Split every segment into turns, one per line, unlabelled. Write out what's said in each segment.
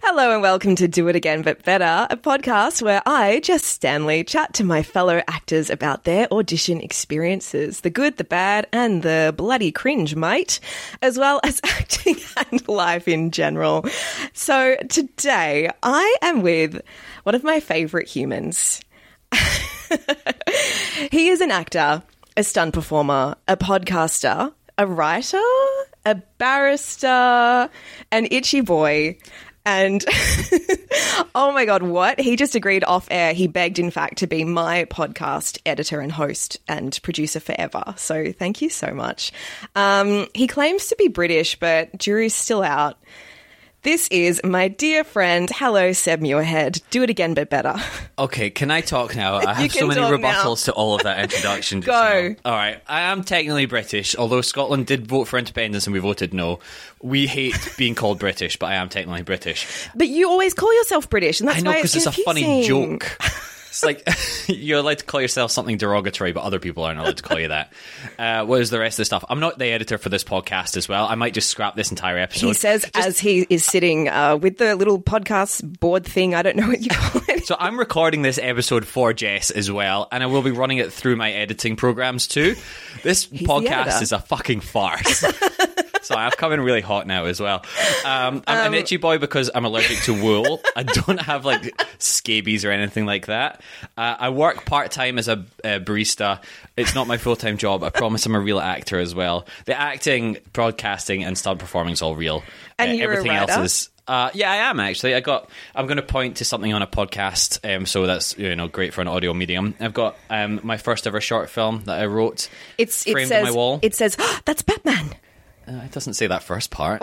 Hello and welcome to Do It Again But Better, a podcast where I, Jess Stanley, chat to my fellow actors about their audition experiences the good, the bad, and the bloody cringe, mate, as well as acting and life in general. So today I am with one of my favourite humans. he is an actor, a stunt performer, a podcaster, a writer, a barrister, an itchy boy. And oh my God, what? He just agreed off air. He begged, in fact, to be my podcast editor and host and producer forever. So thank you so much. Um, he claims to be British, but jury's still out. This is my dear friend. Hello, Seb Muirhead. Do it again, but better.
Okay, can I talk now? I have so
can
many
talk
rebuttals to all of that introduction. just
Go.
now. All right, I am technically British, although Scotland did vote for independence and we voted no. We hate being called British, but I am technically British.
But you always call yourself British, and that's
I know
why
because it's, a funny
confusing.
joke. It's like you're allowed to call yourself something derogatory, but other people aren't allowed to call you that. Uh, what is the rest of the stuff? I'm not the editor for this podcast as well. I might just scrap this entire episode.
He says as he is sitting uh, with the little podcast board thing. I don't know what you call it.
So I'm recording this episode for Jess as well, and I will be running it through my editing programs too. This podcast
editor.
is a fucking farce. so I've come in really hot now as well. Um, I'm an itchy boy because I'm allergic to wool. I don't have like scabies or anything like that. Uh, I work part time as a, uh barista. It's not my full time job. I promise I'm a real actor as well. The acting, broadcasting, and stunt performing is all real.
And you're a
everything else
writer?
is uh, yeah, I am actually. I got. I'm going to point to something on a podcast, um, so that's you know great for an audio medium. I've got um, my first ever short film that I wrote.
It's it
framed
says
on my wall.
it says "Oh, that's Batman.
Uh, it doesn't say that first part.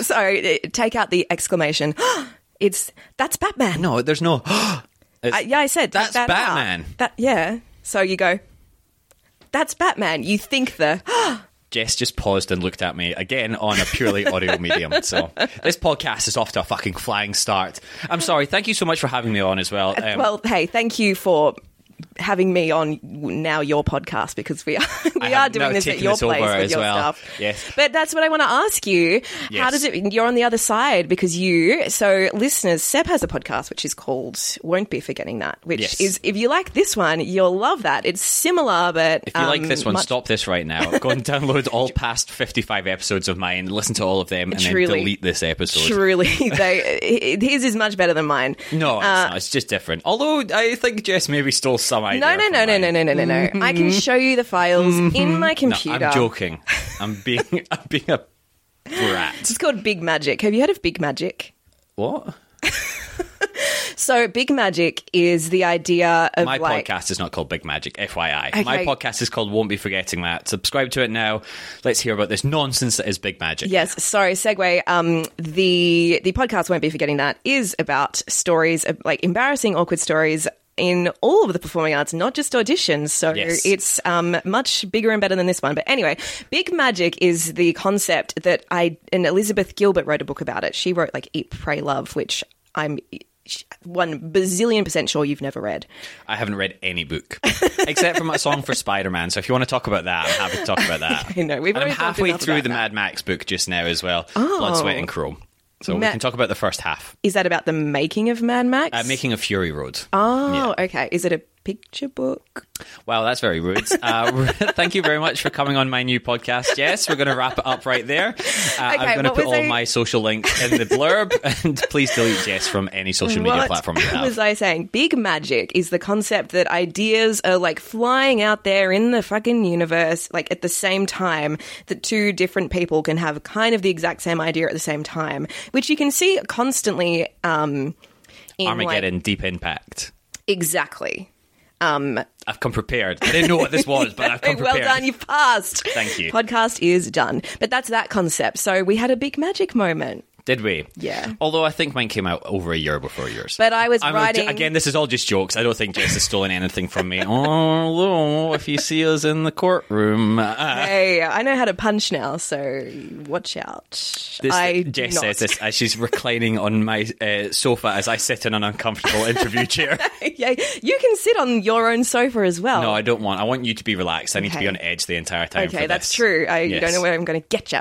Sorry, uh, take out the exclamation. "Oh, It's that's Batman.
no, there's no. It's-
Uh, yeah, I said take
That's
that out.
Batman.
That yeah. So you go. That's Batman. You think the
Jess just paused and looked at me again on a purely audio medium. So this podcast is off to a fucking flying start. I'm sorry. Thank you so much for having me on as well. Um,
well. Hey, thank you for having me on now your podcast because we are we
have
are doing
now
this at
taken
your
this
place
over
with
as
your
well.
stuff.
Yes.
But that's what I want to ask you. How
Yes.
does it? You're on the other side because you. So listeners, Seb has a podcast which is called "Won't Be Forgetting That," which
Yes.
is if you like this one, you'll love that. It's similar, but
If you like
um,
this one,
much-
stop this right now. Go and download all past 55 episodes of mine, listen to all of them, and
Truly.
then delete this episode.
Truly, they his is much better than mine.
No, it's
Uh,
not. It's just different. Although I think Jess maybe stole some idea.
No, no,
from
no, no,
mine.
no, no, no, no, no. I can show you the files in my computer.
Mm-hmm. I'm joking. I'm being, I'm being a brat.
It's called Big Magic. Have you heard of Big Magic?
What?
So Big Magic is the idea of
My
like
podcast is not called Big Magic, FYI.
Okay.
My podcast is called Won't Be Forgetting That. Subscribe to it now. Let's hear about this nonsense that is Big Magic.
Yes, sorry, segue. Um, the the podcast won't be forgetting that is about stories of like embarrassing, awkward stories in all of the performing arts, not just auditions. So
Yes.
it's um, much bigger and better than this one. But anyway, Big Magic is the concept that I and Elizabeth Gilbert wrote a book about it. She wrote like Eat, Pray, Love, which I'm one bazillion percent sure you've never read.
I haven't read any book except for my song for Spider Man. So if you want to talk about that, I'm happy to talk about that.
I know, we've
and I'm
already talked
halfway
enough
through
about
the
that. Oh.
Mad Max book just now as well. Blood, Sweat, and Chrome. So
Ma-
we can talk about the first half.
Is that about the making of Mad Max?
Uh, Making of Fury Road.
oh, okay. Is it a picture book?
Wow, that's very rude. Uh, thank you very much for coming on my new podcast. Yes, we're going to wrap it up right there. Uh,
Okay,
I'm going to
what
put
was
all
I-
my social links in the blurb, and please delete Jess from any social media
What
platform you
was
have.
I saying? Big magic is the concept that ideas are like flying out there in the fucking universe, like at the same time that two different people can have kind of the exact same idea at the same time, which you can see constantly. Um, in like-
Armageddon, Deep Impact.
exactly.
I've come prepared. I didn't know what this was, but I've come
well
prepared.
done, you passed.
Thank you.
Podcast is done, but that's that concept. So we had a big magic moment.
Did we?
Yeah.
Although I think mine came out over a year before yours.
But I was
I'm a-
writing-
again, this is all just jokes. I don't think Jess has stolen anything from me. Although, if you see us in the courtroom, uh,
Hey, I know how to punch now, so watch out.
This,
I do
Jess
not.
says this as she's reclining on my uh, sofa as I sit in an uncomfortable interview chair.
yeah, you can sit on your own sofa as well.
No, I don't want. I want you to be relaxed. I need to
Okay.
be on edge the entire time.
Okay,
for
that's
this.
true. I
Yes.
don't know where I'm going to get you.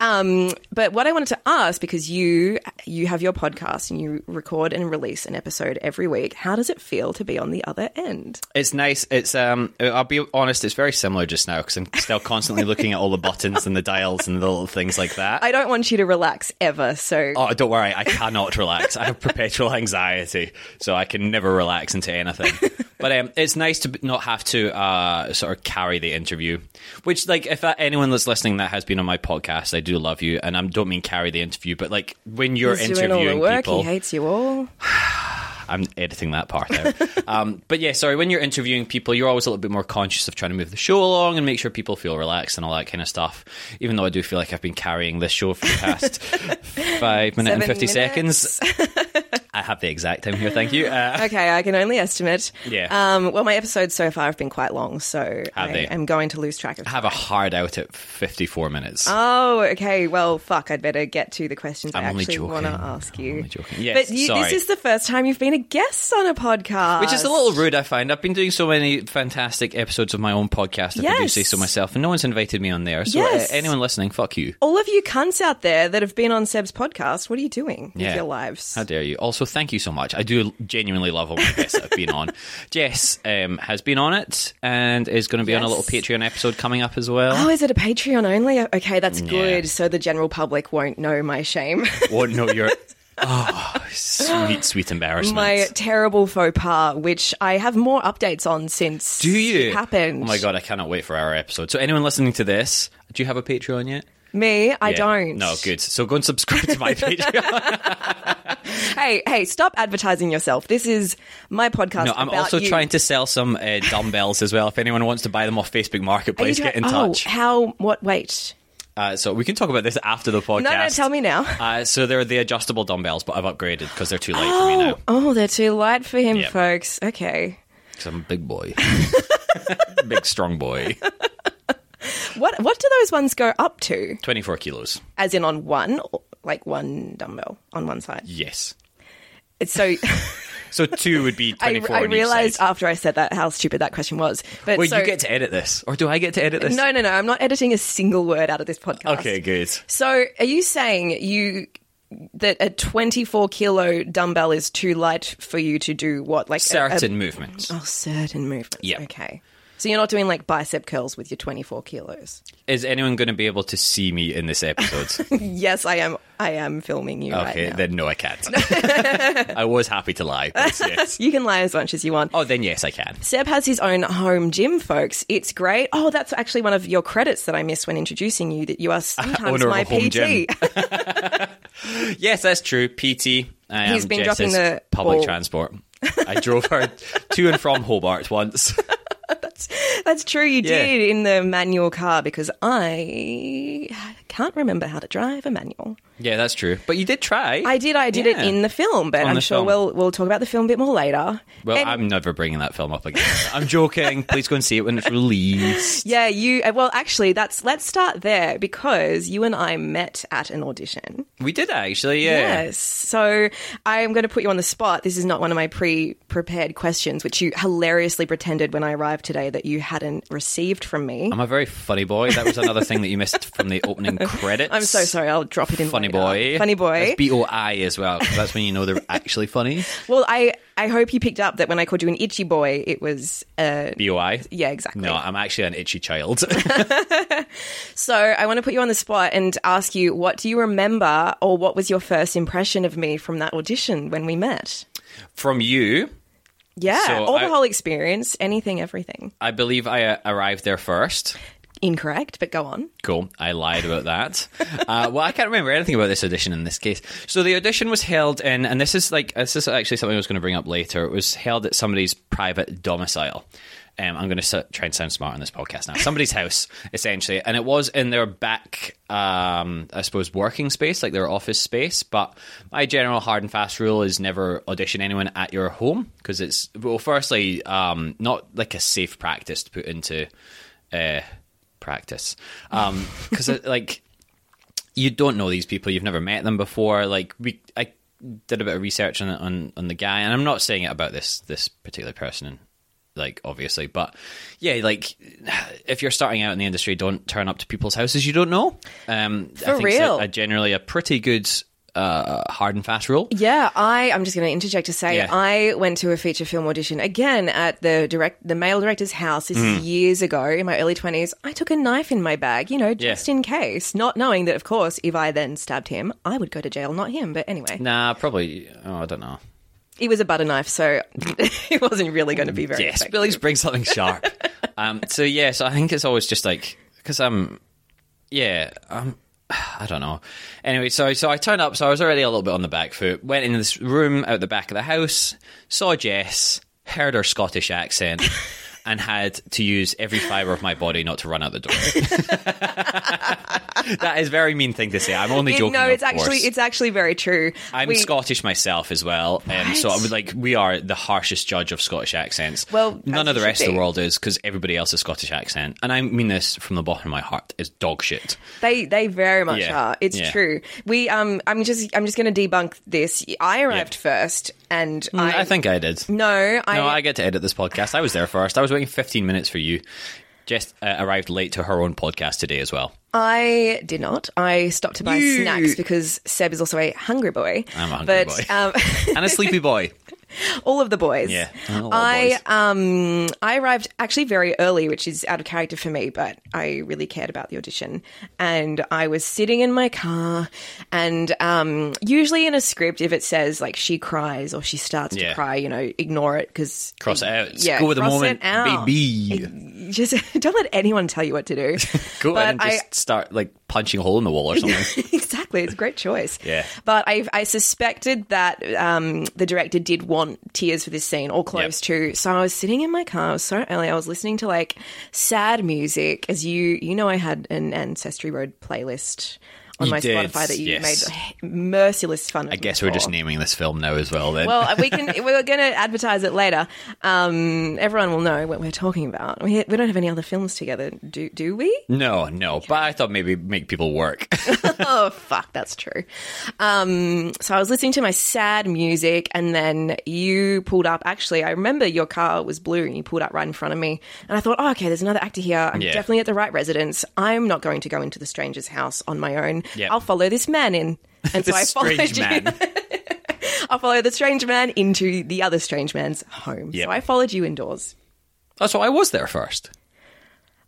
Um, but what I wanted to ask, because is you you have your podcast and you record and release an episode every week. How does it feel to be on the other end?
It's nice. It's um. I'll be honest. It's very similar just now because I'm still constantly looking at all the buttons and the dials and the little things like that.
I don't want you to relax ever, so
oh, don't worry. I cannot relax. I have perpetual anxiety, so I can never relax into anything. But um, it's nice to not have to uh, sort of carry the interview. Which, like, if uh, anyone that's listening that has been on my podcast, I do love you, and I don't mean carry the interview, but like when you're
he's doing
interviewing
all the work.
people,
He hates you all.
I'm editing that part out. um, but yeah, sorry. When you're interviewing people, you're always a little bit more conscious of trying to move the show along and make sure people feel relaxed and all that kind of stuff. Even though I do feel like I've been carrying this show for the past five minutes and
Seven
fifty
minutes.
seconds. I have the exact time here. Thank you. Uh,
Okay, I can only estimate.
Yeah.
Um, well, my episodes so far have been quite long, so I
they?
am going to lose track of.
I have a hard out at fifty-four minutes.
Oh, okay. Well, fuck. I'd better get to the questions i
I'm only
actually want to
joking.
ask you.
only joking. Yes,
but you,
sorry.
this is the first time you've been a guest on a podcast,
which is a little rude, I find. I've been doing so many fantastic episodes of my own podcast, if I do
Yes.
say so myself, and no one's invited me on there. So,
Yes.
uh, anyone listening, fuck you.
All of you cunts out there that have been on Seb's podcast, what are you doing with your lives?
How dare you? Also, thank you so much. I do genuinely love all my guests that I've been on. Jess um, has been on it and is going to be on a
Yes.
little Patreon episode coming up as well.
Oh, is it a Patreon only? Okay, that's good. So the general public won't know my shame,
What? No, you're. Oh, sweet, sweet embarrassment.
my terrible faux pas, which I have more updates on since
do you?
it happened.
Oh my god, I cannot wait for our episode. So, anyone listening to this, do you have a Patreon yet?
Me, I
Yeah.
don't.
No, good. So go and subscribe to my Patreon.
Hey, hey, stop advertising yourself. This is my podcast.
No, I'm
about
also
you.
trying to sell some uh, dumbbells as well. If anyone wants to buy them off Facebook
Are you
Marketplace, get in
trying- oh,
touch.
How? What? Wait.
Uh, so we can talk about this after the podcast.
No, no. Tell me now.
Uh, so they're the adjustable dumbbells, but I've upgraded because they're too light for me
Oh,
now.
oh, they're too light for him,
Yep.
folks. Okay.
Because I'm a big boy, big strong boy,
What? What do those ones go up to?
twenty four kilos.
As in on one, or- like one dumbbell on one side.
Yes.
It's so.
So two would be
I,
twenty four.
I
on each
realized
side.
after I said that how stupid that question was. But
Well,
so,
you get to edit this, or do I get to edit this?
no, no, no. I'm not editing a single word out of this podcast.
Okay, good.
So, are you saying you that a 24 kilo dumbbell is too light for you to do what like a-
Certain movements.
A, oh, certain movements.
Yeah.
Okay. So you're not doing like bicep curls with your 24 kilos.
Is anyone going to be able to see me in this episode?
yes, I am. I am filming you
Okay,
right now.
then no, I can't. I was happy to lie. but yes.
you can lie as much as you want.
Oh, then yes, I can.
Seb has his own home gym, folks. It's great. Oh, that's actually one of your credits that I missed when introducing you. That you are sometimes
Owner of
my
a home
PT.
gym. Yes, that's true. PT. I
He's
am
been dropping
Jess's
the
public
ball.
transport. I drove her to and from Hobart once.
That's true. You
Yeah.
did in the manual car because I can't remember how to drive a manual.
Yeah, that's true. But you did try.
I did. I did
Yeah.
it in the film, but
On
I'm
the
sure
film.
we'll we'll talk about the film a bit more later.
Well,
And-
I'm never bringing that film up again. I'm joking. Please go and see it when it's released.
yeah, you. uh, Well, actually, that's let's start there because you and I met at an audition.
We did actually, yeah.
Yes. So I am going to put you on the spot. This is not one of my pre-prepared questions, which you hilariously pretended when I arrived today that you hadn't received from me.
I'm a very funny boy. That was another thing that you missed from the opening credits.
I'm so sorry. I'll drop it in.
Funny
later.
boy.
Funny boy.
That's B O I as well. 'cause That's when you know they're actually funny.
Well, I I hope you picked up that when I called you an itchy boy, it was uh
B O I.
yeah exactly.
No, I'm actually an itchy child.
So I want to put you on the spot and ask you, what do you remember, or what was your first impression of me from that audition when we met?
From you,
Yeah,
So
all
I-
the whole experience, anything, everything.
I believe I uh, arrived there first.
Incorrect, but go on.
Cool. I lied about that. uh, well, I can't remember anything about this audition in this case. So the audition was held in, and this is like this is actually something I was going to bring up later. It was held at somebody's private domicile. Um, I'm going to try and sound smart on this podcast now. Somebody's house, essentially, and it was in their back, um, I suppose, working space, like their office space. But my general hard and fast rule is never audition anyone at your home because it's well, firstly, um, not like a safe practice to put into. Uh, practice because like you don't know these people you've never met them before like we i did a bit of research on on, on the guy and i'm not saying it about this this particular person like obviously but yeah like if you're starting out in the industry don't turn up to people's houses you don't know um
For
i think it's a-
real?
a generally a pretty good uh, hard and fast rule.
Yeah, I. I'm just going to interject to say
Yeah.
I went to a feature film audition again at the direct the male director's house. This
Mm.
is years ago in my early twenties. I took a knife in my bag, you know, just in case, not knowing that, of course, if I then stabbed him, I would go to jail, not him. But anyway,
Nah, probably. Oh, I don't know.
it was a butter knife, so it wasn't really going to be very.
Yes,
effective.
but at least bring something sharp. um, so yeah, so I think it's always just like because I'm, yeah, um, I don't know. Anyway, so so I turned up, so I was already a little bit on the back foot. Went in this room out the back of the house, saw Jess, heard her Scottish accent. And had to use every fibre of my body not to run out the door. that is a very mean thing to say. I'm only
You
joking.
no, it's
of
actually
course.
it's actually very true.
I'm
We-
Scottish myself as well, um, so I would like we are the harshest judge of Scottish accents.
Well,
none
as
of
you
the
should
rest of
be.
the world is because everybody else's Scottish accent, and I mean this from the bottom of my heart, is dog shit.
They they very much
Yeah.
are. It's
Yeah.
true. We um I'm just I'm just going to debunk this. I arrived first, and I,
I, think I did.
no I
No, I get to edit this podcast. I was there first. I was waiting 15 minutes for you. Jess uh, arrived late to her own podcast today as well.
I did not. I stopped to buy
You-
snacks because Seb is also a hungry boy.
I'm a hungry
but,
boy.
um,
And a sleepy boy.
all of the boys.
Yeah, all the
I
boys.
um I arrived actually very early, which is out of character for me, but I really cared about the audition. And I was sitting in my car, and um usually in a script, if it says like she cries or she starts
Yeah.
to cry, you know, ignore it because
Cross it out.
Yeah,
Go with the
cross
moment,
it out.
baby.
just don't let anyone tell you what to do.
Go
But
in and just
I-
start like punching a hole in the wall or something.
exactly. It's a great choice.
Yeah.
But I, I suspected that um, the director did want tears for this scene or close to. So I was sitting in my car. It was so early. I was listening to like sad music. As you, you know, I had an Ancestry Road playlist on
You
my
did,
Spotify that you
yes.
made merciless fun of.
I guess we're just naming this film now as well. Then.
Well, we can. We're going to advertise it later. Um, everyone will know what we're talking about. We, we don't have any other films together, do do we?
No, no, but I thought maybe make people work.
oh fuck, that's true. Um, so I was listening to my sad music, and then you pulled up. Actually, I remember your car was blue, and you pulled up right in front of me. And I thought, oh, okay, there's another actor here. I'm
Yeah.
definitely at the right residence. I'm not going to go into the stranger's house on my own.
Yep.
I'll follow this man in. And so I
This
followed
strange
you.
man.
I'll follow the strange man into the other strange man's home.
Yep.
So I followed you indoors.
That's why I was there first.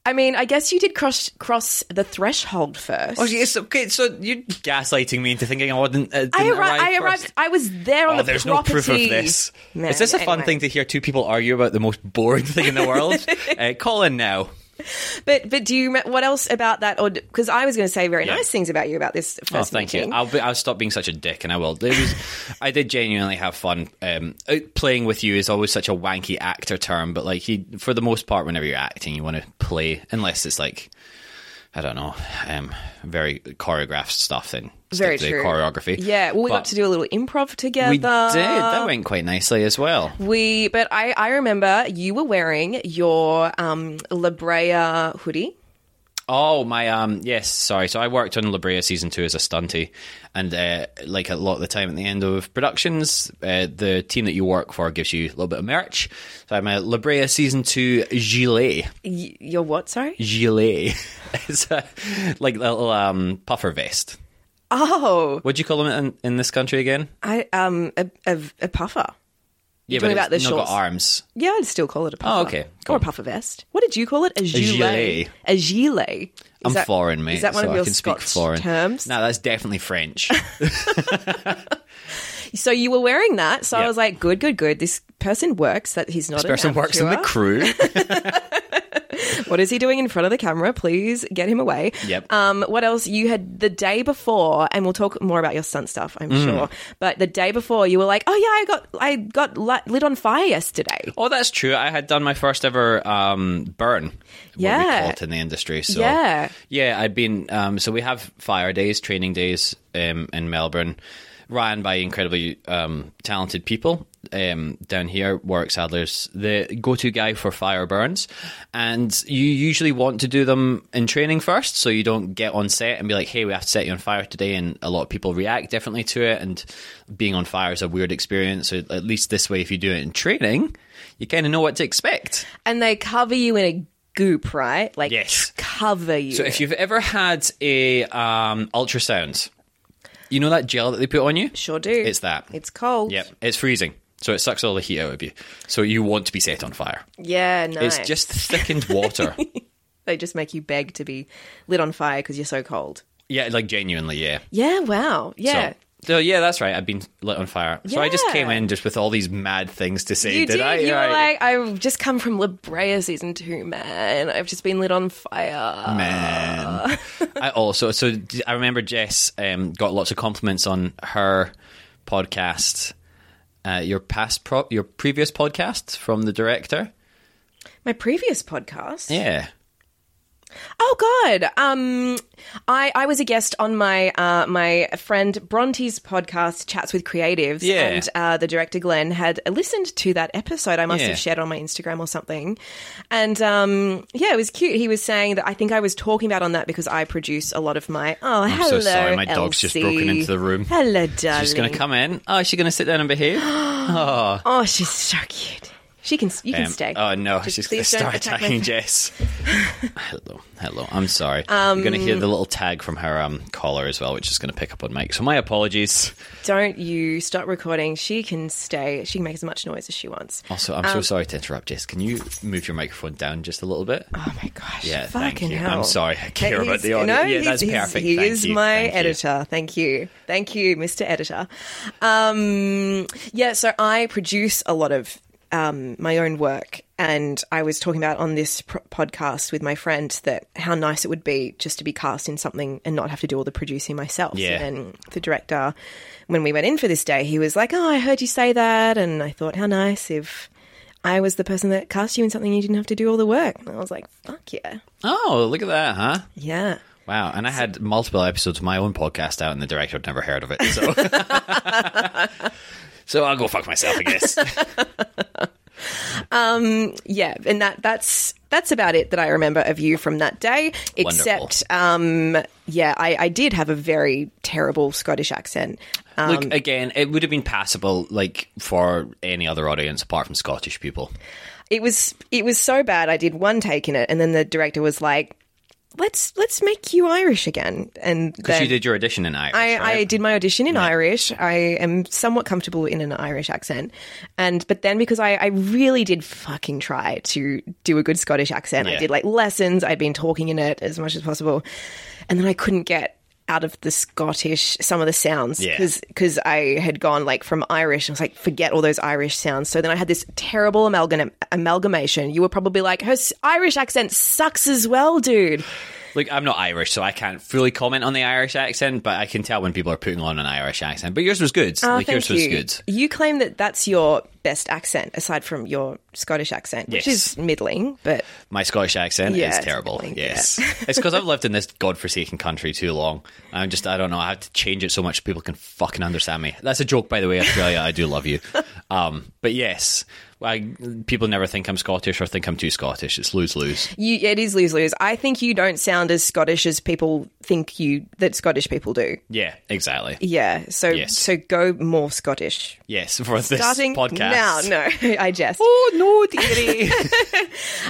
I mean, I guess you did cross cross the threshold first.
Oh, yes. Okay, so you're gaslighting me into thinking I wasn't. Uh, didn't
I, arri-
arrive
I
first.
arrived. I was there on
Oh,
the
there's
property.
no proof of this.
Man,
Is this a fun
anyway.
thing to hear two people argue about the most boring thing in the world? uh, call in now.
But but do you rem- what else about that? Or because I was going to say very
Yeah.
nice things about you about this first.
Oh, thank
meeting.
you. I'll, be, I'll stop being such a dick, and I will. It was, I did genuinely have fun. Um, uh, playing with you is always such a wanky actor term, but like you, for the most part, whenever you're acting, you want to play, unless it's like, I don't know, um, very choreographed stuff. Then stick
Very
to
true.
the choreography.
yeah, well, we got
But
to do a little improv together.
We did. That went quite nicely as well.
We, but I, I remember you were wearing your um, La Brea hoodie.
Oh my, um, yes, sorry. So I worked on La Brea season two as a stunty, and uh, like a lot of the time at the end of productions, uh, the team that you work for gives you a little bit of merch. So I'm a La Brea season two gilet.
Y- your what? Sorry.
Gilet, it's a, like a little um, puffer vest.
Oh,
What do you call them in, in this country again?
I um a, a, a puffer.
Yeah,
talking about
it's
the
not got
shorts.
arms.
Yeah, I'd still call it a puffer.
Oh, okay,
Or
cool.
a puffer vest. What did you call it? A gilet.
gilet.
A gilet. Is
I'm
that-
foreign, mate.
Is that one
so
of your
I can
Scotch
speak foreign
terms?
No, that's definitely French.
So you were wearing that. So I
Yep.
was like, good, good, good. This person works. That he's not
This person works in the crew.
What is he doing in front of the camera? Please get him away.
Yep.
Um, what else? You had the day before, and we'll talk more about your stunt stuff, I'm
Mm.
sure. But the day before, you were like, oh yeah, I got I got li- lit on fire yesterday.
Oh, that's true. I had done my first ever um, burn. What we
Yeah.
call it in the industry. So
Yeah.
yeah, I'd been. Um, so we have fire days, training days um, in Melbourne, ran by incredibly um, talented people um, down here. Warwick Sadler's the go-to guy for fire burns, and you usually want to do them in training first, so you don't get on set and be like, "Hey, we have to set you on fire today," and a lot of people react differently to it, and being on fire is a weird experience. So at least this way, if you do it in training, you kind of know what to expect.
And they cover you in a goop, right? Like
Yes.
cover you.
So if you've ever had a um, ultrasound You know that gel that they put on you?
Sure do.
It's that.
It's cold.
Yep, it's freezing. So it sucks all the heat out of you. So you want to be set on fire.
Yeah, nice.
It's just thickened water.
they just make you beg to be lit on fire because you're so cold.
yeah, like genuinely, yeah.
Yeah, wow. Yeah.
So, so yeah, that's right. I've been lit on fire. So I just
Yeah.
came in just with all these mad things to say.
you did.
I?
you
Right.
were like, I've just come from La Brea season two, man. I've just been lit on fire.
man. I also so d- I remember Jess um, got lots of compliments on her podcast, uh, your past pro- your previous podcast from the director.
My previous podcast.
Yeah,
Oh God. Um, I I was a guest on my uh, my friend Bronte's podcast, Chats with Creatives.
Yeah.
And uh, the director Glenn had listened to that episode. I must
Yeah.
have shared on my Instagram or something. And um, yeah, it was cute. He was saying that I think I was talking about on that because I produce a lot of my. Oh,
so
hello,
sorry, my dog's just
Elsie.
broken into the room.
Hello, darling.
she's going to come in. Oh, is she going to sit down and behave?
Oh, she's so cute. She can. You can
Um,
stay.
Oh no,
Just
she's going to
please don't
start
attack
attacking
my-
Jess. hello, hello. I'm sorry. You're going to hear the little tag from her um, collar as well, which is going to pick up on Mike. So my apologies.
Don't you stop recording. She can stay. She can make as much noise as she wants.
Also, I'm so sorry to interrupt, Jess. Can you move your microphone down just a little bit?
Oh my gosh.
Yeah,
Fucking
thank you.
hell.
I'm sorry. I care
He's-
about the audio.
No,
yeah,
he's-
that's
he's-
perfect.
He
Thank
is
you.
my
Thank you.
editor. Thank you. Thank you, Mr. Editor. Um, yeah, so I produce a lot of um, my own work. And I was talking about on this pr- podcast with my friend that how nice it would be just to be cast in something and not have to do all the producing myself.
Yeah.
And then the director, when we went in for this day, he was like, Oh, I heard you say that. And I thought, How nice if I was the person that cast you in something you didn't have to do all the work. And I was like, Fuck yeah.
Oh, look at that, huh?
Yeah.
Wow. And I had multiple episodes of my own podcast out, and the director had never heard of it. So, so I'll go fuck myself, I guess.
Yeah. And that that's that's about it that I remember of you from that day. Except um yeah, I, I did have a very terrible Scottish accent. Um,
Look, again, it would have been passable, like for any other audience apart from Scottish people.
it was it was so bad I did one take in it and then the director was like, Let's let's make you Irish again and
Because
then
you did your audition in Irish.
I, I
right?
did my audition in Irish. I am somewhat comfortable in an Irish accent. And but then because I, I really did fucking try to do a good Scottish accent. I
Yeah.
did like lessons, I'd been talking in it as much as possible. And then I couldn't get out of the Scottish some of the sounds
Yeah.
because I had gone like from Irish I was like forget all those Irish sounds so then I had this terrible amalgam- amalgamation you were probably like her s- Irish accent sucks as well dude
Look, I'm not Irish, so I can't fully comment on the Irish accent, but I can tell when people are putting on an Irish accent. But yours was good.
Oh,
like yours
thank
was
you.
good.
You claim that that's your best accent, aside from your Scottish accent, which
Yes.
is middling. But
My Scottish accent
Yeah,
is
it's
terrible.
like,
yes. it's because I've lived in this godforsaken country too long. I'm just, I don't know. I have to change it so much people can fucking understand me. That's a joke, by the way, Australia. I do love you. Um, but yes, I, people never think I'm Scottish or think I'm too Scottish. It's lose lose.
you, it is lose lose. I think you don't sound as Scottish as people think you that Scottish people do.
Yeah, exactly.
Yeah. So
Yes.
so go more Scottish.
Yes, for this
Starting
podcast.
now. No, I jest.
Oh, no, dearie.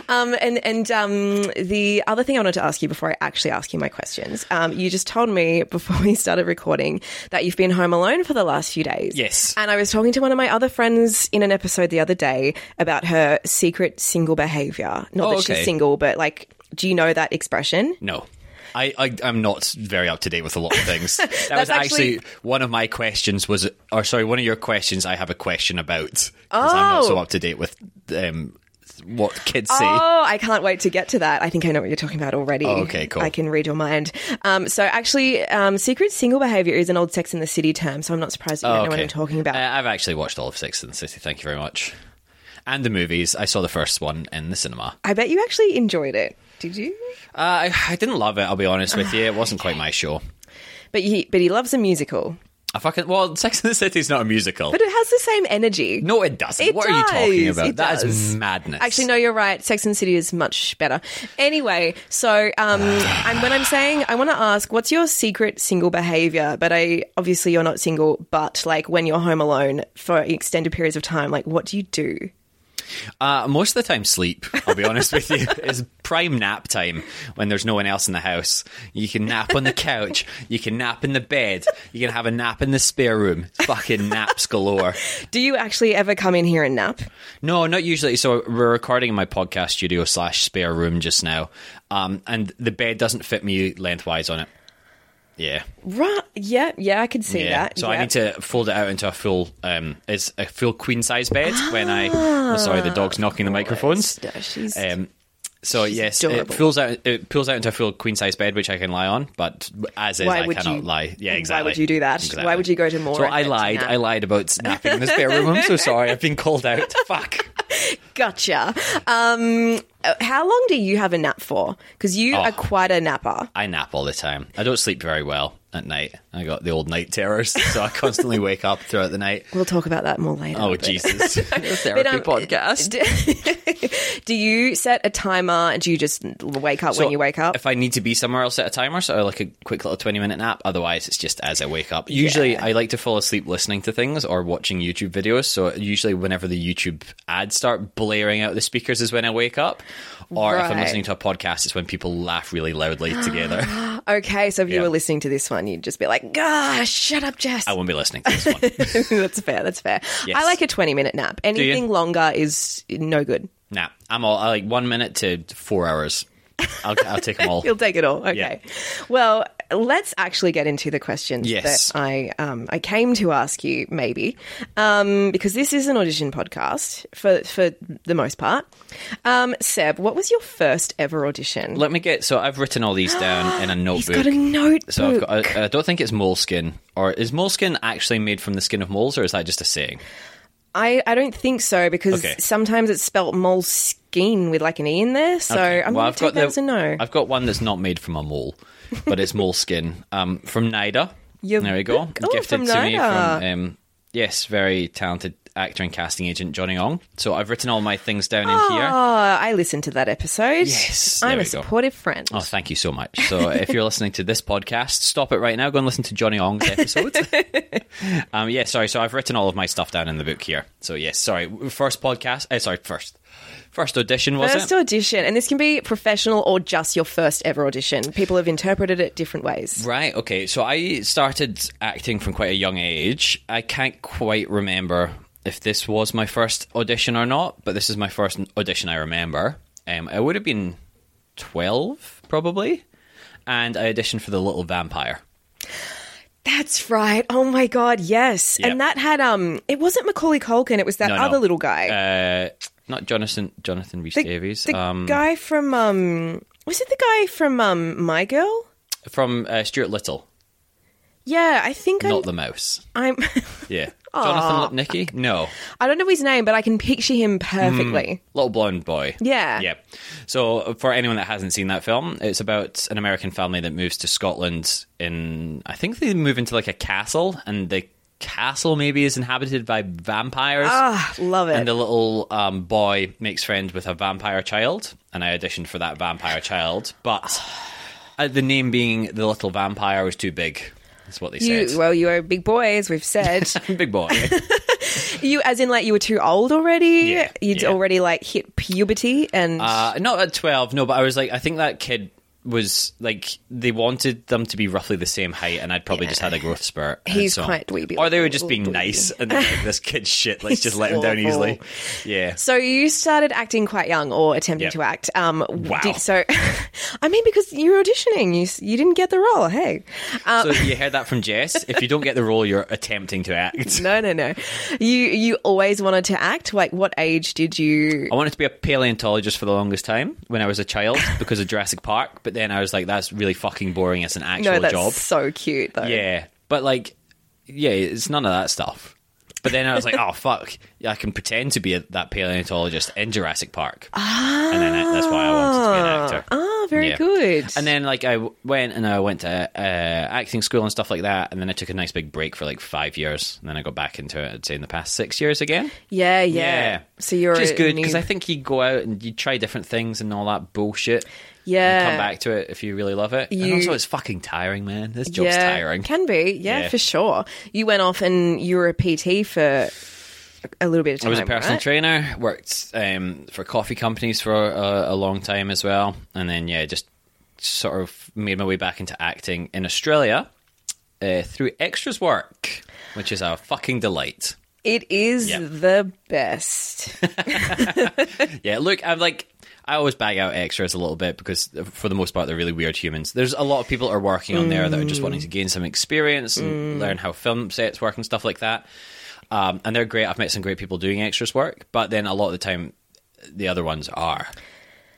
Um, and and um, the other thing I wanted to ask you before I actually ask you my questions, um, you just told me before we started recording that you've been home alone for the last few days.
Yes.
And I was talking to one of my other friends in an episode the other day about her secret single behavior. Not
Oh,
that
okay.
she's single, but like, do you know that expression?
No. I, I I'm not very up to date with a lot of things. That was
actually-
actually, one of my questions was, or sorry, one of your questions. I have a question about because I'm not so
Oh.
up to date with um, what kids say.
Oh, I can't wait to get to that. I think I know what you're talking about already.
Oh, okay, cool.
I can read your mind. Um, so, actually, um, secret single behavior is an old Sex in the City term, so I'm not surprised that you don't know what I'm talking about.
Uh, I've actually watched all of Six in the City. Thank you very much. And the movies. I saw the first one in the cinema.
I bet you actually enjoyed it. Did you?
Uh, I, I didn't love it. I'll be honest with you. It wasn't quite my show.
But he, but he loves a musical.
I fucking well, Six in the City is not a musical.
But it has the same energy.
no, it doesn't.
It
what are you talking
does.
about? That
It
is
does.
madness.
Actually, no, you're right. Sex and the City is much better. Anyway, so um, and when I'm saying, I want to ask, what's your secret single behavior? But I obviously you're not single, but like when you're home alone for extended periods of time, like what do you do?
Uh, most of the time, sleep. I'll be honest with you, is prime nap time when there's no one else in the house. You can nap on the couch. You can nap in the bed. You can have a nap in the spare room. Fucking naps galore.
Do you actually ever come in here and nap?
No, not usually. So we're recording in my podcast studio slash spare room just now, um, and the bed doesn't fit me lengthwise on it. Yeah,
Right. Yeah, yeah, I can see
yeah.
that.
So I
yeah.
need to fold it out into a full, um, it's a full queen size bed. when I, oh, sorry, the dog's knocking the microphones.
No, she's-
Um, so yes,
adorable.
it pulls out. It pulls out into a full queen size bed, which I can lie on. But as is,
Why
I
would
cannot
you-
lie. Yeah,
why
exactly.
would you do that? Why would you go to more
So I
effort to
lied.
nap?
I lied about napping in the spare room. I'm so sorry. I've been called out. Fuck.
Gotcha. Um, uh, how long do you have a nap for? Because you
Oh.
are quite a napper.
I nap all the time. I don't sleep very well at night. I got the old night terrors, so I constantly wake up throughout the night.
We'll talk about that more later.
Oh
but-
Jesus!
but,
Therapy
um, d- Do you set a timer? Do you just wake up when you wake up?
If I need to be somewhere else at a timer, so I like a quick little 20 minute nap. Otherwise, it's just as I wake up. Usually, I like to fall asleep listening to things or watching YouTube videos. So, usually, whenever the YouTube ads start blaring out the speakers, is when I wake up. Or if I'm
Right.
listening to a podcast, it's when people laugh really loudly together.
Okay, so if you
Yeah.
were listening to this one, you'd just be like, "Gosh, shut up, Jess."
I won't be listening to this one.
that's fair. That's fair. I like a twenty-minute nap.
you?
Anything longer is no good.
nah, I'm all I like one minute to four hours. I'll, I'll take them all.
You'll take it all. Okay. Well, let's actually get into the questions
Yes.
that I um, I came to ask you, maybe, um, because this is an audition podcast for for the most part. Um, Seb, what was your first ever audition?
Let me get. So, I've written all these down in a notebook.
He's got a notebook.
So I've got, I, I don't think it's moleskin, or is moleskin actually made from the skin of moles, or is that just a saying?
I, I don't think so because
Okay.
sometimes it's spelt moleskine with like an e in there. So
Okay,
I'm
well,
going to take that as a no.
I've got one that's not made from a mole, but it's moleskin um, from NIDA.
Your
there we go.
book- oh,
Gifted
from
to me from
NIDA.
um, yes, very talented actor and casting agent Johnny Ong. So I've written all my things down in here.
Oh, I listened to that episode.
Yes, there
I'm
we
a
go.
supportive friend.
Oh, thank you so much. So, if you're listening to this podcast, stop it right now. Go and listen to Johnny Ong's episode. um, yeah, sorry. So, I've written all of my stuff down in the book here. So, yes, sorry. First podcast. eh, sorry, first. First audition, was
First
it?
audition, and this can be professional or just your first ever audition. People have interpreted it different ways.
Right, okay. So, I started acting from quite a young age. I can't quite remember if this was my first audition or not, but this is my first audition I remember. Um, I would have been 12, probably. And I auditioned for The Little Vampire.
That's right. Oh my god, yes.
Yep.
And that had um, it wasn't Macaulay Culkin. It was that
No, no.
other little guy,
uh, not Jonathan Jonathan Rhys Davies
the
um,
guy from um, was it the guy from um, My Girl?
from uh, Stuart Little,
Yeah, I think I'm.
not the mouse.
I'm
Yeah, Jonathan Lipnicki. No,
I don't know his name, but I can picture him perfectly.
little blonde boy.
Yeah.
yeah. So for anyone that hasn't seen that film, it's about an American family that moves to Scotland. In I think they move into like a castle, and the castle maybe is inhabited by vampires.
Ah, love it.
And the little um, boy makes friends with a vampire child, and I auditioned for that vampire child, but uh, the name being the little vampire was too big. That's what they
you,
said.
well, you were big boy, as we've said.
big boy.
you, as in, like, you were too old already.
Yeah,
You'd
yeah.
already like hit puberty, and
Uh, not at twelve, no. But I was like, I think that kid was like they wanted them to be roughly the same height, and I'd probably just had a growth spurt. and
He's quite dweeby,
or they were
like,
just
little
being
dweeby.
nice, and they're like, this kid's shit. Let's just
He's
let him down
awful.
easily. Yeah.
So you started acting quite young, or attempting
Yep.
to act. Um,
Wow.
Did, so, I mean, because you're auditioning, you s- you didn't get the role. Hey, um,
So you heard that from Jess. If you don't get the role, you're attempting to act.
no, no, no. You you always wanted to act. Like, what age did you?
I wanted to be a paleontologist for the longest time when I was a child because of Jurassic Park, but then I was like, that's really fucking boring as an actual
No, that's
job.
so cute though.
Yeah. But like, yeah, it's none of that stuff. But then I was like, oh, fuck. Yeah, I can pretend to be a, that paleontologist in Jurassic Park. Ah. And then I, that's why I wanted to be an actor.
Ah, very
Yeah.
good.
And then, like, I w- went and I went to uh, acting school and stuff like that. And then I took a nice big break for like five years. And then I got back into it, I'd say, in the past six years again.
yeah, yeah, So you're
just
a
good
new-
because I think you go out and you try different things and all that bullshit.
yeah
And come back to it if you really love it. And
You-
also, it's fucking tiring, man. This job's tiring.
Can be, yeah,
Yeah.
for sure. You went off and you were a PT for a little bit of time.
I was a personal
right?
trainer, worked um, for coffee companies for a, a long time as well, and then yeah, just sort of made my way back into acting in Australia uh, through extras work, which is a fucking delight.
It is
Yeah.
the best.
Yeah, look, I'm like. I always bag out extras a little bit because, uh, for the most part, they're really weird humans. There's a lot of people that are working on there that are just wanting to gain some experience and
Mm.
learn how film sets work and stuff like that. Um, and they're great. I've met some great people doing extras work, but then a lot of the time, the other ones are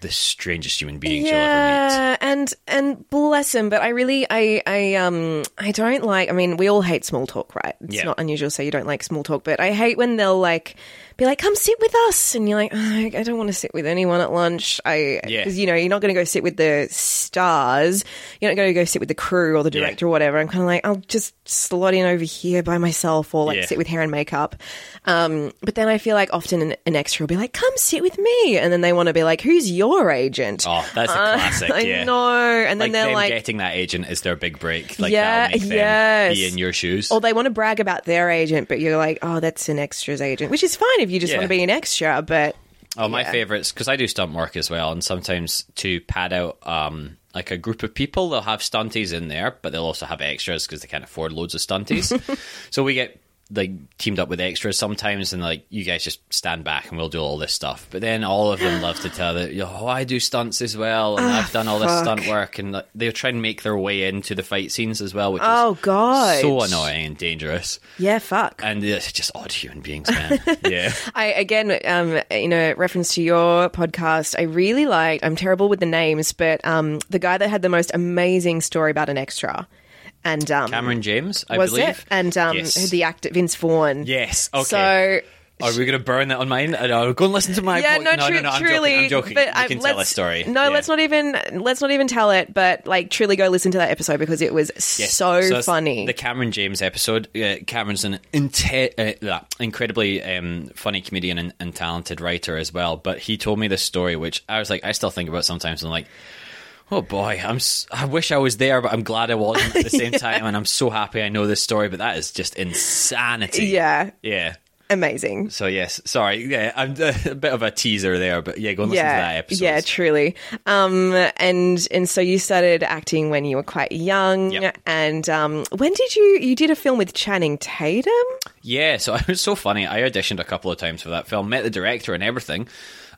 the strangest human beings you'll ever meet.
yeah, and and bless him, but I really I I um I don't like. I mean, we all hate small talk, right? It's
Yeah.
not unusual, so you don't like small talk. But I hate when they'll like be like, "Come sit with us," and you're like, oh, "I don't want to sit with anyone at lunch." I,
Yeah.
'cause, you know, you're not going to go sit with the stars. You're not going to go sit with the crew or the director or whatever. I'm kind of like, I'll just slot in over here by myself, or like
Yeah.
sit with hair and makeup. Um, but then I feel like often an, an extra will be like, "Come sit with me," and then they want to be like, "Who's your agent?"
Oh, that's a
Uh,
classic.
I
yeah.
know. And then
Like
they're
them
like,
getting that agent is their big break. Like
Yeah,
that'll make them
yes. Oh,
be in your shoes.
or they want to brag about their agent, but you're like, oh, that's an extras agent, which is fine if you just
Yeah.
want to be an extra, but
Oh, my
Yeah.
favorites because I do stunt work as well, and sometimes to pad out um, like a group of people, they'll have stunties in there, but they'll also have extras because they can't afford loads of stunties. so we get like teamed up with extras sometimes, and like you guys just stand back and we'll do all this stuff. But then all of them love to tell that oh, I do stunts as well, and I've done all this
Ah, fuck.
stunt work, and like, they try and make their way into the fight scenes as well, which
oh,
is
God.
so annoying and dangerous.
Yeah, fuck.
And they're just odd human beings, man. yeah.
Uh, I again, um, in a reference to your podcast, I really liked. I'm terrible with the names, but um, the guy that had the most amazing story about an extra, and um,
Cameron James, I
was
believe.
it? And um,
Yes.
the actor Vince Vaughn.
Yes. Okay.
So
Are we going to burn that on mine? I know. Go and listen to my.
yeah,
po-
no,
no,
tru-
no, no, I'm
truly.
joking. I'm joking.
But
you
I-
can
let's,
tell a story.
No,
Yeah.
let's not even let's not even tell it. But like, truly, go listen to that episode because it was
Yes.
so,
that's
funny.
The Cameron James episode. Uh, Cameron's an inte- uh, blah, incredibly um, funny comedian and, and talented writer as well. But he told me this story, which I was like, I still think about sometimes. And I'm like, oh boy, I'm. s- I wish I was there, but I'm glad I wasn't at the same time. And I'm so happy I know this story. But that is just insanity.
yeah,
Yeah.
amazing.
So yes, sorry, yeah, I'm a bit of a teaser there, but yeah, go and listen
yeah,
to that episode.
yeah, truly. Um, and and so you started acting when you were quite young.
Yep.
And um, when did you you did a film with Channing Tatum?
Yeah, so it was so funny. I auditioned a couple of times for that film, met the director and everything.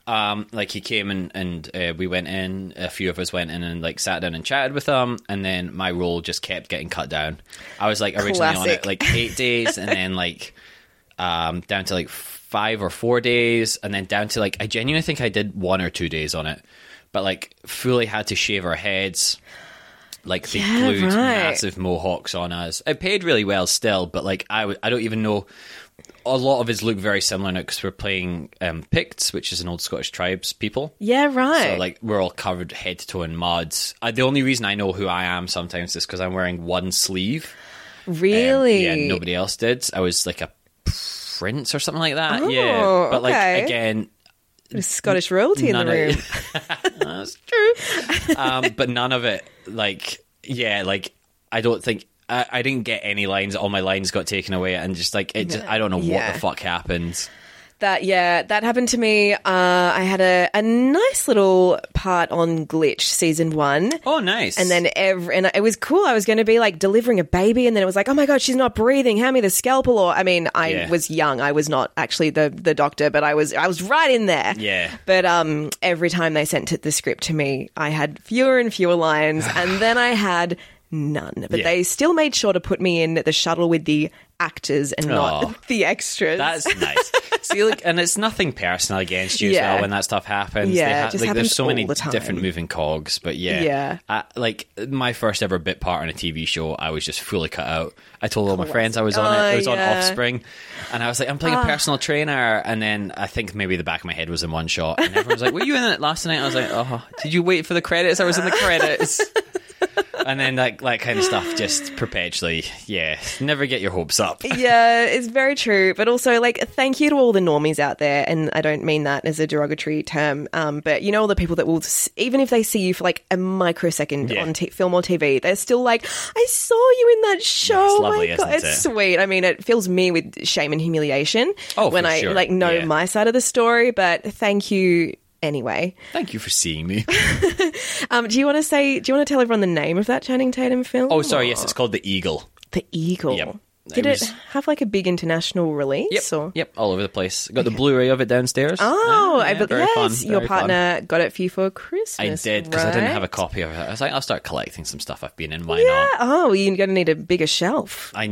Um, like he came and and uh, we went in. A few of us went in and like sat down and chatted with him. And then my role just kept getting cut down. I was like originally on
Classic.
it like eight days, and then like um, down to like five or four days, and then down to like I genuinely think I did one or two days on it, but like fully had to shave our heads. Like they
Yeah,
glued
right.
massive mohawks on us. It paid really well still, but like I, w- I don't even know. A lot of us look very similar now because we're playing um, Picts, which is an old Scottish tribes people.
Yeah, right.
So like we're all covered head to toe in muds. Uh, the only reason I know who I am sometimes is because I'm wearing one sleeve. Um,
really?
yeah, nobody else did. I was like a prince or something like that.
Oh,
yeah, but like
okay.
again,
Scottish royalty in
none
the room.
of that's true. um, but none of it, like, yeah, like I don't think. I, I didn't get any lines. All my lines got taken away, and just like it, just I don't know
Yeah.
what the fuck happened.
That yeah, that happened to me. Uh, I had a, a nice little part on Glitch season one.
Oh, nice.
And then every, and it was cool. I was going to be like delivering a baby, and then it was like, oh my god, she's not breathing. Hand me the scalpel. Or I mean, I
Yeah.
was young. I was not actually the the doctor, but I was I was right in there.
Yeah.
But um, every time they sent it, the script to me, I had fewer and fewer lines, and then I had none. But
Yeah.
they still made sure to put me in the shuttle with the actors and
Aw.
not the extras.
That's nice. See, like, and it's nothing personal against you as
Yeah.
well when that stuff happens.
Yeah, it just
like,
happens
there's so
all
many
the time.
different moving cogs, but yeah,
Yeah.
I, like my first ever bit part on a TV show, I was just fully cut out. I told all my friends I was on it.
Oh,
It was on
yeah. Ah.
Offspring, and I was like, I'm playing a personal trainer, and then I think maybe the back of my head was in one shot, "Uh-huh. and everyone was like, "Were you in it last night?" I was like, "Oh, did you wait for the credits? I was in the credits." and then like that kind of stuff just perpetually, yeah. Never get your hopes up.
yeah, it's very true. But also, like, thank you to all the normies out there. And I don't mean that as a derogatory term, um, but you know, all the people that will, s- even if they see you for like a microsecond
Yeah.
on t- film or TV, they're still like, I saw you in that show.
it's
Oh
lovely,
my God,
isn't
it's
it?
sweet. I mean, it fills me with shame and humiliation
Oh, for
when I
sure.
like know
Yeah.
my side of the story. But thank you anyway.
Thank you for seeing me.
Um, do you want to say? Do you want to tell everyone the name of that Channing Tatum film?
Oh, sorry.
Or-
Yes, it's called The Eagle.
the Eagle.
Yep. It
Did it,
was-
have like a big international release? Or?
Yep. All over the place. Got the Blu-ray of it downstairs.
Oh, I be-
very
yes,
fun,
your
very fun.
partner got it for you for
I
Christmas.
did because I didn't have a
right?
copy of it. I was like, I'll start collecting some stuff I've been in. Why not?
Oh, you're going to need a bigger shelf.
I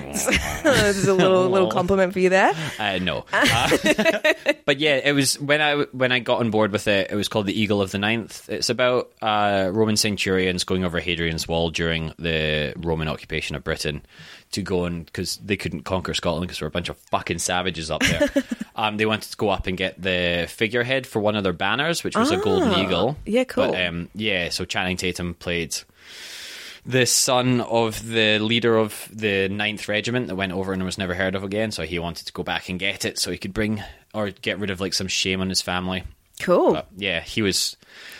kn-
There's a little little
Aw.
compliment for you there.
uh, no, Uh, but yeah, it was when I when I got on board with it. It was called the Eagle of the Ninth. It's about uh, Roman centurions going over Hadrian's Wall during the Roman occupation of Britain to go and because they couldn't conquer Scotland because we're a bunch of fucking savages up there. um, they wanted to go up and get the figurehead for one of their banners, which was a golden
Ah.
eagle.
Yeah, cool.
But, um, yeah, so Channing Tatum played the son of the leader of the ninth regiment that went over and was never heard of again so he wanted to go back and get it so he could bring or get rid of like some shame on his family
Cool.
but yeah he was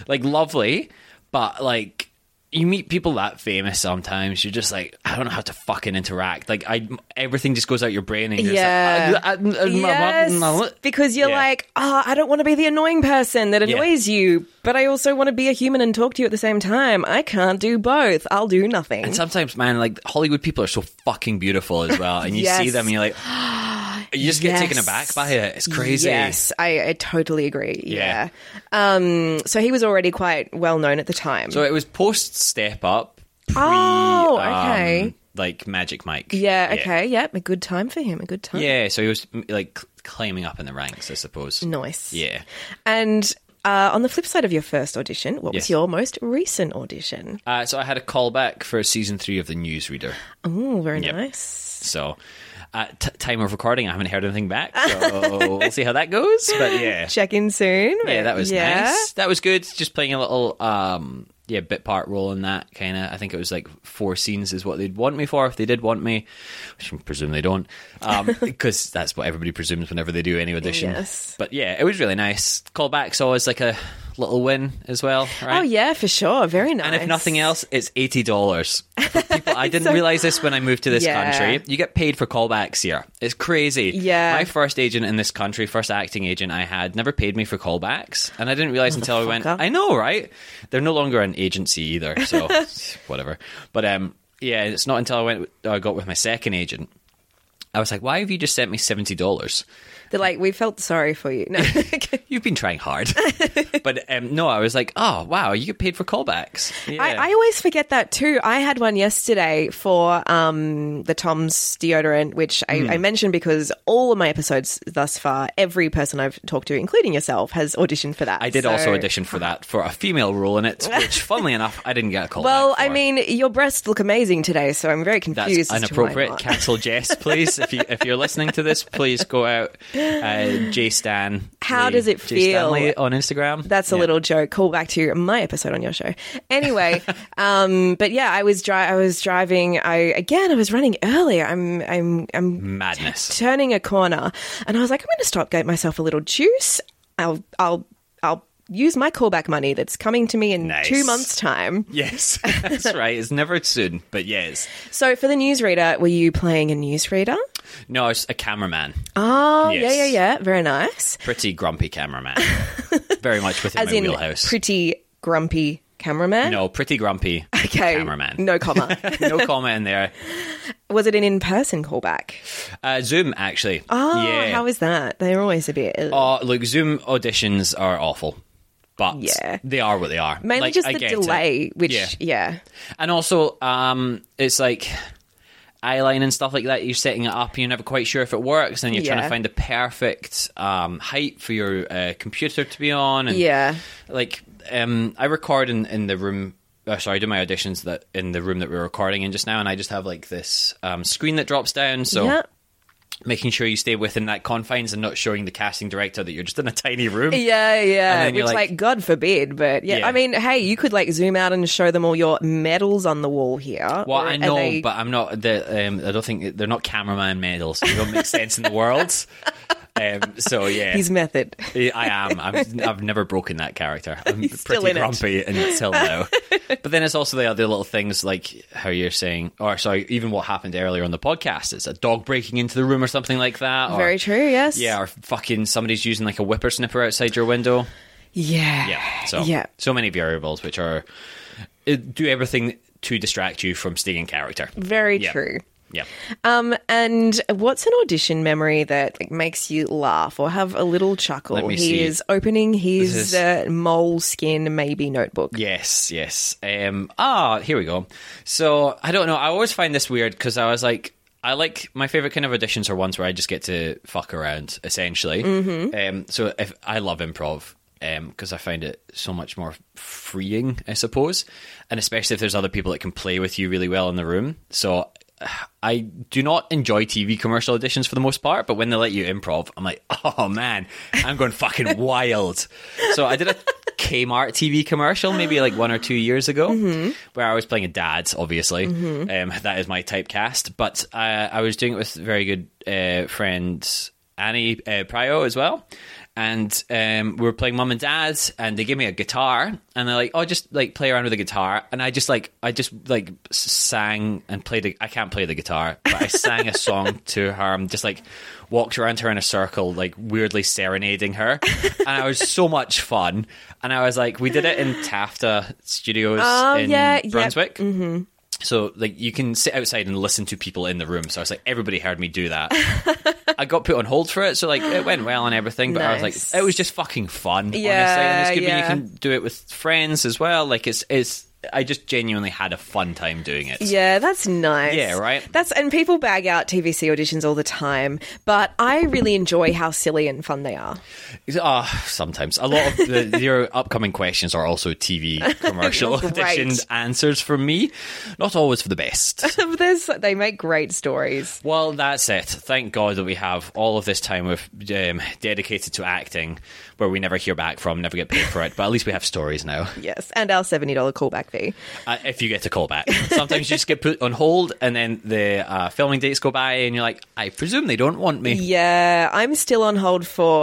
like lovely but like you meet people that famous sometimes you're just like i don't know how to fucking interact like i everything just goes out your brain and you're
Yeah.
just like, "Uh, uh, uh, uh, uh, uh,
Yes, because you're
Yeah.
like, oh, I don't want to be the annoying person that
Yeah.
annoys you, but I also want to be a human and talk to you at the same time. I can't do both. I'll do nothing.
And sometimes, man, like Hollywood people are so fucking beautiful as well, and you see
Yes.
them, and you're like, you just get taken
Yes.
aback by it. It's crazy.
Yes, I, I totally agree.
Yeah.
Yeah. Um, so he was already quite well known at the time.
So it was post Step Up. Pre,
Oh,
um,
okay.
like Magic Mike.
yeah, okay, yeah. a good time for him, a good time.
Yeah, so he was m- like cl- climbing up in the ranks, I suppose.
Nice.
Yeah.
And uh, on the flip side of your first audition, what
Yes.
was your most recent audition?
Uh, so I had a callback for season three of The Newsreader.
Oh, very
Yep.
nice.
So at t- time of recording, I haven't heard anything back. So we'll see how that goes. But yeah.
Check in soon.
Yeah, that was
Yeah.
nice. That was good. Just playing a little um yeah, bit part role in that kind of. I think it was like four scenes is what they'd want me for if they did want me, which I presume they don't, um, because that's what everybody presumes whenever they do any audition.
Yes.
But yeah, it was really nice. Callback's always like a little win as well, right?
Oh, yeah, for sure. Very nice.
And if nothing else, it's eighty dollars. People, I didn't realize this when I moved to this
Yeah.
country. You get paid for callbacks here. It's crazy.
Yeah.
My first agent in this country, first acting agent I had, never paid me for callbacks, and I didn't realize until I went.
Motherfucker.
I know, right? They're no longer an agency either, so whatever. But um, yeah, it's not until I went. I got with my second agent. I was like, "Why have you just sent me seventy dollars?"
They're like, we felt sorry for you. No.
You've been trying hard, but um, no, I was like, "Oh wow, you get paid for callbacks." Yeah.
I, I always forget that too. I had one yesterday for um, the Tom's deodorant, which
Hmm.
I, I mentioned because all of my episodes thus far, every person I've talked to, including yourself, has auditioned for that.
I did
So-
also audition for that for a female role in it, which, funnily enough, I didn't get a call.
Well,
back
I
for.
mean, your breasts look amazing today, so I'm very
that's
confused. as to why
inappropriate.
not.
Cancel Jess, please. If you if you're listening to this, please go out. Uh, J Stan.
How does it
J Stan
feel?
Lee on Instagram?
That's a
Yeah.
little joke. Call back to my episode on your show. Anyway, um, but yeah, I was dri- I was driving. I again, I was running early. I'm I'm I'm
madness.
turning a corner and I was like, I'm going to stop, get myself a little juice. I'll, I'll, I'll use my callback money that's coming to me in
Nice.
two months' time.
Yes, that's right. It's never soon, but yes.
So for the newsreader, were you playing a newsreader?
No, it's a cameraman.
Oh,
Yes.
yeah, yeah, yeah. Very nice.
Pretty grumpy cameraman. Very much within
As
my
in,
wheelhouse.
pretty grumpy cameraman.
no, pretty grumpy
Okay.
cameraman.
No comma.
no comment in there.
was it an in-person callback?
Uh, Zoom actually.
Oh,
yeah.
how is that? They're always a bit. ugh.
Uh, look, Zoom auditions are awful, but
Yeah.
they are what they are.
Mainly
Like,
just
I
the
get
delay,
it.
which
yeah,
yeah.
and also um, it's like eyeline and stuff like that. You're setting it up, and you're never quite sure if it works, and you're trying to
Yeah.
find the perfect um, height for your uh, computer to be on. And
Yeah.
like um, I record in, in the room. Uh, sorry, I do my auditions that in the room that we're recording in just now, and I just have like this um, screen that drops down. So
yeah.
making sure you stay within that confines and not showing the casting director that you're just in a tiny room.
Yeah, yeah.
then
Which,
you're
like,
like-
God forbid, but yeah.
Yeah.
I mean, hey, you could like zoom out and show them all your medals on the wall here.
Well,
or-
I
and
know,
they-
but I'm not. The, um, I don't think they're not cameraman medals. So they don't make sense in the world. Um, so yeah,
his method.
I am. I'm, I've never broken that character. I'm
still
pretty
in it.
grumpy until now. but then it's also the other little things like how you're saying, or sorry, even what happened earlier on the podcast. It's a dog breaking into the room or something like that. Or,
Very true. Yes.
Yeah, or fucking somebody's using like a whippersnapper outside your window.
Yeah.
Yeah. So
yeah.
so many variables which are it- do everything to distract you from staying in character.
Very
Yeah.
true.
Yeah.
Um, and what's an audition memory that like makes you laugh or have a little chuckle?
me
he
see.
is opening his
is-
uh, mole skin maybe notebook.
Yes, yes. Um, ah, here we go. So I don't know. I always find this weird because I was like, I like my favorite kind of auditions are ones where I just get to fuck around, essentially. Um, so if I love improv because I find it so much more freeing, I suppose, and especially if there's other people that can play with you really well in the room. So. I do not enjoy TV commercial auditions for the most part, but when they let you improv, I'm like, oh man, I'm going fucking wild. So I did a Kmart TV commercial, maybe like one or two years ago, where I was playing a dad, obviously. Um, that is my typecast. But uh, I was doing it with very good uh, friend Annie uh, Pryo as well. And um, we were playing mum and dad, and they gave me a guitar, and they're like, "Oh, just like play around with the guitar." And I just like, I just like s- sang and played. A, I can't play the guitar, but I sang a song to her. i just like walked around her in a circle, like weirdly serenading her, and it was so much fun. And I was like, we did it in Tafta Studios
Oh,
in
yeah, yep.
Brunswick. So like you can sit outside and listen to people in the room. So I was like, everybody heard me do that. I got put on hold for it, so like it went well and everything. But I was
Nice.
like, it was just fucking fun. honestly.
Yeah,
and it's good
yeah.
when you can do it with friends as well. Like it's it's. I just genuinely had a fun time doing it.
Yeah, that's nice.
Yeah, right?
That's and people bag out TVC auditions all the time, but I really enjoy how silly and fun they are.
Ah, sometimes a lot of the, your upcoming questions are also TV commercial
Great.
audition answers from me. Not always for the best.
There's, they make great stories.
well, that's it. Thank God that we have all of this time of um, dedicated to acting, where we never hear back from, never get paid for it. But at least we have stories now.
Yes, and our seventy dollar callback fee.
Uh, if you get a call back, sometimes you just get put on hold, and then the uh, filming dates go by, and you're like, I presume they don't want me.
Yeah, I'm still on hold for.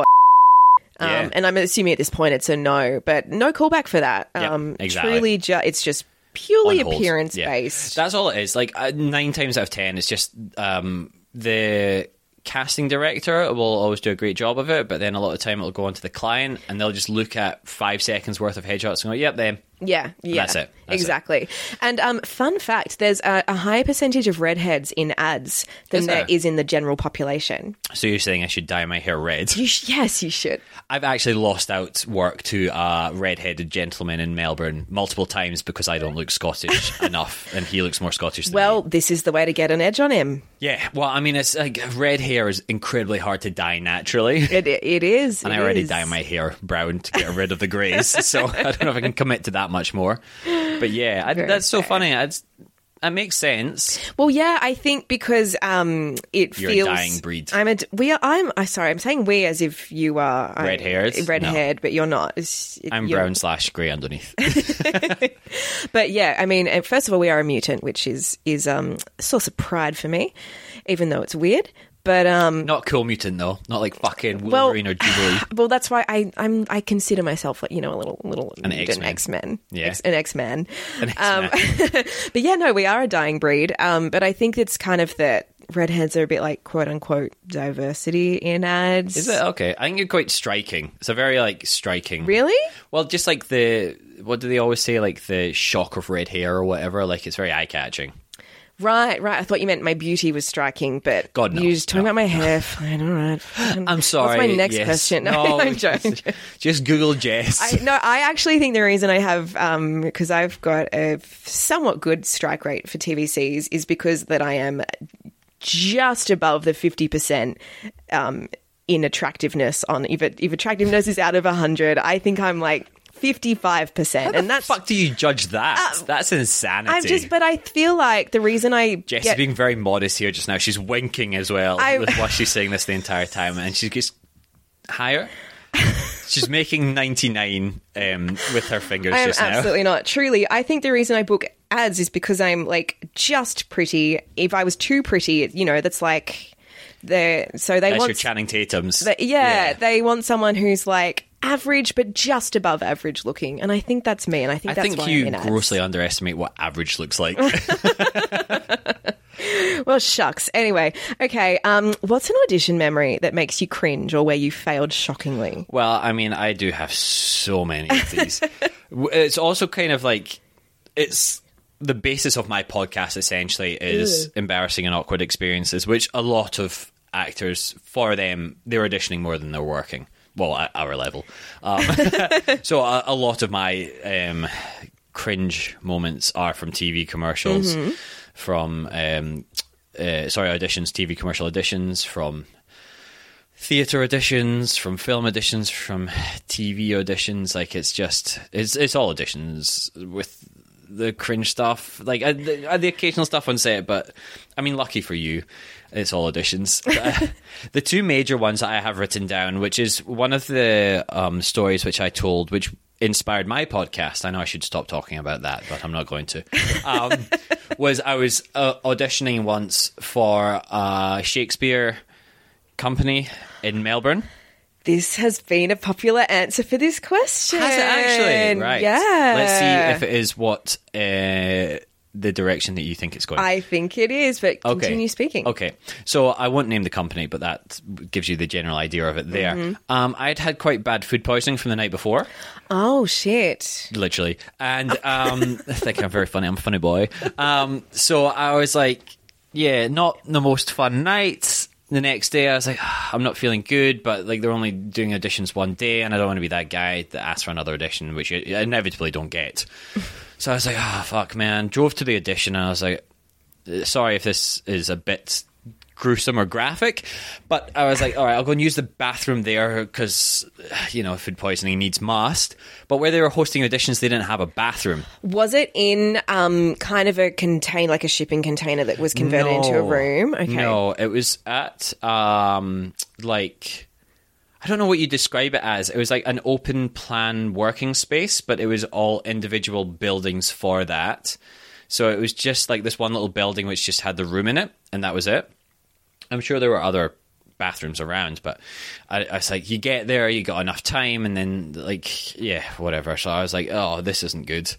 Um,
Yeah.
And I'm assuming at this point it's a no, but no callback for that.
Yep,
Um,
exactly.
Truly, ju- it's just
on
purely
hold.
appearance
Yeah.
based.
That's all it is. Like uh, nine times out of ten, it's just um, the casting director will always do a great job of it, but then a lot of time it'll go on to the client and they'll just look at five seconds worth of headshots and go, "Yep, them."
Yeah, yeah,
That's it. That's it.
exactly. And um, fun fact: there's a, a higher percentage of redheads in ads than
Is
there
there?
is in the general population.
So you're saying I should dye my hair red?
You sh- yes, you should.
I've actually lost out work to a red-headed gentleman in Melbourne multiple times because I don't look Scottish enough, and he looks more Scottish. Than me.
Well, this is the way to get an edge on him.
yeah. Well, I mean, it's like red hair is incredibly hard to dye naturally.
It it is.
and I already dye my hair brown to get rid of the greys, so I don't know if I can commit to that much more. But yeah, I, that's so funny. It's, that makes sense.
Well, yeah, I think because um, it
You're a
feels
dying breed.
I'm a d- we are. I'm. I sorry. I'm saying we as if you are I-
Red-haired?
red-haired, but you're not. It's- it-
I'm
you're-
brown slash grey underneath.
But yeah, I mean, uh, first of all, we are a mutant, which is is um, a source of pride for me, even though it's weird. But um,
Not cool mutant though. Not like fucking Wolverine or Jubilee.
well, that's why I I'm I consider myself like you know a little little an
X-Men.
X-Men.
Yeah.
X- an X-Man.
An
Um, but yeah, no, we are a dying breed. Um, but I think it's kind of that redheads are a bit like quote unquote diversity in ads.
Is it okay? I think you're quite striking. It's a very like striking.
really?
Well, just like the what do they always say? Like the shock of red hair or whatever. Like it's very eye catching.
Right, right. I thought you meant my beauty was striking, but
God, no.
you're just talking about my hair. Fine, all right. Fine.
I'm
What's
sorry.
my next
yes.
question? No,
No,
I'm joking.
Just Google Jess.
I, no, I actually think the reason I have, because I've got a somewhat good strike rate for TVCs, is because that I am just above the fifty percent um, in attractiveness. On if, it, if attractiveness is out of hundred, I think I'm like 55%. And that's. Uh,
fuck do you judge that? That's insanity.
I'm just, but I feel like the reason I.
Jess
get-
is being very modest here just now. She's winking as well
I-
with while she's saying this the entire time, and she gets higher. she's making ninety nine um, with her fingers
I am
just now.
absolutely not. Truly, I think the reason I book ads is because I'm like just pretty. If I was too pretty, you know, that's like the so they
That's your
want
Channing Tatum's.
but yeah, they want someone who's like average but just above average looking, and I think that's me, and I think
I
that's
think
why I'm
you
in ads.
grossly underestimate what average looks like.
Well, shucks. Anyway, okay. Um, what's an audition memory that makes you cringe or where you failed shockingly?
well, I mean, I do have so many of these. W- it's also kind of like it's the basis of my podcast essentially is embarrassing and awkward experiences, which a lot of actors for them they're auditioning more than they're working. Well, at our level, um, so a, a lot of my um, cringe moments are from TV commercials,
Mm-hmm.
from um, uh, sorry auditions, TV commercial auditions, from theater auditions, from film auditions, from TV auditions. Like it's just it's it's all auditions with the cringe stuff, like uh, the, uh, the occasional stuff on set. But I mean, lucky for you, it's all auditions. Uh, the two major ones that I have written down, which is one of the um, stories which I told, which inspired my podcast. I know I should stop talking about that, but I'm not going to. Um, was I was uh, auditioning once for uh, Shakespeare company in Melbourne.
This has been a popular answer for this question.
Has it actually? Right.
Yeah.
Let's see if it is what uh, the direction that you think it's going.
I think it is, but
Okay.
continue speaking.
Okay. So I won't name the company, but that gives you the general idea of it there.
Mm-hmm.
Um, I'd had quite bad food poisoning from the night before.
Oh shit!
literally. And um, I think I'm very funny. I'm a funny boy. Um, so I was like, yeah, not the most fun night. The next day, I was like, "Ah, I'm not feeling good, but like they're only doing auditions one day, and I don't want to be that guy that asks for another audition, which you inevitably don't get. So I was like, oh, fuck, man. Drove to the audition, and I was like, sorry if this is a bit gruesome or graphic, but I was like, all right, I'll go and use the bathroom there because, you know, food poisoning needs must. But where they were hosting auditions, they didn't have a bathroom.
Was it in um kind of a contain like a shipping container that was converted into a
No.
room? Okay.
No, it was at, um, like, I don't know what you describe it as. It was like an open plan working space, but it was all individual buildings for that. So it was just like this one little building which just had the room in it, and that was it. I'm sure there were other bathrooms around, but I, I was like, you get there, you got enough time, and then like, yeah, whatever. So I was like, oh, this isn't good.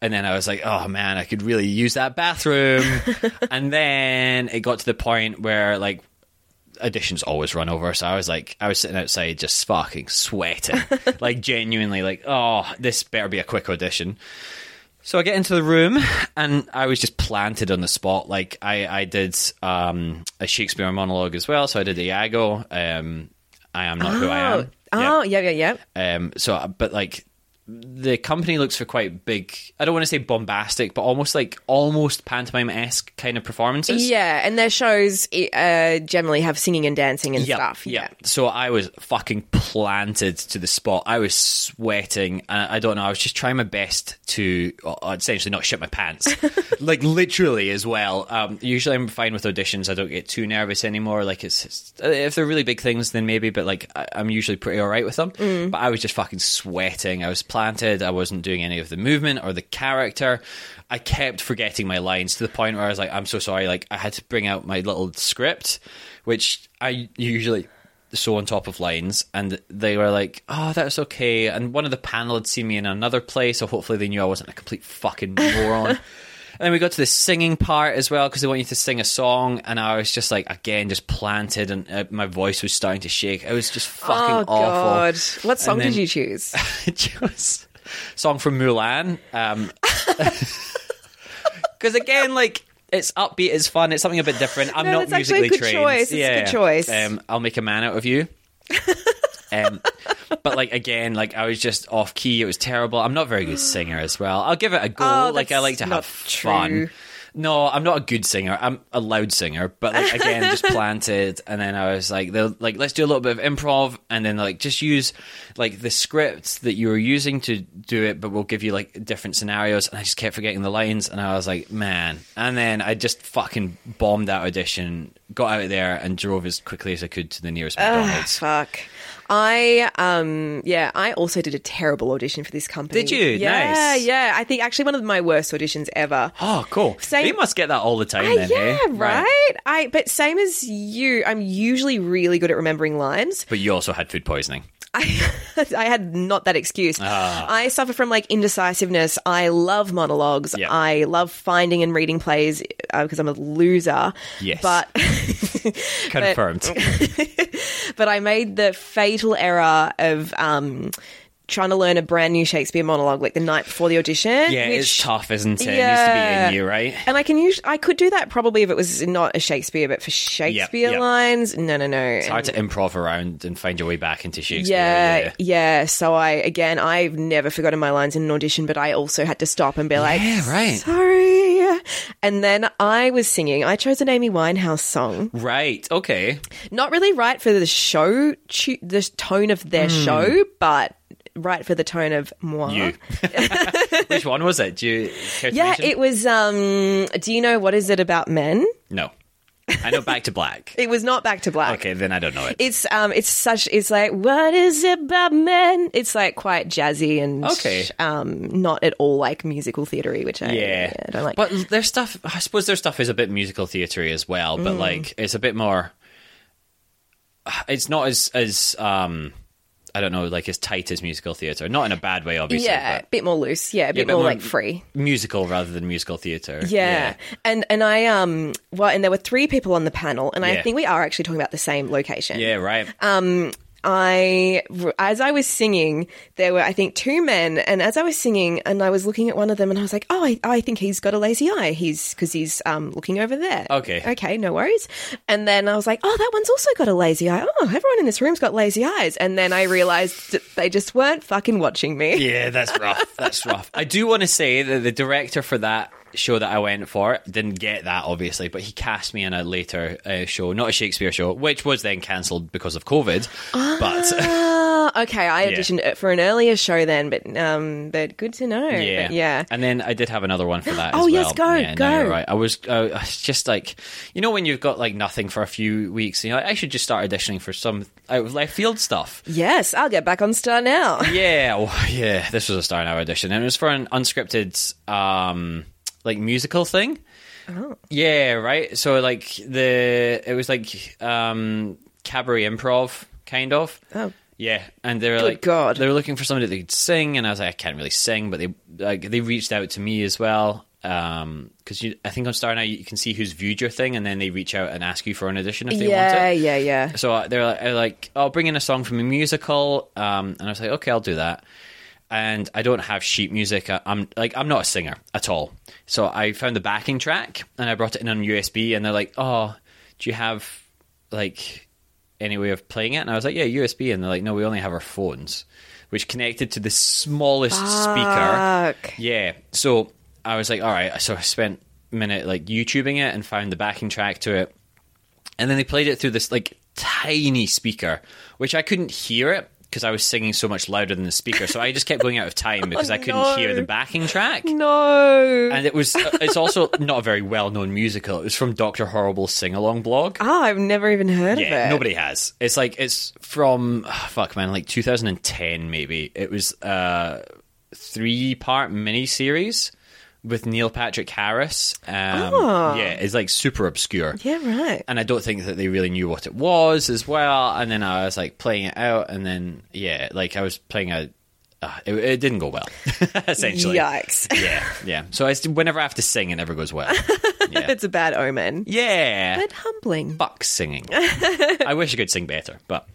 And then I was like, oh man, I could really use that bathroom. and then it got to the point where like editions always run over. So I was like, I was sitting outside just fucking sweating, like genuinely, like, oh, this better be a quick audition. So I get into the room and I was just planted on the spot. Like I, I did um, a Shakespeare monologue as well. So I did Iago. Um, I am not who I
Oh,
am.
oh, yeah, yeah, yeah.
Um, so, but like the company looks for quite big. I don't want to say bombastic, but almost like almost pantomime esque kind of performances.
Yeah, and their shows uh, generally have singing and dancing and
Yep,
stuff. Yeah.
yep. So I was fucking planted to the spot. I was sweating. And I don't know. I was just trying my best to uh, essentially not shit my pants, like literally as well. Um, usually I'm fine with auditions. I don't get too nervous anymore. Like it's, it's if they're really big things, then maybe. But like I, I'm usually pretty all right with them. But I was just fucking sweating. I was planted. I wasn't doing any of the movement or the character. I kept forgetting my lines to the point where I was like, I'm so sorry. Like I had to bring out my little script which I usually sew on top of lines, and they were like, "Oh, that's okay." And one of the panel had seen me in another place, so hopefully they knew I wasn't a complete fucking moron. and then we got to the singing part as well because they want you to sing a song, and I was just like, again, just planted, and uh, my voice was starting to shake. It was just fucking
Oh
awful.
god! What song
then-
did you choose?
It was a song from Mulan. Because again, like it's upbeat, it's fun, it's something a bit different. I'm
No,
not
that's actually a
musically
good
trained.
choice. It's a good choice.
Um, I'll make a man out of you. um, but like again, like I was just off key. It was terrible. I'm not a very good singer as well. I'll give it a go.
Oh,
like I
that's
like to have
not
fun.
true.
No, I'm not a good singer. I'm a loud singer, but like again, just planted. And then I was like, they'll like let's do a little bit of improv, and then like just use like the script that you were using to do it, but we'll give you like different scenarios. And I just kept forgetting the lines, and I was like, man. And then I just fucking bombed that audition, got out there, and drove as quickly as I could to the nearest McDonald's.
Ah, Fuck. I um yeah, I also did a terrible audition for this company.
Did you?
Yeah,
Nice.
yeah. I think actually one of my worst auditions ever.
Oh, cool.
Same-
They must get that all the time,
Uh,
then.
yeah,
eh?
right? I but same as you, I'm usually really good at remembering lines.
But you also had food poisoning.
I, I had not that excuse.
Ah.
I suffer from like indecisiveness. I love monologues.
Yeah.
I love finding and reading plays uh, because I'm a loser.
Yes.
But
Confirmed.
but I made the fatal error of um, trying to learn a brand new Shakespeare monologue like the night before the audition.
yeah, it's
which-
tough, isn't it? It
Yeah.
needs to be in you, right?
And I can use I could do that probably if it was not a Shakespeare, but for Shakespeare
yeah.
lines, no, no, no.
It's hard to improv around and find your way back into Shakespeare.
Yeah, yeah. So I again, I've never forgotten my lines in an audition, but I also had to stop and be like,
Yeah, right.
sorry. And then I was singing. I chose an Amy Winehouse song,
Right. Okay.
not really right for the show, tu- the tone of their show, but right for the tone of moi.
Hmm. You. Which one was it? Do you care to
yeah,
mention?
it was. Um, do you know what is it about men?
No. I know Back to Black.
It was not Back to Black.
Okay, then I don't know it.
It's um, it's such. It's like, what is it about men? It's like quite jazzy and
Okay.
um, not at all like musical theatery, which I
yeah.
I don't like.
But their stuff, I suppose their stuff is a bit musical theatre as well,
Mm.
but like it's a bit more. It's not as as um, I don't know, like as tight as musical theatre. Not in a bad way, obviously.
yeah, a bit more loose. Yeah, a bit
but
more
more-
like free.
but musical rather than musical theatre.
Yeah. and and I um, well, and there were three people on the panel, and I
Yeah.
think we are actually talking about the same location.
Yeah. Right.
I, as I was singing, there were, I think, two men. And as I was singing, and I was looking at one of them and I was like, oh, I, I think he's got a lazy eye. He's, because he's um, looking over there.
Okay.
Okay, no worries. And then I was like, oh, that one's also got a lazy eye. Oh, everyone in this room's got lazy eyes. And then I realized that they just weren't fucking watching me.
Yeah, that's rough. That's rough. I do want to say that the director for that show that I went for didn't get that, obviously, but he cast me in a later uh, show, not a Shakespeare show, which was then cancelled because of COVID. But
Ah, okay. I auditioned for an earlier show then, but um, but good to know.
yeah,
But yeah.
And then I did have another one for that.
Oh,
as
yes,
well.
go,
Yeah,
go.
No, you're right. I was, uh, I was just like, you know, when you've got like nothing for a few weeks, you know, I should just start auditioning for some out of left field stuff.
Yes, I'll get back on Star now.
Yeah, well, yeah. This was a Star Now edition, and it was for an unscripted, um, like musical thing. Oh. Yeah, right. So like the it was like um cabaret improv kind of.
Oh.
Yeah, and they were like,
God.
they were looking for somebody that could sing, and I was like, I can't really sing, but they like they reached out to me as well. Um, because you, I think on Star Now you can see who's viewed your thing, and then they reach out and ask you for an audition if they want it.
yeah, yeah, yeah.
So I- they're like, they're like, I'll bring in a song from a musical, um, and I was like, okay, I'll do that. And I don't have sheet music. I, I'm like, I'm not a singer at all. So I found the backing track and I brought it in on USB, and they're like, oh, do you have like any way of playing it? And I was like, yeah, USB. And they're like, no, we only have our phones, which connected to the smallest speaker.
Fuck.
Yeah. So I was like, all right. So I spent a minute like YouTubing it and found the backing track to it. And then they played it through this like tiny speaker, which I couldn't hear it because I was singing so much louder than the speaker. So I just kept going out of time because I couldn't
Oh, no.
hear the backing track.
No.
And it was, uh, it's also not a very well known musical. It was from Dr. Horrible's sing along blog.
Ah, I've never even heard of
Yeah,
it.
nobody has. It's like it's from ah, fuck man, like 2010 maybe. It was a three part mini series with Neil Patrick Harris. Um, Yeah, it's like super obscure.
Yeah, right.
And I don't think that they really knew what it was as well. And then I was like playing it out, and then yeah, like I was playing a. Uh, it, it didn't go well, essentially.
Yikes.
Yeah, yeah. So I, st- whenever I have to sing, it never goes well. Yeah,
it's a bad omen.
yeah
But humbling.
fuck singing. I wish I could sing better, but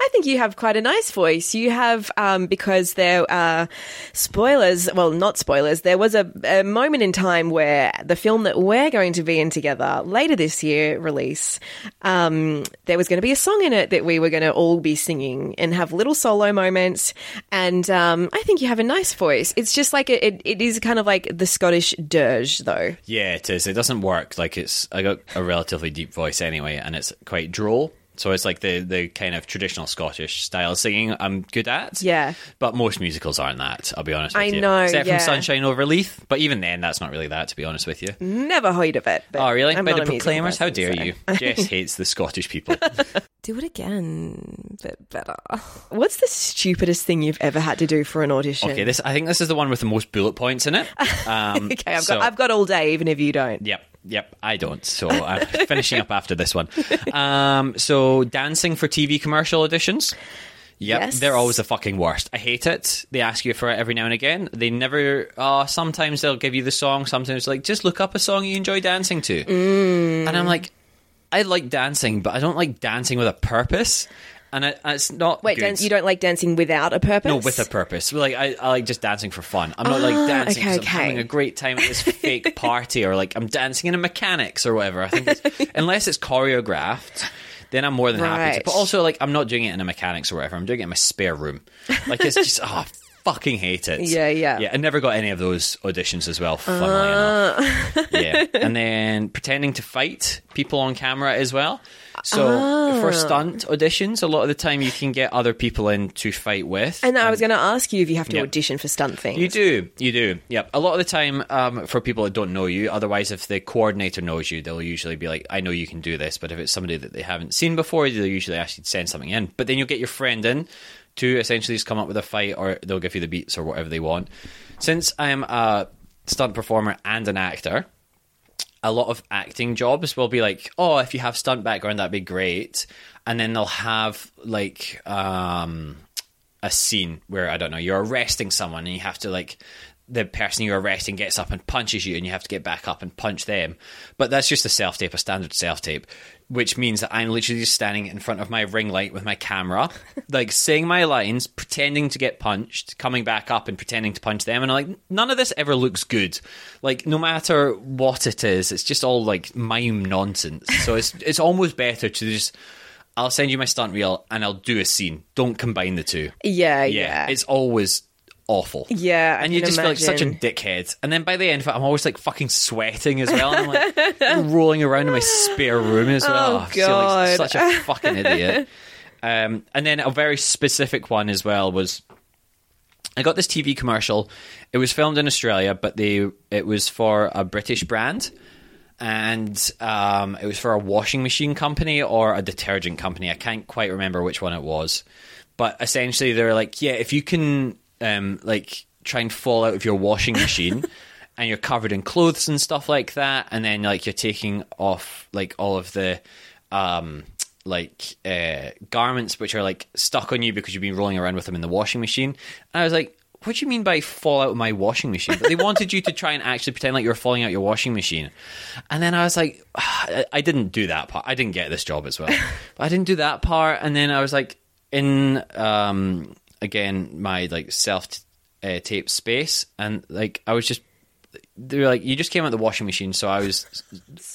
I think you have quite a nice voice. You have, um, because there are spoilers, well, not spoilers, there was a, a moment in time where the film that we're going to be in together later this year release, um, there was going to be a song in it that we were going to all be singing and have little solo moments. And um, I think you have a nice voice. It's just like, a, it, it is kind of like the Scottish dirge, though.
Yeah, it is. It doesn't work. Like it's I got a relatively deep voice anyway, and it's quite droll. So it's like the the kind of traditional Scottish style singing I'm good at.
Yeah.
But most musicals aren't that, I'll be honest with
I
you.
know,
Except
yeah.
from Sunshine Over Leith. But even then that's not really that, to be honest with you.
Never heard of it. but
Oh really?
Mm. I'm
By
not a
the
musical
Proclaimers? How
person,
dare
so.
you? Jess hates the Scottish people.
Do it again, but better. What's the stupidest thing you've ever had to do for an audition?
Okay, this I think this is the one with the most bullet points in it. Um,
Okay, I've
so-
got I've got all day, even if you don't.
Yep, yep. I don't. So I'm finishing up after this one. Um, so dancing for TV commercial auditions. Yep,
Yes.
they're always the fucking worst. I hate it. They ask you for it every now and again. They never. Uh, sometimes they'll give you the song. Sometimes like just look up a song you enjoy dancing to.
Mm.
And I'm like, I like dancing, but I don't like dancing with a purpose. And it, it's not.
Wait,
good.
dan- you don't like dancing without a purpose? Ah,
No, with a purpose. Like I, I like just dancing for fun. I'm not like dancing
okay,
'cause I'm having
okay.
a great time at this fake party or like I'm dancing in a mechanics or whatever. I think it's, unless it's choreographed, then I'm more than happy.
Right.
To. But also like I'm not doing it in a mechanics or whatever. I'm doing it in my spare room. Like it's just oh, I fucking hate it.
Yeah, yeah. Ah.
Yeah, I never got any of those auditions as well. Funnily enough, yeah. And then pretending to fight people on camera as well. So
Ah.
for stunt auditions, a lot of the time you can get other people in to fight with.
And I was going to ask you if you have to
Mm. Yeah.
audition for stunt things.
You do, you do. Yep. A lot of the time, um, for people that don't know you, otherwise, if the coordinator knows you, they'll usually be like, "I know you can do this." But if it's somebody that they haven't seen before, they'll usually ask you to send something in. But then you'll get your friend in to essentially just come up with a fight, or they'll give you the beats or whatever they want. Since I'm a stunt performer and an actor, a lot of acting jobs will be like, oh, if you have stunt background, that'd be great. And then they'll have like um, a scene where, I don't know, you're arresting someone and you have to like, the person you're arresting gets up and punches you and you have to get back up and punch them. But that's just a self tape, a standard self tape, which means that I'm literally just standing in front of my ring light with my camera, like saying my lines, pretending to get punched, coming back up and pretending to punch them. And I'm like, none of this ever looks good. Like, no matter what it is, it's just all like mime nonsense. So it's it's almost better to just I'll send you my stunt reel and I'll do a scene. Don't combine the two.
Yeah, yeah.
Yeah, it's always awful.
Yeah, I
and you
can
just feel like such a
imagine.
dickhead. And then by the end of it, I'm always like fucking sweating as well. And I'm like rolling around in my spare room as
Oh,
well. I feel like
God.
such a fucking idiot. Um, and then a very specific one as well was I got this TV commercial. It was filmed in Australia, but they it was for a British brand, and um, it was for a washing machine company or a detergent company. I can't quite remember which one it was, but essentially they're like, yeah, if you can um, like try and fall out of your washing machine. And you're covered in clothes and stuff like that, and then like you're taking off like all of the um, like uh, garments which are like stuck on you because you've been rolling around with them in the washing machine. And I was like, what do you mean by fall out of my washing machine? But they wanted you to try and actually pretend like you were falling out your washing machine. And then I was like, "Ah, I I didn't do that part. I didn't get this job as well. But I didn't do that part. And then I was like, in um, again my like self uh, tape space, and like I was just they were like, you just came out the washing machine, so I was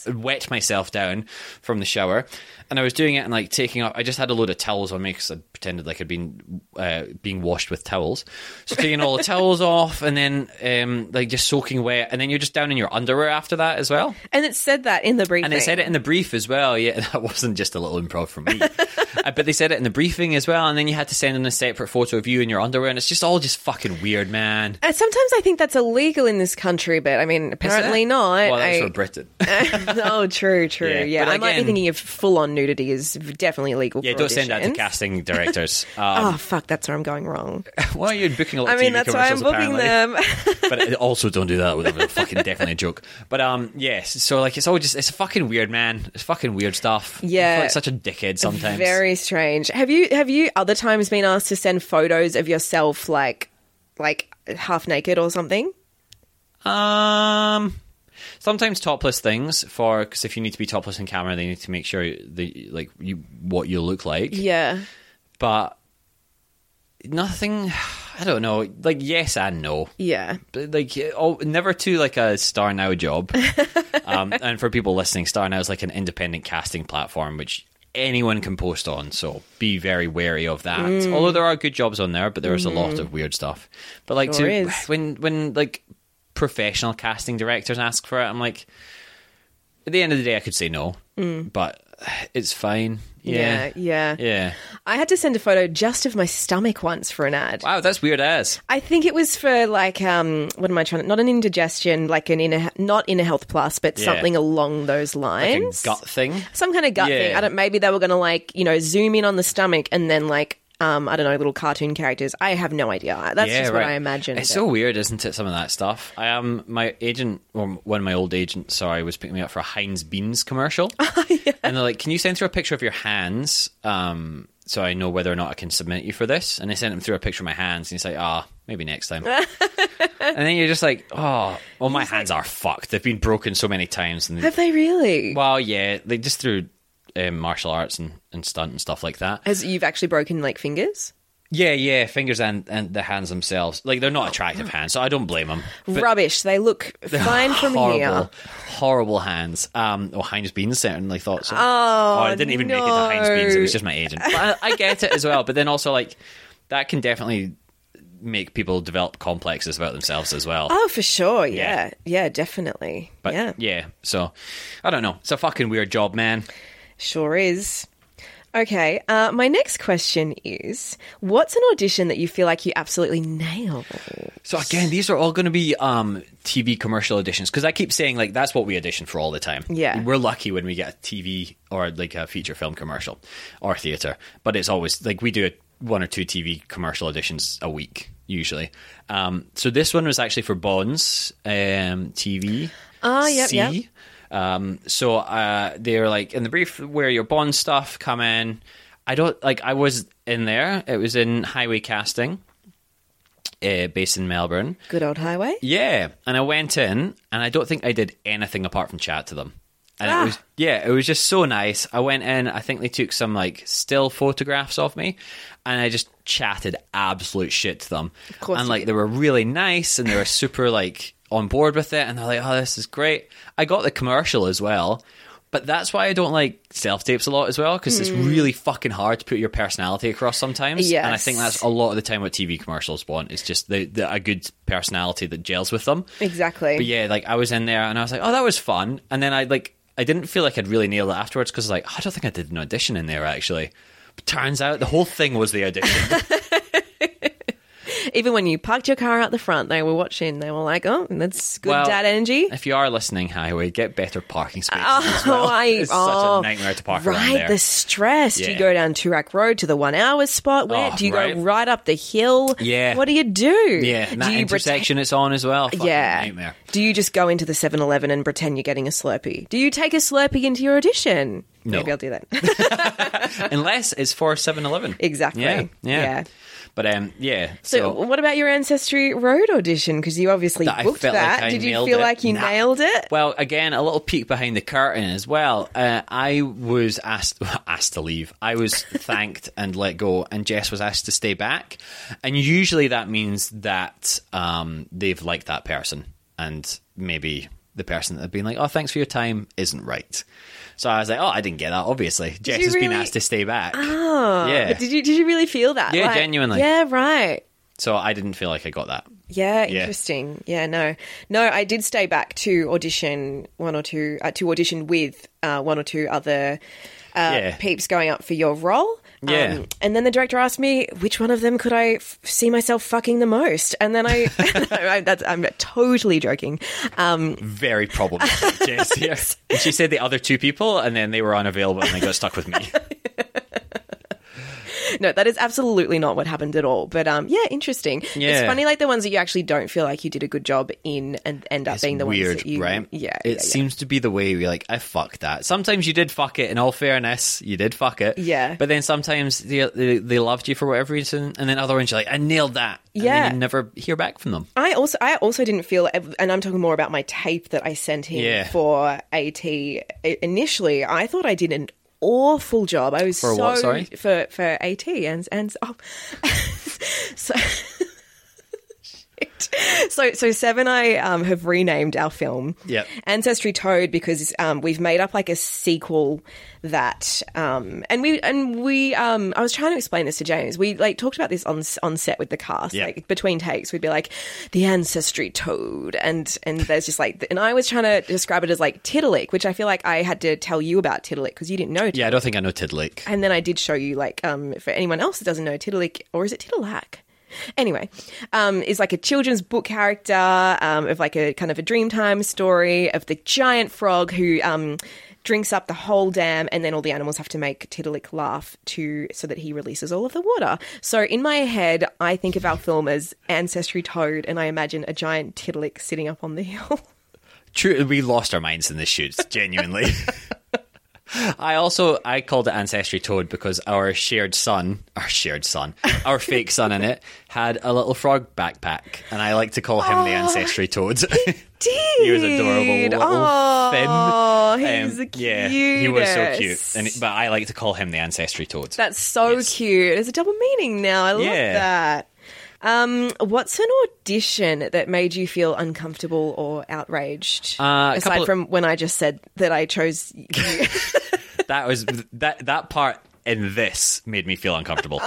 wet myself down from the shower, and I was doing it and like taking off. I just had a load of towels on me because I pretended like I'd been uh, being washed with towels, so taking all the towels off and then um, like just soaking wet, and then you're just down in your underwear after that as well.
And it said that in the briefing.
And they said it in the brief as well. Yeah, that wasn't just a little improv from me. Uh, but they said it in the briefing as well, and then you had to send in a separate photo of you in your underwear, and it's just all just fucking weird, man.
And Uh, sometimes I think that's illegal in this country, but I mean, apparently not.
Well, that's
I-
for Britain.
oh, true, true. Yeah,
Yeah, but
I might be
again-
thinking of full-on nudity is definitely illegal.
Yeah,
for
don't send that to
auditions.
casting directors. Um,
Oh fuck, that's where I'm going wrong.
well, you're booking a lot
I
of
mean,
TV
that's why I'm booking
commercials, apparently.
them.
but it- also, don't do that. With a fucking definitely a joke. But um, yes. So like, it's all just it's fucking weird, man. It's fucking weird stuff. I feel
Yeah.
like such a dickhead sometimes.
Very strange. Have you have you other times been asked to send photos of yourself like like half naked or something?
Um, sometimes topless things for because if you need to be topless in camera, they need to make sure the like you what you look like.
Yeah.
but nothing. I don't know. Like yes and no.
Yeah.
But, like oh, never to like a Star Now job. um, and for people listening, Star Now is like an independent casting platform which anyone can post on. So be very wary of that.
Mm.
Although there are good jobs on there, but there's a lot of weird stuff. But like
Sure
to
is.
when when like professional casting directors ask for it, I'm like, at the end of the day, I could say no, but it's fine.
Mm. Yeah.
Yeah,
Yeah.
yeah.
I had to send a photo just of my stomach once for an ad.
Wow, that's weird as.
I think it was for like um what am I trying to not an indigestion like an inner not inner health plus but
Yeah.
something along those
Like a
lines
gut thing.
some kind of gut thing
Yeah.
I don't maybe they were going to like you know zoom in on the stomach and then like um I don't know little cartoon characters I have no idea that's just what I imagined
It's so weird, isn't it? Some of that stuff. I um, my agent, or one of my old agents, sorry, was picking me up for a Heinz Beans commercial,
Oh,
and they're like, "Can you send through a picture of your hands, um, so I know whether or not I can submit you for this?" And I sent him through a picture of my hands, and he's like, "Ah, maybe next time." and then you're just like, "Oh, well, my hands are fucked. They've been broken so many times." And they,
have they really
well, yeah, they just through um, martial arts and, and stunt and stuff like that.
Has you've actually broken like fingers?
Yeah, yeah, fingers and, and the hands themselves. Like they're
Oh.
not attractive hands, so I don't blame them.
Rubbish. They look fine from
horrible,
here.
horrible hands. Um, oh, Heinz Beans certainly thought so. Oh, I didn't even make it
no.
to Heinz Beans. It was just my agent. But I, I get it as well. But then also like that can definitely make people develop complexes about themselves as well.
Oh, for sure. Yeah.
Yeah.
Yeah, definitely.
but
yeah.
yeah, so I don't know. It's a fucking weird job, man.
Sure is. Okay. Uh, my next question is what's an audition that you feel like you absolutely nailed?
So again, these are all going to be um, TV commercial auditions because I keep saying like that's what we audition for all the time.
Yeah.
we're lucky when we get a TV or like a feature film commercial or theater, but it's always like we do one or two TV commercial auditions a week usually. Um, so this one was actually for Bonds um, TV.
Ah, yep,
C.
yep.
Um, so uh, they were like in the brief where your bond stuff come in. I don't like. I was in there. It was in Highway Casting, uh, based in Melbourne.
Good old highway?
Yeah, and I went in, and I don't think I did anything apart from chat to them. And
Ah.
it was yeah, it was just so nice. I went in. I think they took some like still photographs of me, and I just chatted absolute shit to them. Of
course
and
you
like
did.
they were really nice, and they were super like on board with it. And they're like, "Oh, this is great." I got the commercial as well. But that's why I don't like self tapes a lot as well because
Hmm.
it's really fucking hard to put your personality across sometimes. And I think
Yes.
that's a lot of the time what TV commercials want is just the, the a good personality that gels with them.
Exactly.
But yeah, like I was in there and I was like, oh, that was fun. And then I like I didn't feel like I'd really nailed it afterwards because like "Oh, I don't think I did an audition in there actually. But turns out the whole thing was the audition.
Even when you parked your car out the front, they were watching. They were like, oh, that's good
Well,
dad energy.
if you are listening, Highway, get better parking spaces. as
Oh,
well.
I,
it's
oh,
such a nightmare to park around
Right,
there.
the stress. Do you
Yeah.
go down Turak Road to the one hour spot? Where
Oh,
do you
right.
go right up the hill?
Yeah.
What do you do?
yeah, and
do
that
you
intersection it's on as well. Fucking
yeah.
nightmare.
Do you just go into the 7 Eleven and pretend you're getting a Slurpee? Do you take a Slurpee into your audition?
No.
Maybe I'll do that.
Unless it's for 7-Eleven.
Exactly.
Yeah, yeah.
Yeah.
But um, yeah.
so, what about your Ancestry Road audition? Because you obviously
That I
booked
felt like
that.
I
Did you
nailed
feel
it.
like you
Nah.
nailed it?
Well, again, a little peek behind the curtain as well. Uh, I was asked asked to leave. I was thanked and let go, and Jess was asked to stay back. And usually that means that um, they've liked that person, and maybe the person that had been like, "Oh, thanks for your time," isn't right. So I was like, "Oh, I didn't get that." Obviously, Jess
you
has been
really-
asked to stay back. Oh, yeah.
But did you did you really feel that?
Yeah,
Like-
genuinely.
Yeah, right.
so I didn't feel like I got that.
Yeah,
Yeah.
interesting. Yeah, no, no, I did stay back to audition one or two uh, to audition with uh, one or two other uh,
Yeah.
peeps going up for your role. Um,
Yeah.
and then the director asked me which one of them could I f- see myself fucking the most, and then I, no, I that's, I'm totally joking.
Very problematic, Jess. Here, and she said the other two people, and then they were unavailable, and they got stuck with me.
No, that is absolutely not what happened at all. But um, yeah, interesting. It's
Yeah.
funny, like the ones that you actually don't feel like you did a good job in, and end up being the
weird,
ones that you,
right?
Yeah,
it
yeah, yeah.
seems to be the way we like. I fucked that. Sometimes you did fuck it. In all fairness, you did fuck it.
Yeah.
But then sometimes they they, they loved you for whatever reason, and then other ones you're like, I nailed that. And then
Yeah.
you never hear back from them.
I also I also didn't feel, and I'm talking more about my tape that I sent him
Yeah.
for AT. I- Initially, I thought I did an awful job. I was
For
so
what, sorry?
for for AT and and oh, so. Shit. So, so Seven, I um, have renamed our film
Yep.
Ancestry Toad because um, we've made up like a sequel that, um, and we and we, um, I was trying to explain this to James. We like talked about this on on set with the cast,
Yeah.
like between takes, we'd be like the Ancestry Toad, and and there's just like, and I was trying to describe it as like Tiddalik, which I feel like I had to tell you about Tiddalik because you didn't know.
Yeah, I don't think I know Tidlake.
And then I did show you, like, um, for anyone else that doesn't know, Tiddalik, or is it Tiddalac? Anyway, um, is like a children's book character um, of like a kind of a Dreamtime story of the giant frog who um, drinks up the whole dam, and then all the animals have to make Tiddalik laugh to so that he releases all of the water. So in my head, I think of our film as Ancestry Toad, and I imagine a giant Tiddalik sitting up on the hill.
True, we lost our minds in the shoots, genuinely. I also I called it Ancestry Toad because our shared son, our shared son, our fake son in it had a little frog backpack, and I like to call him the Ancestry Toad. he was adorable,
Dude,
little
aw,
thin. Um,
he's the
Yeah, he was so cute,
cutest.
and but I like to call him the Ancestry Toad.
That's so cute. There's a double meaning now. I love
Yeah.
that. Um, what's an audition that made you feel uncomfortable or outraged?
Uh, a
aside
couple of-
from when I just said that I chose you.
that was that that part in this made me feel uncomfortable.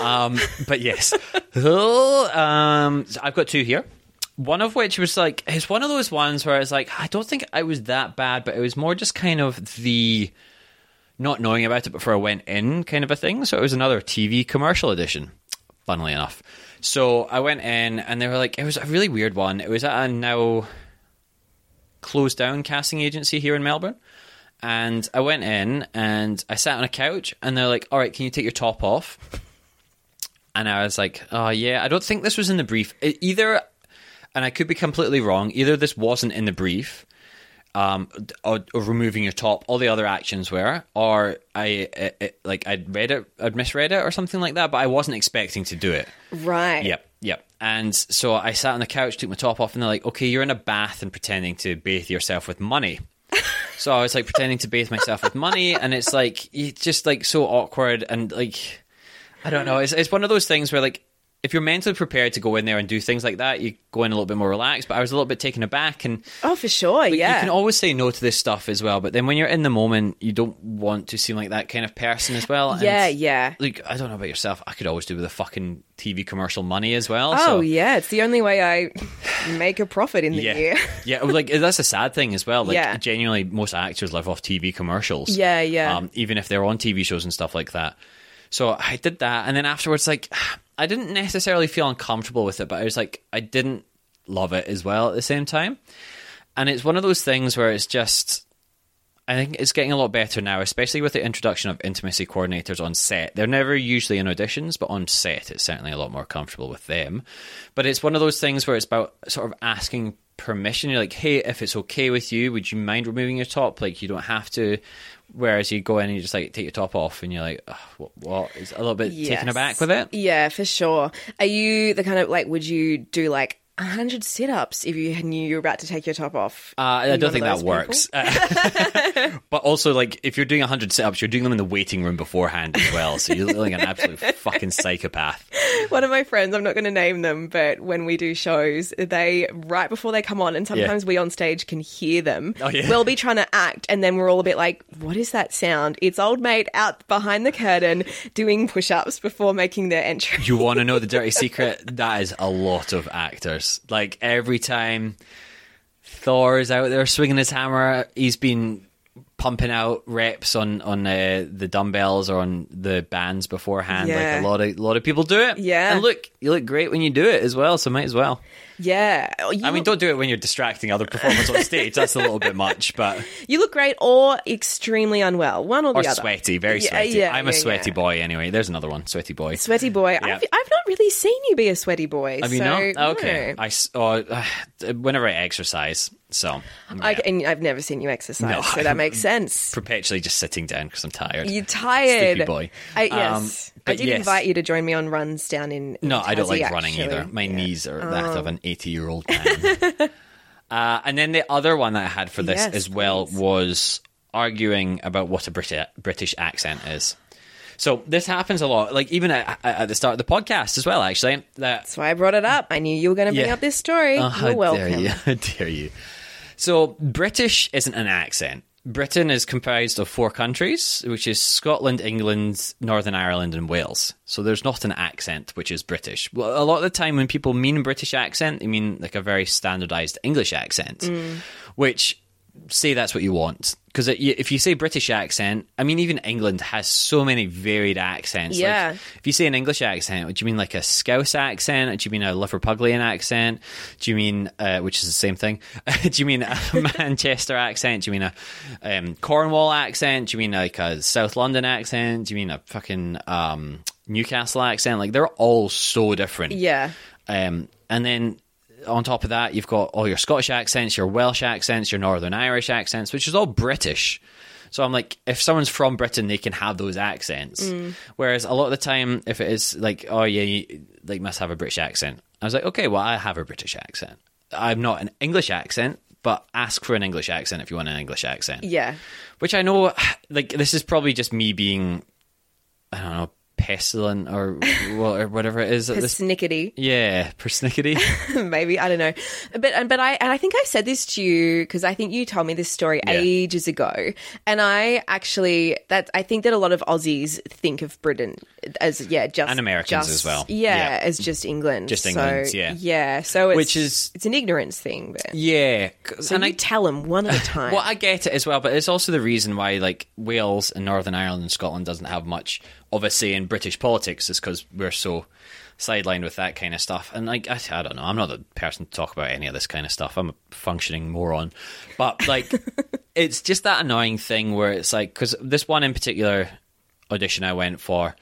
um, but yes, Oh, um, so I've got two here. One of which was like it's one of those ones where it's like I don't think I was that bad, but it was more just kind of the not knowing about it before I went in kind of a thing. So it was another TV commercial edition, funnily enough. So I went in and they were like, it was a really weird one. It was at a now closed down casting agency here in Melbourne. And I went in and I sat on a couch and they're like, all right, can you take your top off? And I was like, oh, yeah, I don't think this was in the brief. E- Either, and I could be completely wrong, either this wasn't in the brief um, d- or, or removing your top. All the other actions were, or I it, it, like I'd read it, I'd misread it, or something like that. But I wasn't expecting to do it.
right.
Yep, yep. And so I sat on the couch, took my top off, and they're like, "Okay, you're in a bath and pretending to bathe yourself with money." so I was like pretending to bathe myself with money, and it's like it's just like so awkward and like I don't know. It's it's one of those things where like if you're mentally prepared to go in there and do things like that, you go in a little bit more relaxed. But I was a little bit taken aback and.
Oh, for sure. yeah.
You can always say no to this stuff as well, but then when you're in the moment, you don't want to seem like that kind of person as well. and-
Yeah, yeah.
Like I don't know about yourself, I could always do with a fucking TV commercial money as well.
oh,
so-
yeah. It's the only way I make a profit in the
yeah,
year.
yeah. it was Like that's a sad thing as well. Like
Yeah.
genuinely, most actors live off TV commercials.
Yeah, yeah.
Um, even if they're on TV shows and stuff like that. So I did that, and then afterwards, like I didn't necessarily feel uncomfortable with it, but I was like, I didn't love it as well at the same time. And it's one of those things where it's just. I think it's getting a lot better now, especially with the introduction of intimacy coordinators on set. They're never usually in auditions, but on set, it's certainly a lot more comfortable with them. But it's one of those things where it's about sort of asking permission. You're like, hey, if it's okay with you, would you mind removing your top? Like, you don't have to. Whereas you go in and you just like take your top off, and you're like, "Ugh, what? what? It's a little bit taken
Yes.
aback with it.
Yeah, for sure. Are you the kind of like, would you do like 100 sit ups if you knew you were about to take your top off?
Uh, I
Are you
don't
one
think
of those
that works. but also, like, if you're doing 100 sit-ups, you're doing them in the waiting room beforehand as well. So you're like an absolute fucking psychopath.
One of my friends, I'm not going to name them, but when we do shows, they right before they come on, and sometimes we on stage can hear them.
Oh, yeah.
We'll be trying to act, and then we're all a bit like, "What is that sound?" It's old mate out behind the curtain doing push-ups before making their entry.
You want to know the dirty secret? That is a lot of actors. Like every time Thor is out there swinging his hammer, he's been pumping out reps on on uh, the dumbbells or on the bands beforehand.
Yeah.
Like a lot of lot of people do it.
Yeah.
and look, you look great when you do it as well. So might as well.
Yeah, Oh, you
I mean,
look,
don't do it when you're distracting other performers on stage. That's a little bit much, but
you look great or extremely unwell. One or the
or
other.
sweaty, very
Yeah,
sweaty.
yeah,
I'm a
yeah,
sweaty
yeah.
boy anyway. There's another one, sweaty boy.
Sweaty boy.
Yeah.
I've, I've not really seen you be a sweaty boy.
Have you
so,
not? Okay.
no.
I s- or, uh, whenever I exercise, so I'm
I, and I've never seen you exercise,
No,
so that makes sense.
perpetually just sitting down because I'm tired.
You're tired.
Sleepy boy.
I,
Um,
yes. I
but
did
yes.
invite you to join me on runs down in. in
no, I don't
Tassie,
like running
actually. Oh.
either. My knees are that of an 80 year old man. uh, and then the other one that I had for this
Yes,
as well was arguing about what a Brit- British accent is. So this happens a lot, like even at, at the start of the podcast as well. Actually, that
That's why I brought it up. I knew you were going to bring
Yeah.
up this story.
Oh,
You're welcome.
Dare you. How dare you. So, British isn't an accent. Britain is comprised of four countries, which is Scotland, England, Northern Ireland, and Wales. So there's not an accent which is British. Well, a lot of the time when people mean British accent, they mean like a very standardized English accent,
Mm.
which say that's what you want. Because if you say British accent, I mean, even England has so many varied accents. Like,
Yeah.
if you say an English accent, would you mean like a Scouse accent? Do you mean a Liverpuglian accent? Do you mean, uh, which is the same thing? Do you mean a Manchester accent? Do you mean a um, Cornwall accent? Do you mean like a South London accent? Do you mean a fucking um, Newcastle accent? Like they're all so different.
Yeah.
Um, and then on top of that, you've got all your Scottish accents, your Welsh accents, your Northern Irish accents, which is all British. So I'm like, if someone's from Britain, they can have those accents. Whereas a lot of the time, if it is like, oh yeah, you like must have a British accent. I was like, okay, well I have a British accent. I'm not an English accent, but ask for an English accent if you want an English accent
Yeah.
which I know, like, this is probably just me being, I don't know, pestilent or, wha- or whatever it is. At this,
Persnickety.
yeah, persnickety.
maybe I don't know, but and- but I and I think I said this to you because I think you told me this story
Yeah.
ages ago, and I actually that I think that a lot of Aussies think of Britain as yeah just
And Americans
just-
as well.
yeah,
Yeah.
as just England,
Just
So,
England, yeah.
yeah. So it's,
Which is-
it's an ignorance thing, but
yeah.
so and you I tell them one at a time.
Well, I get it as well, but it's also the reason why, like, Wales and Northern Ireland and Scotland doesn't have much of a say in British politics is because we're so sidelined with that kind of stuff. And, like, I, I don't know. I'm not the person to talk about any of this kind of stuff. I'm a functioning moron. But, like, it's just that annoying thing where it's like, because this one in particular audition I went for,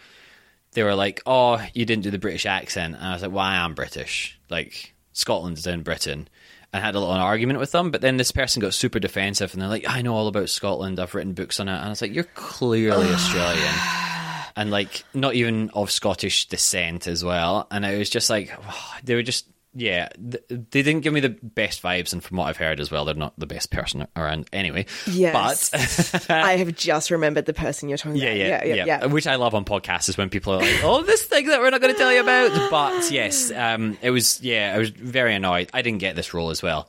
they were like, "Oh, you didn't do the British accent," and I was like, "Well, I am British. Like Scotland's in Britain." And had a little argument with them, but then this person got super defensive, and they're like, "I know all about Scotland. I've written books on it." And I was like, "You're clearly Australian." And like, not even of Scottish descent as well. And it was just like, they were just, yeah, th- they didn't give me the best vibes. And from what I've heard as well, they're not the best person around anyway.
Yes.
But
I have just remembered the person you're talking
yeah,
about.
yeah, yeah,
yeah, yeah.
Which I love on podcasts is when people are like, "Oh, this thing that we're not going to tell you
Ah.
about." But Oh, yes, um, it was. Yeah, I was very annoyed. I didn't get this role as well.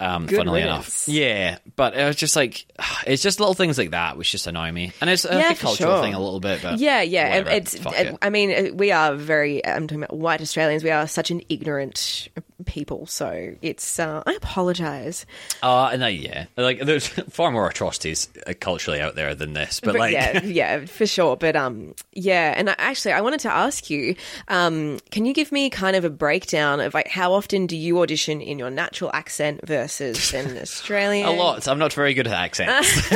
Um, funnily
riddance.
enough, yeah. But it was just like it's just little things like that which just annoy me, and it's
Yeah,
like a
for
cultural
sure.
thing a little bit. But
Yeah, yeah. and
whatever,
It's.
fuck
and-
it.
I mean, uh, we are very. I'm talking about white Australians. We are such an ignorant uh, people. So it's. Uh, I apologize,
Uh, no, yeah. Like there's far more atrocities uh, culturally out there than this, but,
but
like.
yeah, yeah, for sure. But um, yeah. And I, actually, I wanted to ask you. Um, can you give me kind of a breakdown of like how often do you audition in your natural accent versus an Australian?
A lot. I'm not very good at accents.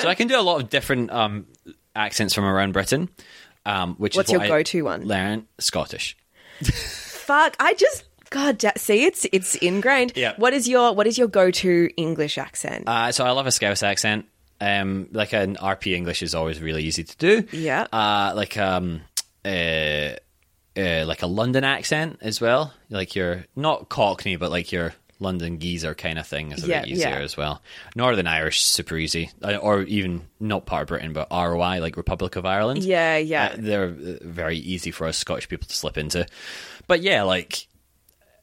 so I can do a lot of different um, accents from around Britain. Um, which
What's
is what
your
I
go-to one?
Learn Scottish.
Fuck. I just. God, da- see, it's it's ingrained.
Yeah.
What is your what is your go to English accent?
Uh, so I love a Scouse accent. Um, like an RP English is always really easy to do.
Yeah.
Uh, like um, uh, uh, like a London accent as well. Like your not Cockney, but like your London geezer kind of thing is a
Yeah,
bit easier
yeah.
as well. Northern Irish super easy, Uh, or even not part of Britain, but ROI like Republic of Ireland.
yeah, yeah.
Uh, they're uh, very easy for us Scottish people to slip into. But yeah, like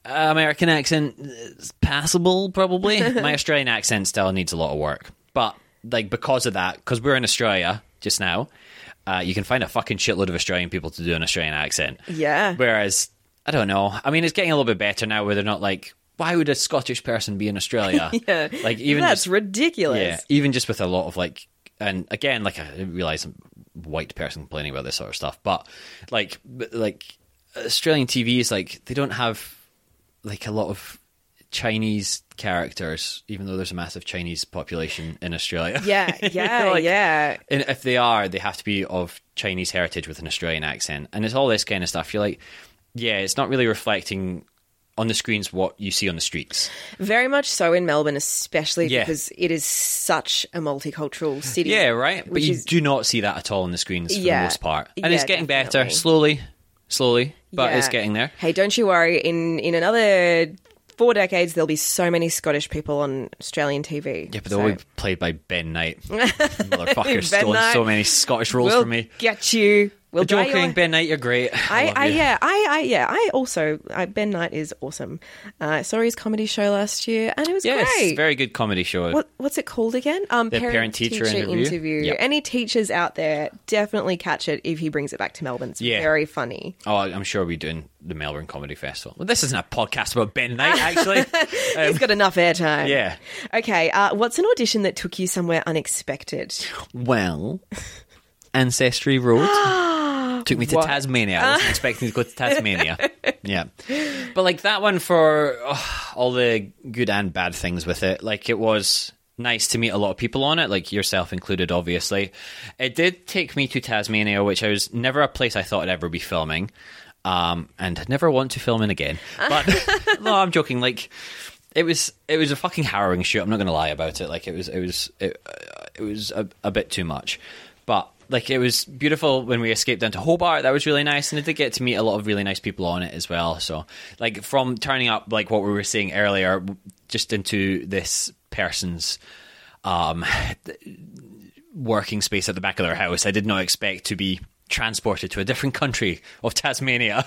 uh, American accent is passable probably. My Australian accent still needs a lot of work. But like because of that, because we're in Australia just now, uh, you can find a fucking shitload of Australian people to do an Australian accent.
Yeah.
Whereas I don't know. I mean, it's getting a little bit better now where they're not like. Why would a Scottish person be in Australia?
Yeah.
like even
that's
just-
ridiculous.
yeah, even just with a lot of like, and again, like I realize I'm a white person complaining about this sort of stuff, but like, but, like Australian TV is like they don't have like a lot of Chinese characters, even though there's a massive Chinese population in Australia.
Yeah, yeah,
Like,
yeah.
And if they are, they have to be of Chinese heritage with an Australian accent. And it's all this kind of stuff. You're like, yeah, it's not really reflecting on the screens what you see on the streets.
Very much so in Melbourne, especially
Yeah.
because it is such a multicultural city.
Yeah, right. But
which
you
is-
do not see that at all on the screens for
Yeah.
the most part. And
Yeah,
it's getting better
definitely.
slowly, slowly, but it's
Yeah.
getting there.
Hey, don't you worry. In in another four decades, there'll be so many Scottish people on Australian TV.
Yeah, but
so.
they're all played by Ben Knight. Motherfucker,
Ben
stolen
Knight.
so many Scottish roles
we'll
from me.
get you. We'll dry
Joking,
your-
Ben Knight, you're great. I,
I,
love
I
you.
yeah, I, I yeah, I also I, Ben Knight is awesome. Uh, I saw his comedy show last year, and it was
Yes,
great.
very good comedy show.
what, what's it called again? Um,
parent-teacher interview? Yep.
Any teachers out there, definitely catch it if he brings it back to Melbourne. It's
Yeah.
very funny.
Oh, I'm sure we're doing the Melbourne Comedy Festival. Well, this isn't a podcast about Ben Knight, actually.
He's got enough airtime.
Um, yeah.
Okay. Uh, what's an audition that took you somewhere unexpected?
Well, Ancestry Road took me to Tasmania. I wasn't expecting to go to Tasmania. Yeah. But like that one for oh, all the good and bad things with it, like it was nice to meet a lot of people on it, like yourself included, obviously. It did take me to Tasmania, which I was never a place I thought I'd ever be filming. Um, and I'd never want to film in again. But no, I'm joking. Like it was it was a fucking harrowing shoot. I'm not going to lie about it. Like it was it was it, uh, it was a, a bit too much, but like it was beautiful when we escaped down to Hobart. That was really nice, and I did get to meet a lot of really nice people on it as well. So like from turning up like what we were saying earlier, w- just into this person's um working space at the back of their house. I did not expect to be transported to a different country of Tasmania.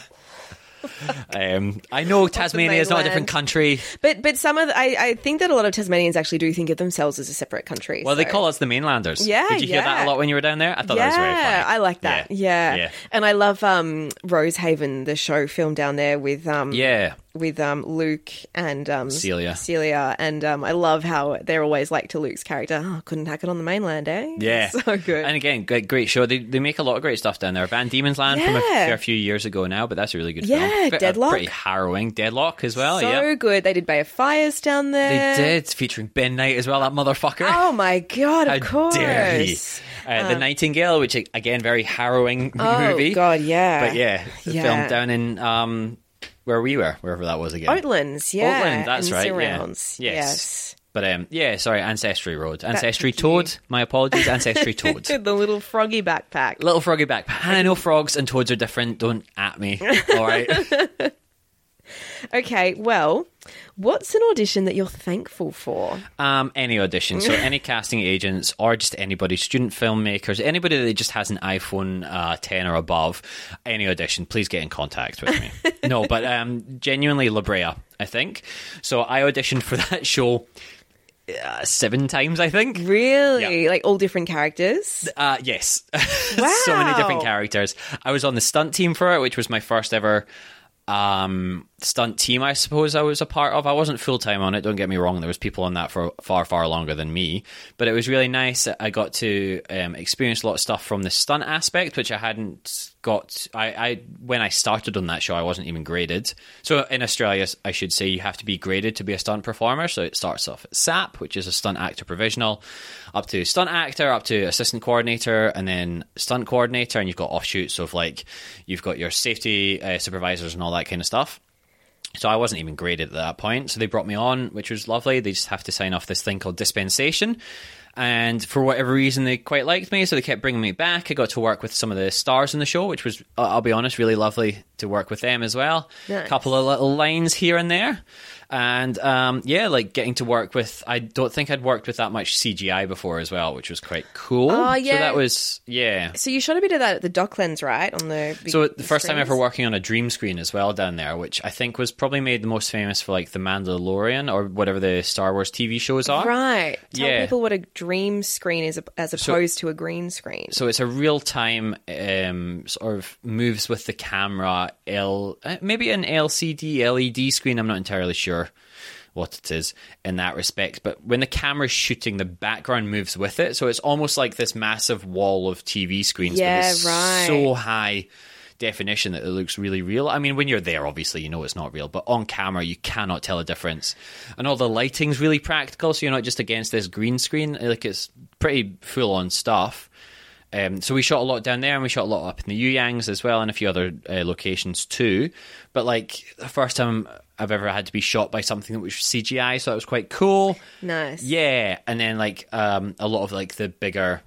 um, I know Tasmania is not a different
mainland.
country.
But but some of the, I, I think that a lot of Tasmanians actually do think of themselves as a separate country.
Well, they
so-
call us the mainlanders.
Yeah,
Did you hear that
yeah.
a lot when you were down there? I thought
yeah,
that was very funny.
I like that. Yeah.
Yeah. Yeah.
and I love um, Rosehaven, the show film down there with um,
Yeah.
with um, Luke and um,
Celia.
Celia, and um, I love how they're always like to Luke's character. Oh, couldn't hack it on the mainland, eh?
Yeah.
so good.
And again, great, great show. They, they make a lot of great stuff down there. Van Diemen's Land from a
Yeah.
fair few years ago now, but that's a really good
Yeah,
film. Bit- uh,
Deadlock.
Pretty harrowing. Deadlock as well,
so
yeah.
good. They did Bay of Fires down
They
there.
did, featuring Ben Knight as well, that motherfucker.
Oh my god! Of
How
course. Um,
dare he. Uh, the Nightingale, which again, very harrowing
Oh
movie.
god, yeah.
But yeah, the
Yeah. Oh,
film down in um, where we were, wherever that was again.
Oatlands, yeah.
Oatland, that's
and
right.
Surrounds.
Yeah.
Yes.
But um, yeah, sorry, Ancestry Road, Ancestry
took you.
Toad. My apologies, Ancestry Toad.
the little froggy backpack.
Little froggy backpack. And I know frogs and toads are different. Don't at me. All right.
Okay, well, what's an audition that you're thankful for?
Um, any audition, so any casting agents or just anybody, student filmmakers, anybody that just has an iPhone uh, 10 or above, any audition, please get in contact with me. no, but um, genuinely La Brea, I think. So I auditioned for that show uh, seven times, I think.
Really? Like all different characters?
Uh, yes. so many
Wow.
different characters. I was on the stunt team for it, which was my first ever um stunt team i suppose i was a part of i wasn't full-time on it don't get me wrong there was people on that for far far longer than me but it was really nice i got to um, experience a lot of stuff from the stunt aspect which i hadn't got I, I when i started on that show i wasn't even graded so in australia i should say you have to be graded to be a stunt performer so it starts off at sap which is a stunt actor provisional up to stunt actor up to assistant coordinator and then stunt coordinator and you've got offshoots of like you've got your safety uh, supervisors and all that kind of stuff so I wasn't even graded at that point. So they brought me on, which was lovely. They just have to sign off this thing called dispensation. And for whatever reason, they quite liked me, so they kept bringing me back. I got to work with some of the stars in the show, which was, I- I'll be honest, really lovely to work with them as well.
Nice.
couple of little lines here and there. And um, yeah, like getting to work with, I don't think I'd worked with that much CGI before as well, which was quite cool.
Oh,
So
yeah.
that was, yeah.
So you shot a bit of that at the Docklands, right? On the big
So the first time
screens?
ever working on a dream screen as well down there, which I think was probably made the most famous for like the Mandalorian or whatever the Star Wars TV shows are.
Right. Tell
Yeah.
people what a dream screen is as opposed to a green screen.
So it's a real time um, sort of moves with the camera L uh, maybe an LCD LED E screen. I'm not entirely sure what it is in that respect, but when the camera's shooting, the background moves with it. So it's almost like this massive wall of TV screens. but
Yeah,
it's
right.
So high definition that it looks really real. I mean, when you're there, obviously you know it's not real, but on camera you cannot tell a difference. And all the lighting's really practical, so you're not just against this green screen. Like it's pretty full on stuff. Um, so we shot a lot down there, and we shot a lot up in the Yuyangs as well, and a few other uh, locations too. But like the first time I've ever had to be shot by something that was CGI, so that was quite cool.
nice.
Yeah, and then like um, a lot of like the bigger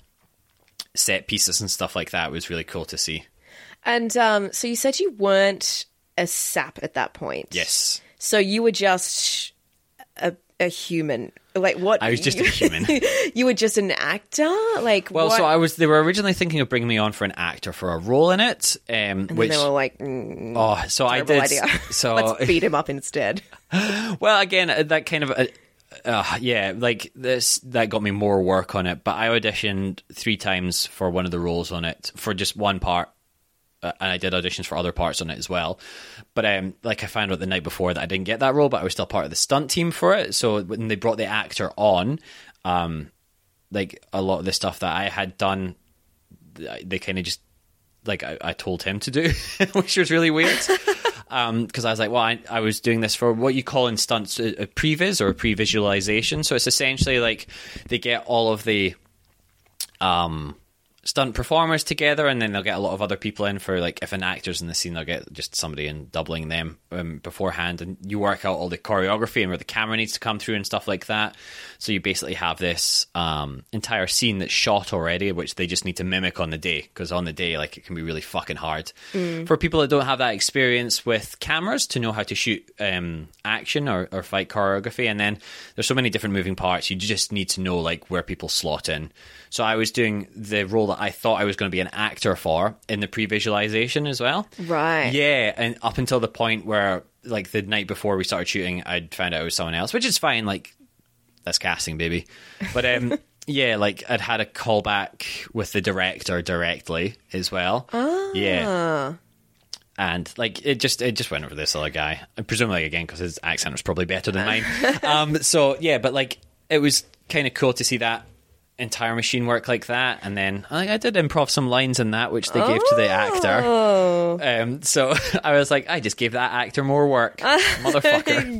set pieces and stuff like that was really cool to see.
And um, so you said you weren't a sap at that point.
Yes.
So you were just a, a human. Like what?
I was just a human.
you were just an actor. Like
Well,
what?
so I was. They were originally thinking of bringing me on for an actor for a role in it, um,
And
which
they were like, mm,
oh, so I
terrible
did.
idea.
So
let's beat him up instead.
well, again, uh, that kind of. Uh, uh, yeah, like this that got me more work on it. But I auditioned three times for one of the roles on it for just one part, uh, and I did auditions for other parts on it as well. But um, like I found out the night before that I didn't get that role, but I was still part of the stunt team for it. So when they brought the actor on, um, like a lot of the stuff that I had done, th- they kind of just like I, I told him to do, which was really weird. Um, because I was like, well, I, I was doing this for what you call in stunts a, a previs or a pre-visualization. So it's essentially like they get all of the um stunt performers together and then they'll get a lot of other people in for like if an actor's in the scene they'll get just somebody in doubling them um, beforehand and you work out all the choreography and where the camera needs to come through and stuff like that so you basically have this um, entire scene that's shot already which they just need to mimic on the day because on the day like it can be really fucking hard for people that don't have that experience with cameras to know how to shoot um, action or, or fight choreography and then there's so many different moving parts you just need to know like where people slot in so i was doing the role that i thought i was going to be an actor for in the pre-visualization as well
Right.
yeah and up until the point where like the night before we started shooting i'd found out it was someone else which is fine like that's casting, baby. But um, yeah, like I'd had a call back with the director directly as well. Yeah. And like it just it just went over this other guy, and presumably again because his accent was probably better than mine. um, so yeah, but like it was kind of cool to see that entire machine work like that, and then I, I did improv some lines in that which they gave to the actor.
Oh,
Um, so I was like, I just gave that actor more work, motherfucker.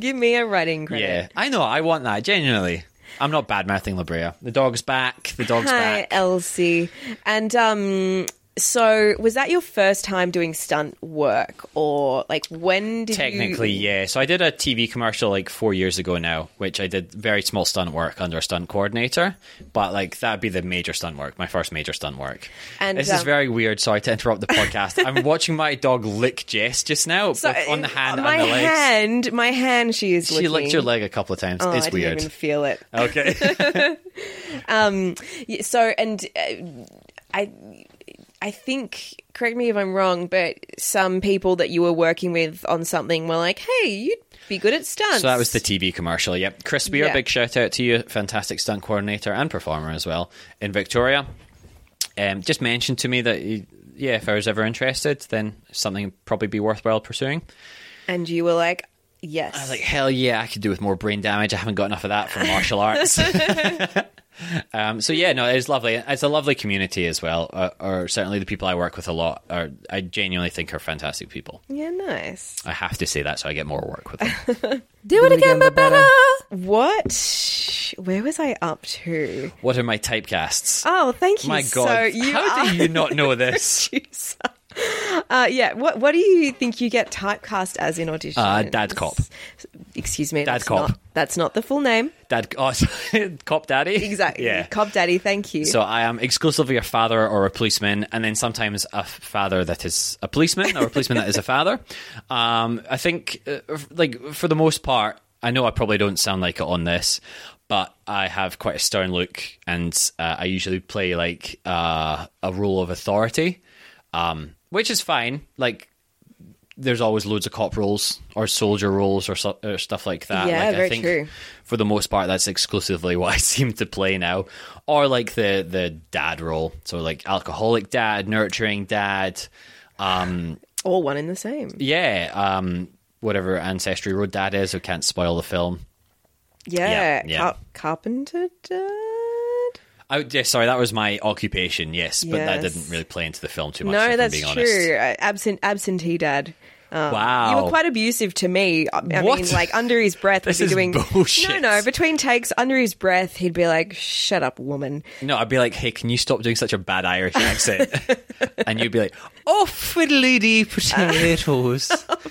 give me a writing credit.
Yeah, I know. I want that genuinely. I'm not bad mouthing Labrea. The dog's back. The dog's
Hi,
back.
Elsie. And um, so was that your first time doing stunt work, or like when did
Technically,
you...
yeah. So I did a TV commercial like four years ago now, which I did very small stunt work under a stunt coordinator. But like that'd be the major stunt work, my first major stunt work.
And,
this is
um,
very weird. Sorry to interrupt the podcast. I'm watching my dog lick Jess just now with- on the hand
uh, my
and the legs.
hand, my hand. She is.
She licked
licking.
your leg a couple of times.
Oh,
it's
I
weird. Oh.
Didn't even feel it.
Okay.
Yeah, So, and uh, I, I think. Correct me if I'm wrong, but some people that you were working with on something were like, "Hey, you'd be good at stunts."
So that was the TV commercial. Yep. Chris Weir,
Yeah.
big shout out to you, fantastic stunt coordinator and performer as well in Victoria. Um, just mentioned to me that he, yeah, if I was ever interested, then something would probably be worthwhile pursuing.
and you were like, "Yes."
I was like, hell yeah, I could do with more brain damage. I haven't got enough of that from martial arts. um, so yeah, no, it's lovely. It's a lovely community as well. Uh, or certainly the people I work with a lot are I genuinely think are fantastic people.
"Yeah, nice."
I have to say that so I get more work with them.
Do it again, but better. What? Where was I up to?
what are my typecasts?
Oh, thank you.
my
So
god,
you
how
are-
do you not know this?
Uh, yeah. What What do you think you get typecast as in auditions?
Uh, dad cop.
Excuse me. that's
cop.
Not, that's not the full name.
Dad, oh, sorry, cop daddy.
Exactly.
Yeah.
Cop daddy. Thank you.
So I am exclusively a father or a policeman, and then sometimes a f- father that is a policeman or a policeman that is a father. Um, I think, uh, f- like for the most part, I know I probably don't sound like it on this, but I have quite a stern look, and uh, I usually play like uh, a role of authority, um, which is fine. Like. There's always loads of cop roles or soldier roles or, so, or stuff like that.
Yeah,
like,
very
I think
true.
for the most part that's exclusively what I seem to play now or like the the dad role so like alcoholic dad nurturing dad um
All one in the same.
yeah um whatever ancestry road dad is who can't spoil the film
Yeah.
yeah, yeah.
Car- carpenter dad.
Oh, yeah, sorry, that was my occupation, yes, but that
Yes.
didn't really play into the film too much, if
No,
I'm
that's
being
true.
honest.
Uh, Absent absentee dad.
wow.
You were quite abusive to me. I I
What?
mean, like under his breath,
This
he'd be
is
doing
bullshit.
No, no. Between takes, under his breath, he'd be like, "Shut up, woman."
No, I'd be like, hey, can you stop doing such a bad Irish accent? and you'd be like, oh, fiddly dee potatoes.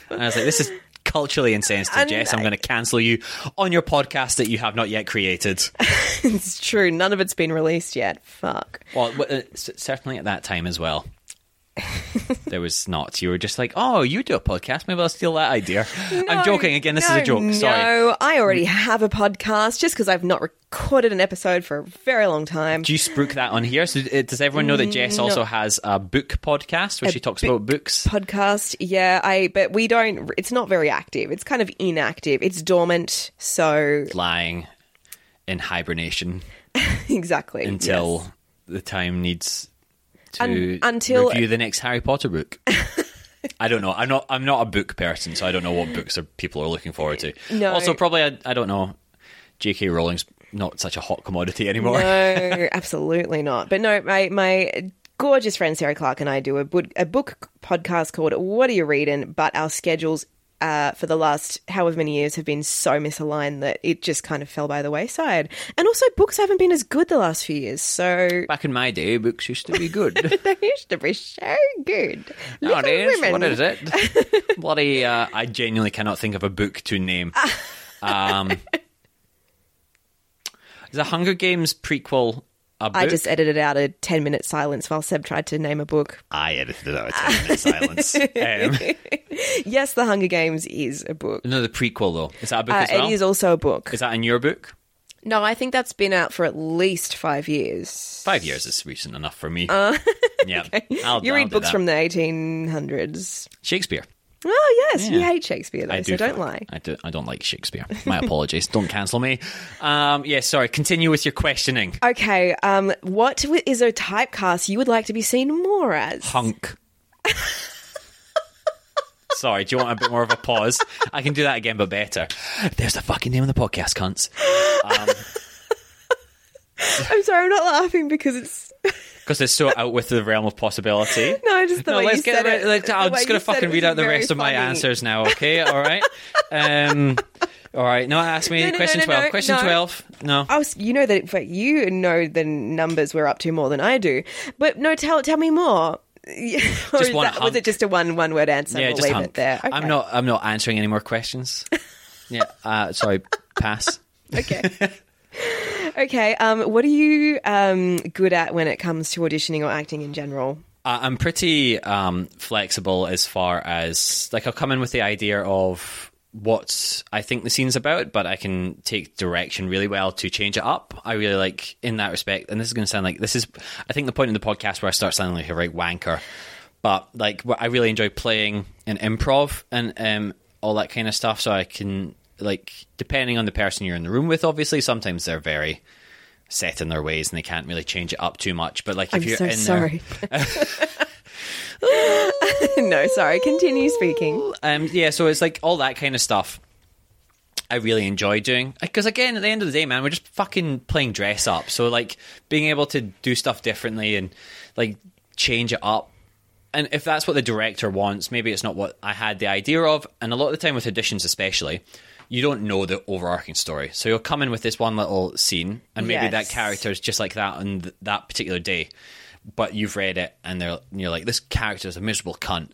and I was like, this is culturally insensitive,
And
Jess. I'm
I-
going to cancel you on your podcast that you have not yet created.
It's true. None of it's been released yet. Fuck.
Well, w- uh, c- certainly at that time as well. there was not. You were just like, oh, you do a podcast. Maybe I'll steal that idea. I'm joking. Again, this is a
No,
joke. Sorry.
No, I already have a podcast just because I've not recorded an episode for a very long time.
Do you spook that on here? So uh, does everyone know that
Mm,
Jess also has a book podcast where she talks about books?
podcast. Yeah, I but we don't it's not very active. It's kind of inactive. It's dormant. So
Lying in hibernation
exactly.
until
yes.
the time needs to
Un- until-
review the next Harry Potter book. I don't know. I'm not. I'm not a book person, so I don't know what books are people are looking forward to.
No.
Also, probably I, I don't know. J.K. Rowling's not such a hot commodity anymore.
No, absolutely not. But no, my my gorgeous friend Sarah Clark and I do a book, a book podcast called What Are You Reading? But our schedules uh, for the last however many years have been so misaligned that it just kind of fell by the wayside. And also, books haven't been as good the last few years, so
Back in my day, books used to be good.
they used to be so good. Little
Nowadays,
Women.
what is it? Bloody! Uh, I genuinely cannot think of a book to name. Um, the Hunger Games prequel. A book?
I just edited out a ten minute silence while Seb tried to name a book.
I edited it out of ten minutes silence. Um,
Yes, The Hunger Games is a book.
no, the prequel though is that a book
Uh,
as well?
It is also a book.
Is that in your book?
No, I think that's been out for at least five years.
Five years is recent enough for me. yeah, I'll,
Uh, You
I'll
read
do
books
that.
from the 1800s.
Shakespeare.
Oh, yes. You
Yeah.
hate Shakespeare, though,
I do
so don't
fuck-
lie.
I do. I don't like Shakespeare. My apologies. don't cancel me. Um, yeah, sorry. Continue with your questioning.
Okay, um, what w- is a typecast you would like to be seen more as?
punk. Sorry, do you want a bit more of a pause? I can do that again, but better. There's the fucking name of the podcast, cunts. Um,
I'm sorry, I'm not laughing because it's.
Because it's so out with the realm of possibility.
No, I just the
No,
way
let's
you
get.
said
rid-
it.
like,
the
I'm
way
just gonna
you said
fucking
it
read
was
out the
very
rest of my
funny.
answers now. Okay, all right. Um, all right. No, ask me
No, no,
question
no, no,
twelve.
no,
question
no.
twelve. No.
I was, Oh, you know that, but you know the numbers we're up to more than I do. But no, tell tell me more. just
Just one
was
hunk.
it just a one one word answer?
Yeah,
we'll
just
leave
hunk.
it there. Okay.
I'm not. I'm not answering any more questions. yeah. Uh, sorry. Pass.
Okay. okay. Um, what are you um, good at when it comes to auditioning or acting in general?
Uh, I'm pretty um, flexible as far as like I'll come in with the idea of what I think the scene's about, but I can take direction really well to change it up. I really like in that respect, and this is going to sound like this is I think the point in the podcast where I start sounding like a right wanker, but like wh- I really enjoy playing and improv and um, all that kind of stuff. So I can like depending on the person you're in the room with, obviously sometimes they're very set in their ways and they can't really change it up too much. But like if
I'm
you're
so
in there.
sorry. no, sorry. Continue speaking.
um, yeah, so it's like all that kind of stuff. I really enjoy doing because again, at the end of the day, man, we're just fucking playing dress up. So like being able to do stuff differently and like change it up. And if that's what the director wants, maybe it's not what I had the idea of. And a lot of the time with auditions, especially, you don't know the overarching story. So you'll come in with this one little scene, and maybe that
Yes.
character is just like that on th- that particular day. But you've read it, and they're and you're like, this character is a miserable cunt.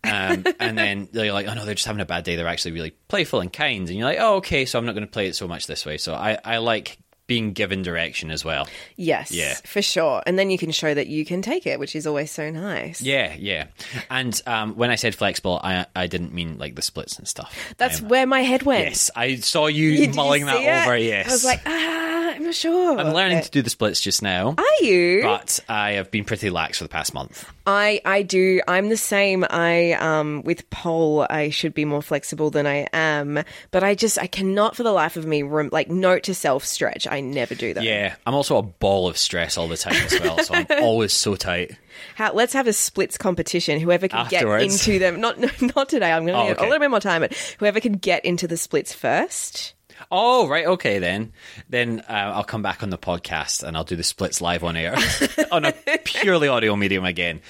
Um, and then they're like, oh no, they're just having a bad day. They're actually really playful and kind. And you're like, oh okay, so I'm not going to play it so much this way. So I, I like being given direction as well.
Yes,
Yeah.
for sure. And then you can show that you can take it, which is always so nice.
Yeah, yeah. And um, when I said flexible, I I didn't mean like the splits and stuff.
That's
I'm-
where my head went.
yes. I saw you,
You- did you
mulling that
see it?
over. Yes,
I was like, ah, I'm not sure.
I'm learning to do the splits just now,
Are you?
but I have been pretty lax for the past month.
I I do. I'm the same. I um with pole, I should be more flexible than I am, but I just I cannot for the life of me rem- like note to self stretch. I never do that.
Yeah, I'm also a ball of stress all the time as well, so I'm always so tight.
How, let's have a splits competition. Whoever can
Afterwards.
get into them. Not not today. I'm going to
Oh,
need
okay.
a little bit more time. But whoever can get into the splits first.
Oh right, okay then. Then uh, I'll come back on the podcast and I'll do the splits live on air on a purely audio medium again.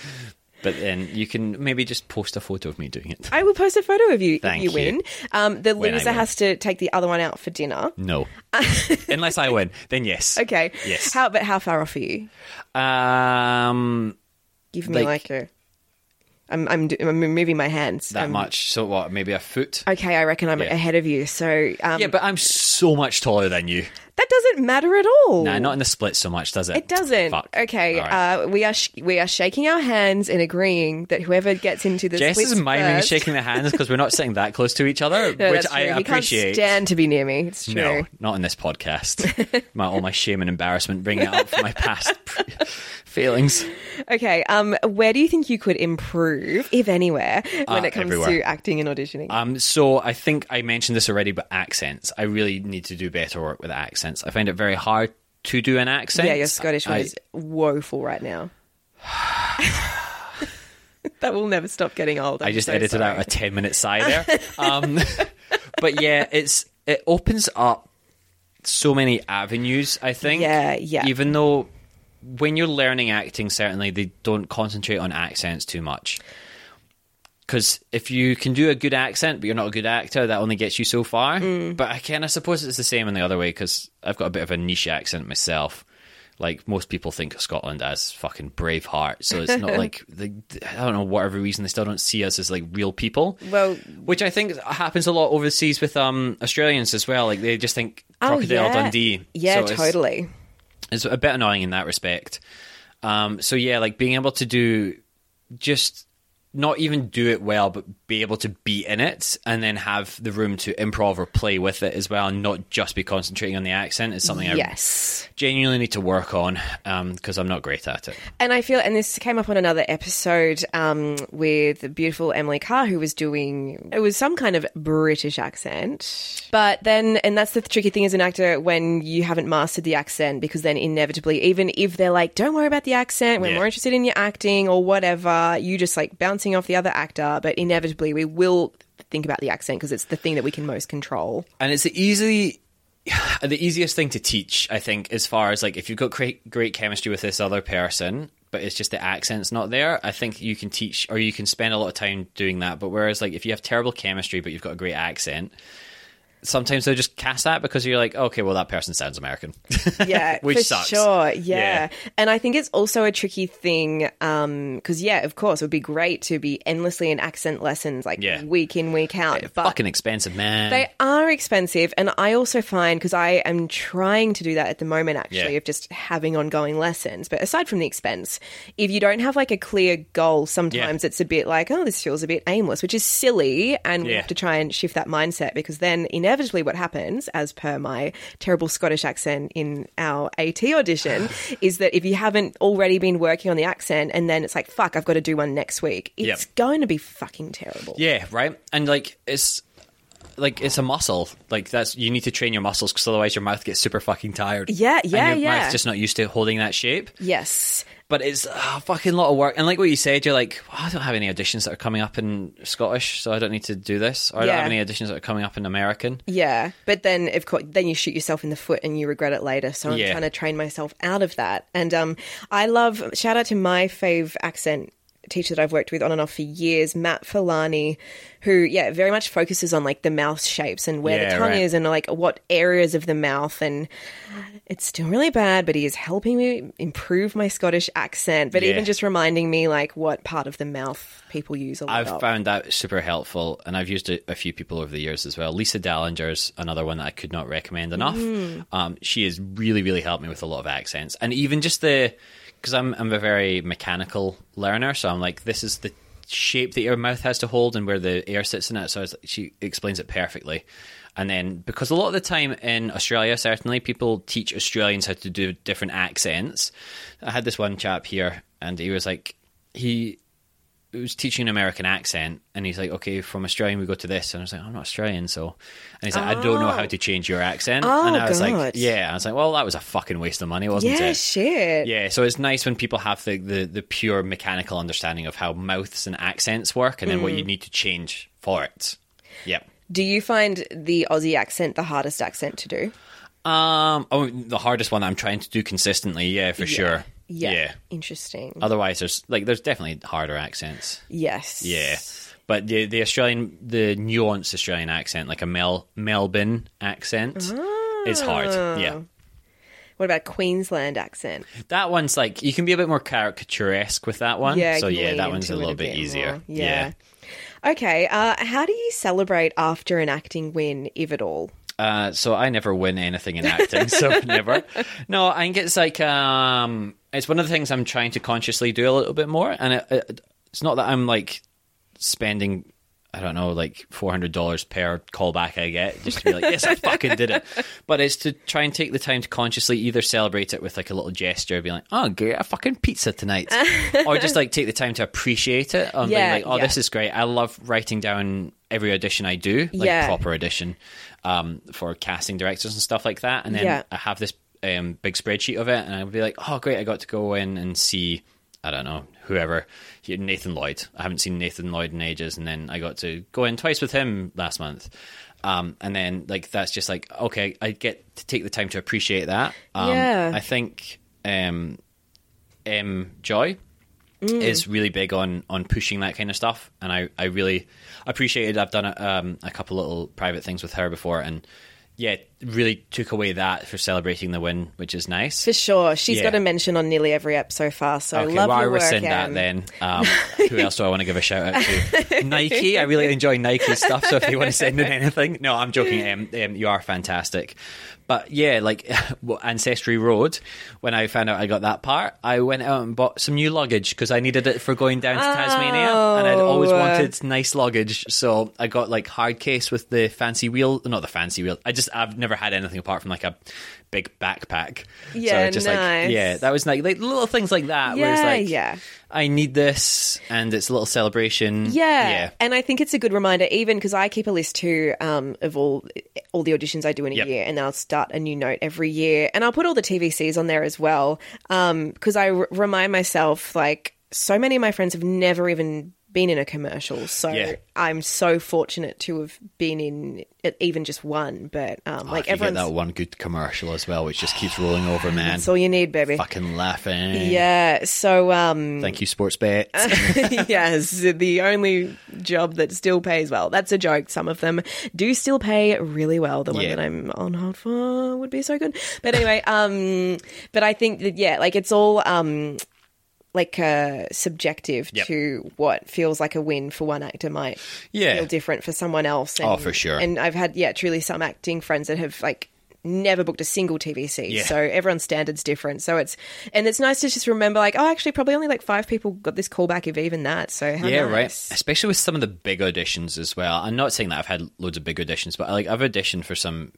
But then you can maybe just post a photo of me doing it.
I will post a photo of you
Thank
if you,
you.
win. Um, the
When I
loser
win.
has to take the other one out for dinner.
No, unless I win, then yes.
Okay.
Yes.
How but how far off are you?
Um,
Give me like,
Like-
a I'm I'm, do- I'm moving my hands
that
I'm-
much. So what? Maybe a foot.
Okay, I reckon I'm ahead of you. So um,
yeah, but I'm so much taller than you.
that doesn't matter at all.
Nah, not in the split so much, does it?
Oh. It doesn't.
Fuck.
Okay,
All right.
uh, we are sh- we are shaking our hands and agreeing that whoever gets into the
Jess
splits
is miming
first-
shaking the hands because we're not sitting that close to each other,
No,
which
that's
I
true. He Can't
appreciate.
stand to be near me. It's true.
no, not in this podcast. my all my shame and embarrassment bringing it up for my past pre- failings.
Okay. Um, where do you think you could improve, if anywhere, when
Uh,
it comes
everywhere.
to acting and auditioning?
Um, so I think I mentioned this already, but accents. I really need to do better work with accents. I find it very hard to do an accent.
yeah, your Scottish one
I-
is woeful right now. that will never stop getting old.
I
I'm
just
so
edited
sorry.
out a 10 minute sigh there. Um, but yeah, it's it opens up so many avenues, I think.
Yeah, yeah.
Even though when you're learning acting, certainly they don't concentrate on accents too much. Because if you can do a good accent, but you're not a good actor, that only gets you so far.
Mm.
But I can, I suppose it's the same in the other way, because I've got a bit of a niche accent myself. Like most people think of Scotland as fucking Braveheart, so it's not like they, I don't know whatever reason they still don't see us as like real people.
Well-
which I think happens a lot overseas with um Australians as well. Like they just think
Oh,
Crocodile
yeah.
Dundee. So
Yeah,
it's-
totally.
it's a bit annoying in that respect. Um, so yeah, like being able to do just not even do it well, but be able to be in it and then have the room to improv or play with it as well, and not just be concentrating on the accent is something
Yes.
I genuinely need to work on because I'm not great at it.
And I feel, and this came up on another episode um, with the beautiful Emily Carr, who was doing, it was some kind of British accent. But then, and that's the tricky thing as an actor when you haven't mastered the accent, because then inevitably, even if they're like, don't worry about the accent, we're
Yeah.
more interested in your acting or whatever, you just like bouncing off the other actor. But inevitably, we will think about the accent because it's the thing that we can most control.
and it's the easily the easiest thing to teach i think as far as like if you've got great great chemistry with this other person but it's just the accent's not there i think you can teach or you can spend a lot of time doing that but whereas like if you have terrible chemistry but you've got a great accent sometimes they'll just cast that because you're like okay well that person sounds american
yeah,
Which
for
sucks.
sure. Yeah.
Yeah.
and I think it's also a tricky thing because yeah, of course, it would be great to be endlessly in accent lessons like
Yeah.
week in week out, but.
fucking expensive man
they are expensive, and I also find because I am trying to do that at the moment, actually,
Yeah.
of just having ongoing lessons. But aside from the expense, if you don't have like a clear goal, sometimes it's a bit like, oh, this feels a bit aimless, which is silly. And we
Yeah.
have to try and shift that mindset because then inevitably what happens, as per my terrible Scottish accent in our AT audition, is that if you haven't already been working on the accent and then it's like, fuck, I've got to do one next week, it's
Yep.
going to be fucking terrible.
Yeah, right. And like it's like it's a muscle. Like that's you need to train your muscles because otherwise your mouth gets super fucking tired.
Yeah, yeah,
and your
yeah.
Mouth's just not used to holding that shape.
Yes.
But it's a fucking lot of work. And like what you said, you're like, "Well, I don't have any auditions that are coming up in Scottish, so I don't need to do this. Or I don't
Yeah.
have any auditions that are coming up in American.
Yeah, but then of course, then you shoot yourself in the foot and you regret it later. So I'm
Yeah.
trying to train myself out of that. And um, I love shout out to my fave accent teacher that I've worked with on and off for years, Matt Filani, who yeah very much focuses on like the mouth shapes and where the
Yeah,
tongue
right.
is and like what areas of the mouth and it's still really bad, but he is helping me improve my Scottish accent, but
Yeah.
even just reminding me like what part of the mouth people use a lot.
I've
of.
found that super helpful, and I've used it a few people over the years as well. Lisa Dallinger's another one that I could not recommend enough. Um, she has really, really helped me with a lot of accents, and even just the because I'm I'm a very mechanical learner, so I'm like this is the shape that your mouth has to hold and where the air sits in it. So I was, she explains it perfectly. And then, because a lot of the time in Australia, certainly people teach Australians how to do different accents. I had this one chap here, and he was like, he it was teaching an American accent, and he's like, "Okay, from Australian we go to this," and I was like, "I'm not Australian, so," and he's like, "I don't know how to change your accent,"
Oh,
and I was
God.
like, "Yeah," I was like, "Well, that was a fucking waste of money, wasn't
yeah,
it?"
shit.
yeah, so it's nice when people have the, the, the pure mechanical understanding of how mouths and accents work, and then what you need to change for it. Yeah.
Do you find the Aussie accent the hardest accent to do?
Um. Oh, the hardest one that I'm trying to do consistently. Yeah, for sure. yeah. Uh,
Interesting.
Otherwise, there's like there's definitely harder accents.
yes.
Yeah. But the the Australian the nuanced
Ah.
Australian accent, like a Mel Melbourne accent, is hard. Yeah.
What about Queensland accent?
That one's like you can be a bit more caricaturesque with that one.
Yeah,
so
you can
yeah,
lean
that one's
into
a
it
little bit, easier.
more. Yeah. Okay. Uh, how do you celebrate after an acting win, if at all?
Uh, so I never win anything in acting, so never. No, I think it's like um, it's one of the things I'm trying to consciously do a little bit more, and it, it, it's not that I'm like spending. I don't know, like four hundred dollars per callback I get, just to be like, "Yes, I fucking did it." But it's to try and take the time to consciously either celebrate it with like a little gesture, be like, "Oh, great, a fucking pizza tonight," or just like take the time to appreciate it. and
Yeah,
being like, "Oh,
yeah.
this is great." I love writing down every audition I do, like
Yeah.
proper edition um, for casting directors and stuff like that. And then
Yeah.
I have this um, big spreadsheet of it, and I'll be like, oh, great, I got to go in and see, I don't know, whoever, Yeah, Nathan Lloyd. I haven't seen Nathan Lloyd in ages, and then I got to go in twice with him last month. Um, and then, like, that's just like, okay, I get to take the time to appreciate that. Um,
Yeah.
I think um, M. Joy is really big on on pushing that kind of stuff and i i really appreciated i've done a, um, a couple little private things with her before and yeah really took away that for celebrating the win which is nice
For sure. she's
Yeah.
got a mention on nearly every ep so far. So I
Okay,
love
well, I
your work.
rescind that
Em.
then. Um, who else do I want to give a shout out to? Nike. I really enjoy Nike stuff. So if they want to send in anything, no, I'm joking. Um, um, you are fantastic. But yeah, like well, Ancestry Road. When I found out I got that part, I went out and bought some new luggage because I needed it for going down to Tasmania, and I'd always
Oh.
wanted nice luggage. So I got like hard case with the fancy wheel. Not the fancy wheel. I just I've never had anything apart from like a big backpack.
Yeah,
so just
nice.
like yeah, that was like, like little things like that. where it's
Yeah,
like,
yeah.
I need this, and it's a little celebration.
Yeah.
yeah,
And I think it's a good reminder, even because I keep a list too um, of all all the auditions I do in a
Yep.
year, and I'll start a new note every year, and I'll put all the TVCs on there as well, because I r- remind myself like so many of my friends have never even been in a commercial, so
Yeah.
I'm so fortunate to have been in it- even just one. But um, like
Oh, If you get
everyone's,
that one good commercial as well, which just keeps rolling over, man.
that's all you need, baby.
Fucking laughing.
Yeah. So um,
Thank you, sports bet.
yes, the only job that still pays well. That's a joke. Some of them do still pay really well. The one
Yeah.
that I'm on hold for would be so good. But anyway, um, but I think that yeah, like it's all um, like uh, subjective
Yep.
to what feels like a win for one actor might
Yeah.
feel different for someone else.
Oh, for sure.
And I've had yeah, truly some acting friends that have like. Never booked a single TVC,
Yeah.
so everyone's standards different. So it's and it's nice to just remember, like, oh, actually, probably only like five people got this call back, if even that. So how
yeah, right.
nice.
Especially with some of the big auditions as well. I'm not saying that I've had loads of big auditions, but like I've auditioned for some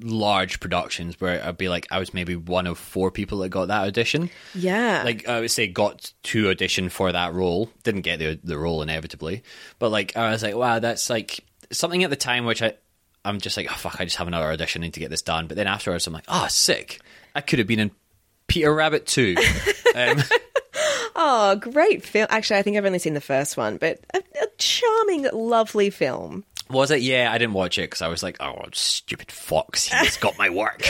large productions where I'd be like, I was maybe one of four people that got that audition.
Yeah,
like I would say got to audition for that role, didn't get the the role inevitably, but like I was like, wow, that's like something at the time which I I'm just like, oh fuck, I just have another audition, I need to get this done. But then afterwards, I'm like, oh sick, I could have been in Peter Rabbit too. um,
oh, great film. Actually, I think I've only seen the first one, but a, a charming, lovely film.
was it? Yeah, I didn't watch it because I was like, oh stupid fox, he's got my work.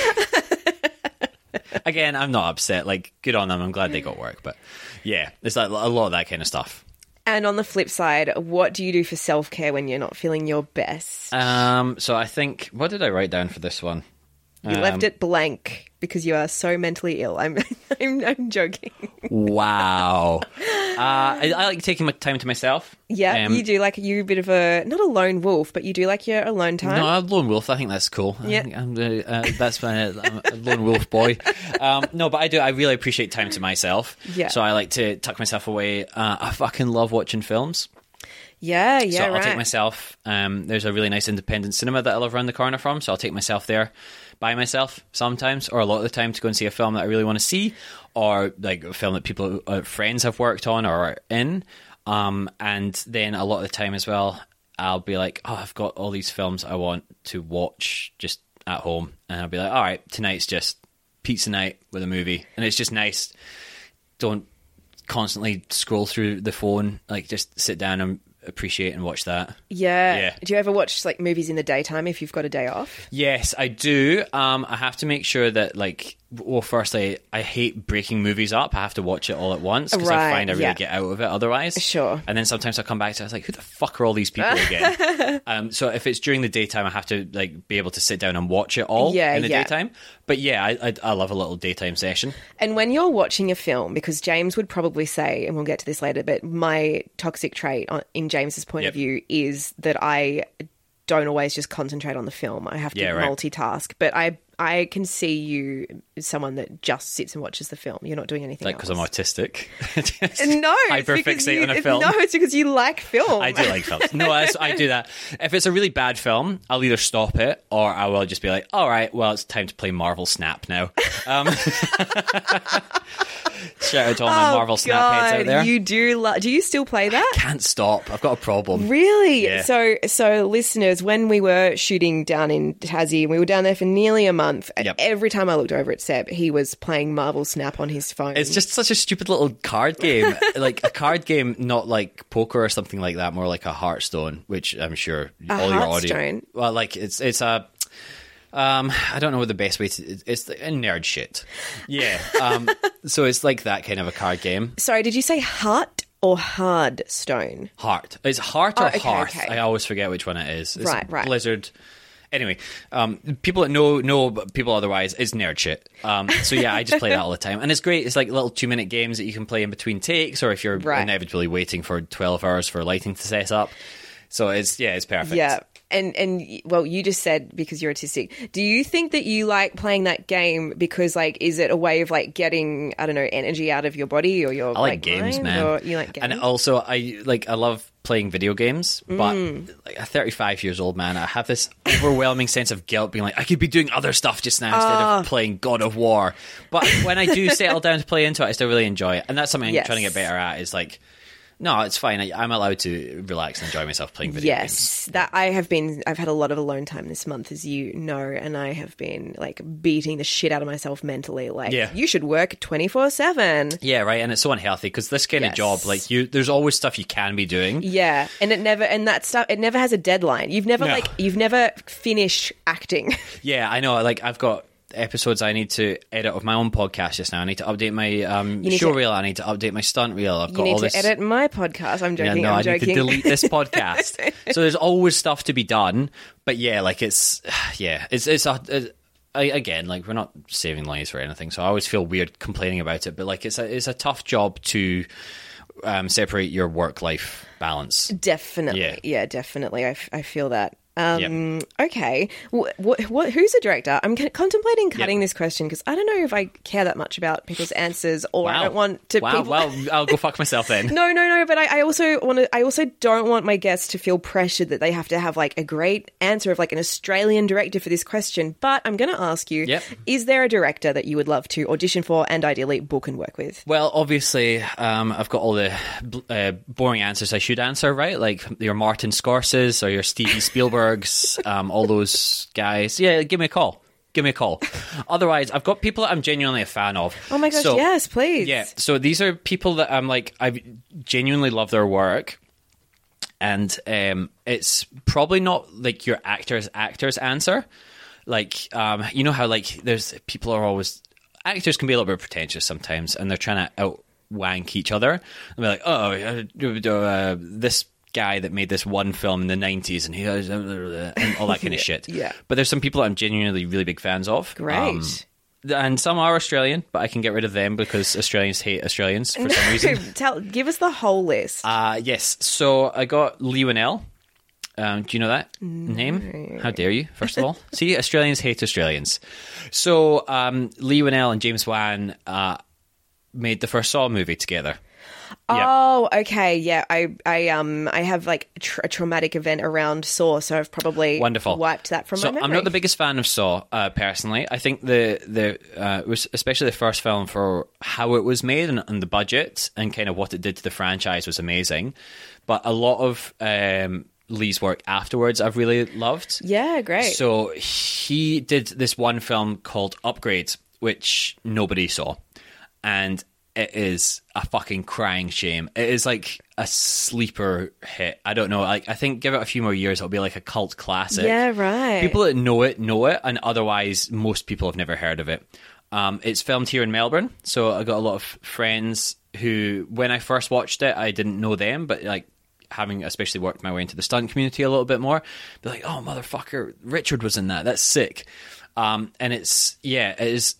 Again, I'm not upset. Like, good on them. I'm glad they got work, but yeah, there's like a lot of that kind of stuff.
And on the flip side, what do you do for self care when you're not feeling your best?
Um, so I think what did I write down for this one?
you
Um,
left it blank because you are so mentally ill. I'm, I'm, I'm joking.
Wow. uh, I, I like taking my time to myself.
Yeah,
Um,
you do like you're a bit of a not a lone wolf, but you do like your alone time.
No, I'm lone wolf. I think that's cool. I
Yeah.
think I'm, the- uh, that's my I'm a lone wolf boy. Um, no, but I do. I really appreciate time to myself.
Yeah.
So I like to tuck myself away. Uh, I fucking love watching films.
yeah, yeah,
So I'll
right.
take myself. Um, there's a really nice independent cinema that I live around the corner from, so I'll take myself there by myself sometimes, or a lot of the time to go and see a film that I really want to see, or like a film that people uh, friends have worked on or are in. Um, and then a lot of the time as well, I'll be like, oh, I've got all these films I want to watch just at home, and I'll be like, all right, tonight's just pizza night with a movie, and it's just nice don't constantly scroll through the phone. Like, just sit down and appreciate and watch that.
yeah.
Yeah.
Do you ever watch like movies in the daytime if you've got a day off?
Yes, I do. Um, I have to make sure that, like, well, firstly, I hate breaking movies up. I have to watch it all at once because
Right,
I find I really
yeah.
get out of it otherwise.
Sure.
And then sometimes I come back to, it, I was like, who the fuck are all these people again? um, so if it's during the daytime, I have to like be able to sit down and watch it all
Yeah,
in the
yeah.
daytime. But yeah, I, I, I love a little daytime session.
And when you're watching a film, because James would probably say, and we'll get to this later, but my toxic trait on, in James's point
Yep.
of view is that I don't always just concentrate on the film. I have to
Yeah, right.
multitask. But I I can see you as someone that just sits and watches the film. You're not doing anything
Like,
else.
because I'm autistic.
no, it's because
hyperfixate
you,
on a
it-
film.
No, it's because you like film.
I do like films. No, I, I do that. If it's a really bad film, I'll either stop it or I will just be like, all right, well, it's time to play Marvel Snap now. Um, shout out to all my
Oh,
Marvel Snap heads out
God,
there.
You do. Lo- do you still play that?
Can't stop. I've got a problem.
Really?
Yeah.
So, so listeners, when we were shooting down in Tassie, and we were down there for nearly a month, and
Yep.
every time I looked over at Seb, he was playing Marvel Snap on his phone.
It's just such a stupid little card game. like a card game, not like poker or something like that, more like a Hearthstone, which I'm sure all your audio.
Hearthstone?
Well, like it's it's a um I don't know what the best way to it's the uh, nerd shit. Yeah. Um so it's like that kind of a card game.
sorry. Did you say heart or hard stone?
Heart. It's heart or
Oh, okay,
hearth.
okay.
I always forget which one it is. It's
Right, right.
Blizzard. Anyway, um, people that know know but people otherwise, it's nerd shit. Um, so yeah, I just play that all the time, and it's great. It's like little two minute games that you can play in between takes, or if you're
Right.
inevitably waiting for twelve hours for lighting to set up. So it's yeah, it's perfect.
Yeah. And and y- well, you just said because you're autistic. Do you think that you like playing that game because like is it a way of like getting I don't know energy out of your body or your
I like, games,
mind,
man.
Or you like games?
And also, I like I love playing video games, but
Mm.
like a 35 years old man, I have this overwhelming sense of guilt, being like, I could be doing other stuff just now instead
Ah.
of playing God of War. But when I do settle down to play into it, I still really enjoy it, and that's something
Yes.
I'm trying to get better at. Is like. No, it's fine. I, I'm allowed to relax and enjoy myself playing video games.
Yes, that I have been. I've had a lot of alone time this month, as you know, and I have been like beating the shit out of myself mentally. Like,
Yeah.
you should work twenty four seven.
Yeah, right. And it's so unhealthy because this kind
Yes.
of job, like you, there's always stuff you can be doing.
Yeah, and it never and that stuff. It never has a deadline. You've never
No.
like you've never finished acting.
Yeah, I know. Like I've got episodes I need to edit of my own podcast just now. I need to update my um,
need
show
to-
reel. I need to update my stunt reel. I've
You
got
need
all
to
this.
edit my podcast. I'm
Yeah,
joking.
no,
I'm
I need
joking.
to delete this podcast. so there's always stuff to be done. But yeah, like it's yeah, it's it's a. It, I, again, like we're not saving lives or anything, so I always feel weird complaining about it. But like, it's a it's a tough job to um, separate your work life balance.
definitely.
Yeah.
Yeah, definitely. I, f- I feel that. Um,
Yep.
Okay. What, what, what, who's a director? I'm c- contemplating cutting
Yep.
this question because I don't know if I care that much about people's answers or
Wow.
I don't want to.
Wow,
people-
wow. I'll go fuck myself then.
No, no, no. But I, I also want to. I also don't want my guests to feel pressured that they have to have like a great answer of like an Australian director for this question. But I'm going to ask you:
Yep.
Is there a director that you would love to audition for and ideally book and work with?
Well, obviously, um, I've got all the bl- uh, boring answers I should answer, right? Like your Martin Scorses or your Stevie Spielbergs, um, all those guys. Yeah, give me a call. Give me a call. Otherwise, I've got people that I'm genuinely a fan of.
Oh my gosh!
So-
yes, please.
Yeah. So these are people that I'm like, I genuinely love their work. And um, it's probably not like your actor's actor's answer. Like, um, you know how like there's people are always actors can be a little bit pretentious sometimes, and they're trying to out wank each other. And be like, oh, uh, uh, this guy that made this one film in the '90s, and he has uh, and all that kind of shit.
yeah.
But there's some people I'm genuinely really big fans of. Um,
Great.
and some are Australian, but I can get rid of them because Australians hate Australians for some reason.
Tell, give us the whole list.
Uh, yes. So I got Lee Winnell. Um, do you know that name? How dare you, first of all? See, Australians hate Australians. So um, Lee Winnell and James Wan uh, made the first Saw movie together. Yeah.
Oh, okay, yeah. I, I, um, I have like a, tra- a traumatic event around Saw, so I've probably
Wonderful.
wiped that from
so
my memory.
I'm not the biggest fan of Saw uh, personally. I think the the uh, it was especially the first film for how it was made and, and the budget and kind of what it did to the franchise was amazing. But a lot of um, Lee's work afterwards I've really loved.
Yeah, great.
So he did this one film called Upgrade, which nobody saw, and it is a fucking crying shame. It is like a sleeper hit. I don't know. Like I think give it a few more years, it'll be like a cult classic.
yeah, right.
People that know it know it, and otherwise, most people have never heard of it. Um, it's filmed here in Melbourne, so I got a lot of friends who, when I first watched it, I didn't know them, but like having especially worked my way into the stunt community a little bit more, they're like, "Oh motherfucker, Richard was in that. That's sick." Um, and it's yeah, it is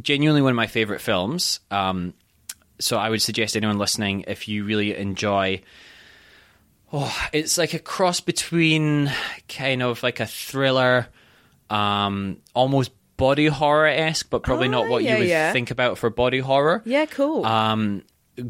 genuinely one of my favorite films. Um, so I would suggest anyone listening if you really enjoy. Oh, it's like a cross between kind of like a thriller, um, almost body horror esque, but probably
Ah,
not what
yeah,
you would
yeah.
think about for body horror
Yeah, cool.
um,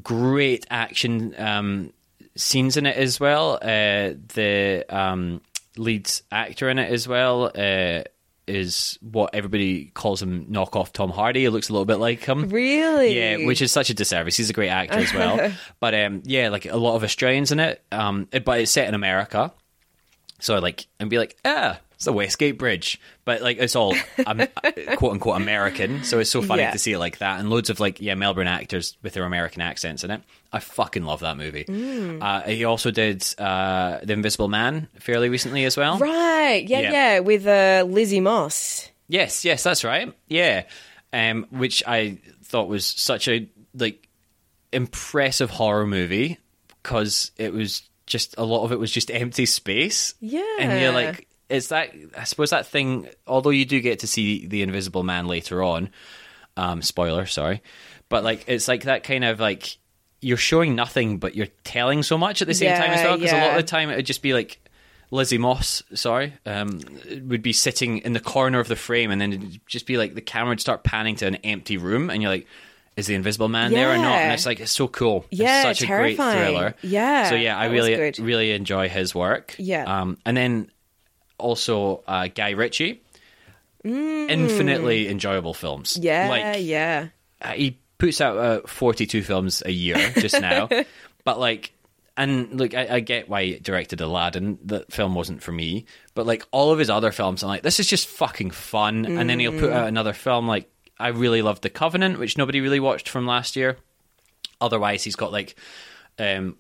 great action um, scenes in it as well. Uh, the um, lead actor in it as well uh, is what everybody calls him knockoff Tom Hardy. He looks a little bit like him.
really?
Yeah, which is such a disservice. He's a great actor as well. but um, yeah, like a lot of Australians in it. Um, it- but it's set in America, so like and be like, ah, it's the Westgate Bridge, but like it's all um, quote unquote American. So it's so funny
Yeah.
to see it like that, and loads of like yeah Melbourne actors with their American accents in it. I fucking love that movie.
Mm.
Uh, he also did uh, The Invisible Man fairly recently as well.
Right. Yeah, yeah,
Yeah.
with uh, Lizzie Moss.
Yes, yes, that's right. Yeah, um, which I thought was such a like impressive horror movie because it was just a lot of it was just empty space.
Yeah.
and you're like, it's that I suppose that thing. Although you do get to see the Invisible Man later on, um, spoiler, sorry, but like it's like that kind of like you're showing nothing, but you're telling so much at the same time as
Yeah,
well. Because a lot
yeah.
of the time it would just be like Lizzie Moss, sorry, um, would be sitting in the corner of the frame, and then it'd just be like the camera would start panning to an empty room, and you're like, is the Invisible Man there or not?
Yeah.
And it's like it's so cool.
Yeah,
it's such
terrifying.
a great thriller.
Yeah,
So yeah, I
that was
really
good.
really enjoy his work.
Yeah.
Um, and then also uh, Guy Ritchie. Infinitely enjoyable films.
Mm. yeah,
Like
yeah.
uh, he puts out uh, 42 films a year just now but like and look I, I get why he directed aladdin that film wasn't for me but like all of his other films i'm like this is just fucking fun and then he'll put out another film like i really loved the covenant which nobody really watched from last year otherwise he's got like um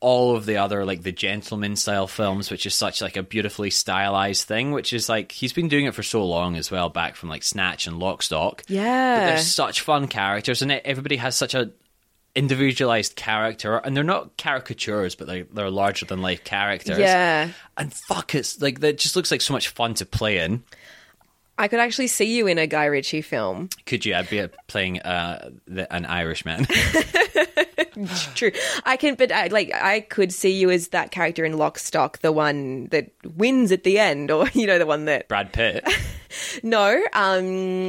all of the other like the gentleman style films which is such like a beautifully stylized thing which is like he's been doing it for so long as well back from like snatch and lock stock but
Yeah.
they're such fun characters, and everybody has such a individualized character, and they're not caricatures, but they're they're larger than life characters.
Yeah.
and fuck, it's like that just looks like so much fun to play in.
I could actually see you in a Guy Ritchie film.
Could you? I'd be uh, playing uh, the, an Irishman.
True. I can but I, like I could see you as that character in Lock Stock, the one that wins at the end or you know the one that
Brad Pitt.
No, um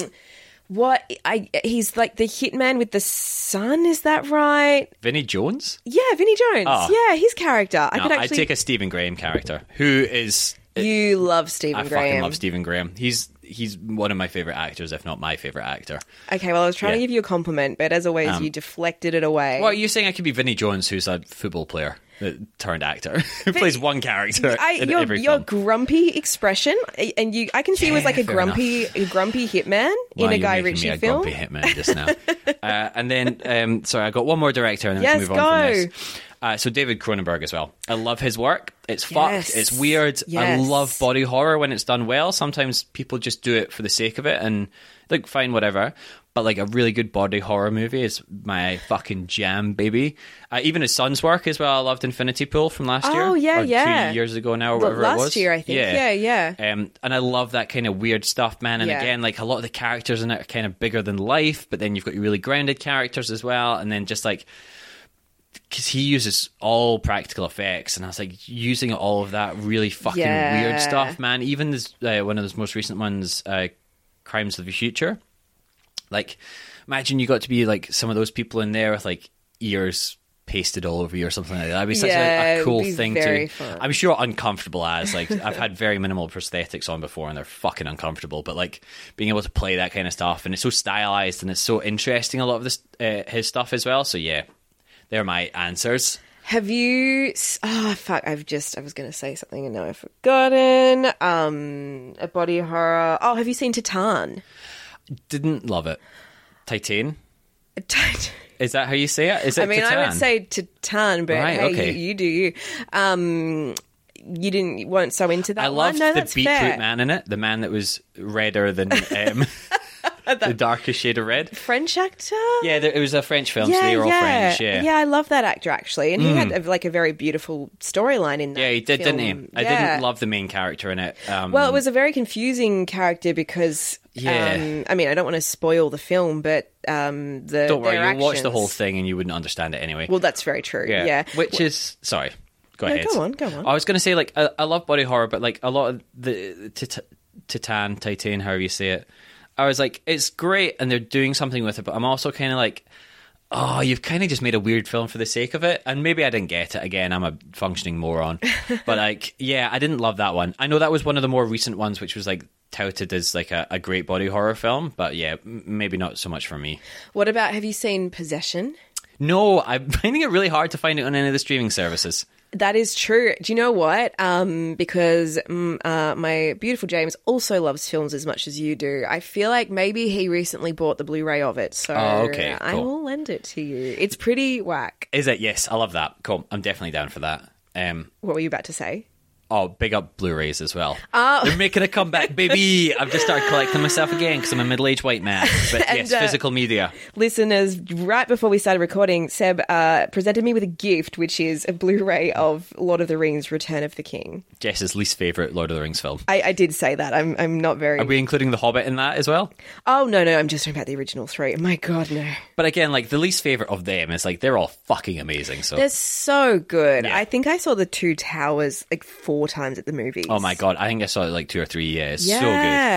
what I he's like the hitman with the sun, is that right?
Vinnie Jones?
Yeah, Vinnie Jones.
Oh.
Yeah, his character. I
No,
could
I'd
actually
take a Stephen Graham character, who is...
You love Stephen
I fucking
Graham.
love Stephen Graham. He's he's one of my favourite actors, if not my favourite actor.
okay, well I was trying to
Yeah. Um,
give you a compliment, but as always you deflected it away.
Well, you're saying I could be Vinnie Jones, who's a football player that turned actor, who plays one character
I,
uh, in
your,
every
your
film.
grumpy expression, a- and you, I can see you as like a
fair
grumpy, a grumpy hitman in a
Wow, you're
Guy
making
Ritchie
me a
film.
grumpy hitman just now. uh, and then, um, sorry, I got one more director, and then
Yes,
we can move on
go.
from this. Uh, so David Cronenberg as well. I love his work. It's fucked.
Yes.
It's weird. I
Yes.
love body horror when it's done well. Sometimes people just do it for the sake of it and like fine whatever. But like a really good body horror movie is my fucking jam, baby. Uh, even his son's work as well. I loved Infinity Pool from last year.
Oh, yeah,
or
yeah.
Two years ago now, or
Well,
whatever it
last
was.
year, I think. Yeah, yeah.
Um, and I love that kind of weird stuff, man. And
Yeah.
again, like a lot of the characters in it are kind of bigger than life, but then you've got your really grounded characters as well. And then just like, because he uses all practical effects, and I was like using all of that really fucking
Yeah.
weird stuff, man. Even this uh, one of those most recent ones, uh, Crimes of the Future. Like, imagine you got to be like some of those people in there with like ears pasted all over you or something like that. That'd be such a-
Yeah, it
a,
would
cool
be
thing
very
to.
fun.
I'm sure uncomfortable as like I've had very minimal prosthetics on before and they're fucking uncomfortable. But like being able to play that kind of stuff and it's so stylized and it's so interesting. A lot of this uh, his stuff as well. So yeah, they're my answers.
Have you? s- Oh fuck! I've just I was going to say something and now I've forgotten. Um, a body horror. Oh, have you seen Titan?
Didn't love it. Titan. Is that how you say it? Is it
I mean, I would
Titan?
say Titan, but
Right,
hey,
okay.
you, you do you. Um, you didn't you weren't so into that.
I
one.
loved
Oh, no,
the
that's
beetroot
fair.
man in it, the man that was redder than um, the darkest shade of red.
French actor?
Yeah, there, it was a French film, so they were all French. Yeah.
I love that actor actually, and he had a, like a very beautiful storyline in that.
Hmm. Yeah, he did,
film.
didn't he? I
Yeah.
didn't love the main character in it. Um,
Well, it was a very confusing character because,
Yeah.
um, I mean, I don't want to spoil the film, but um, the
don't worry,
their
you'll watch the
actions-
whole thing and you wouldn't understand it anyway.
Well, that's very true. Yeah,
Which is sorry. Go ahead.
go on, go on.
I was going to say like I, I love body horror, but like a lot of the Tit- Titan, Titan, however you say it. I was like, it's great, and they're doing something with it, but I'm also kind of like, oh, you've kind of just made a weird film for the sake of it, and maybe I didn't get it. Again, I'm a functioning moron, but like, yeah, I didn't love that one. I know that was one of the more recent ones, which was like touted as like a, a great body horror film, but yeah, m- maybe not so much for me.
What about have you seen Possession?
No, I'm finding it really hard to find it on any of the streaming services.
That is true. Do you know what? Um, because mm, uh, my beautiful James also loves films as much as you do. I feel like maybe he recently bought the Blu-ray of it, so
Oh, okay,
I
cool.
will lend it to you. It's pretty whack.
Is it? Yes, I love that. Cool. I'm definitely down for that. Um,
What were you about to say?
oh, big up Blu-rays as well. Oh. They're making a comeback, baby. I've just started collecting myself again because I'm a middle-aged white man. But yes,
uh,
physical media.
listeners, right before we started recording, Seb uh, presented me with a gift, which is a Blu-ray of Lord of the Rings: Return of the King.
Jess's least favorite Lord of the Rings film.
I, I did say that. I'm I'm not very.
Are we including The Hobbit in that as well?
oh no, no, I'm just talking about the original three. My God, no.
But again, like the least favorite of them is like they're all fucking amazing. So.
They're so good.
Yeah.
I think I saw the Two Towers like four times at the movies.
Oh my god, I think I saw it like two or three years.
Yeah,
so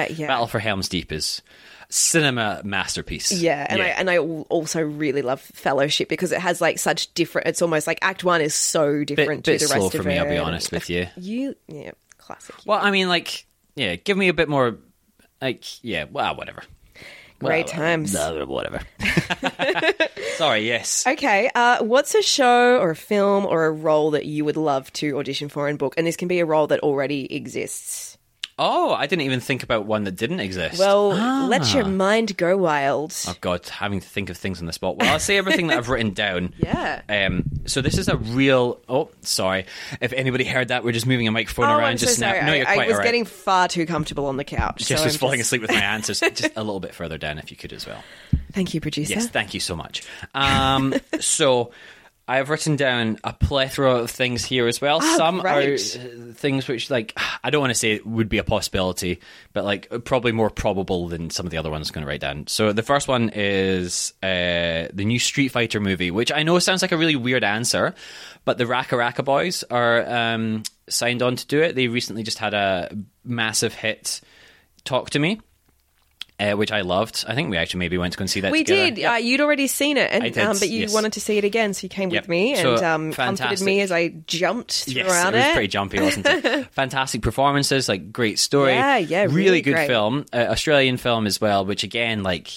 good.
yeah.
Battle for Helm's Deep is cinema masterpiece.
Yeah, and I and I al- also really love Fellowship because it has like such different. It's almost like Act One is so different
bit, bit
to the
slow
rest
for
of
me.
it.
I'll be honest with you.
You, yeah, classic.
Well, I mean, like, yeah, give me a bit more, like, yeah, well, whatever.
Great times.
No, whatever. Sorry, yes.
Okay, uh, what's a show or a film or a role that you would love to audition for and book? And this can be a role that already exists.
Oh, I didn't even think about one that didn't exist.
Well,
Ah.
let your mind go wild.
Oh God, having to think of things on the spot. Well, I'll say everything that I've written down.
Yeah.
Um. So this is a real. Oh, sorry. If anybody heard that, we're just moving a microphone
Oh,
around
I'm so
just
sorry.
now. No,
I-
you're
I,
quite
was
all right.
getting far too comfortable on the couch.
Jess
so
was
I'm
falling
just-
asleep with my answers. Just a little bit further down, if you could as well.
Thank you, producer.
Yes, thank you so much. Um, so I've written down a plethora of things here as well. Some
Oh, great.
are uh, things which, like, I don't want to say it would be a possibility, but like uh, probably more probable than some of the other ones I'm going to write down. So the first one is uh, the new Street Fighter movie, which I know sounds like a really weird answer, but the Raka Raka Boys are um, signed on to do it. They recently just had a massive hit. Talk to me. Uh, which I loved. I think we actually maybe went to go and see that.
We
together.
did. Uh, you'd already seen it, and,
I did,
um, but you
yes.
wanted to see it again, so you came
Yep.
with me
So,
and um, comforted
fantastic.
me as I jumped
Yes,
throughout
it was pretty jumpy, wasn't it? Fantastic performances, like great story.
Yeah, yeah,
really,
really
good
great.
film, uh, Australian film as well. Which again, like,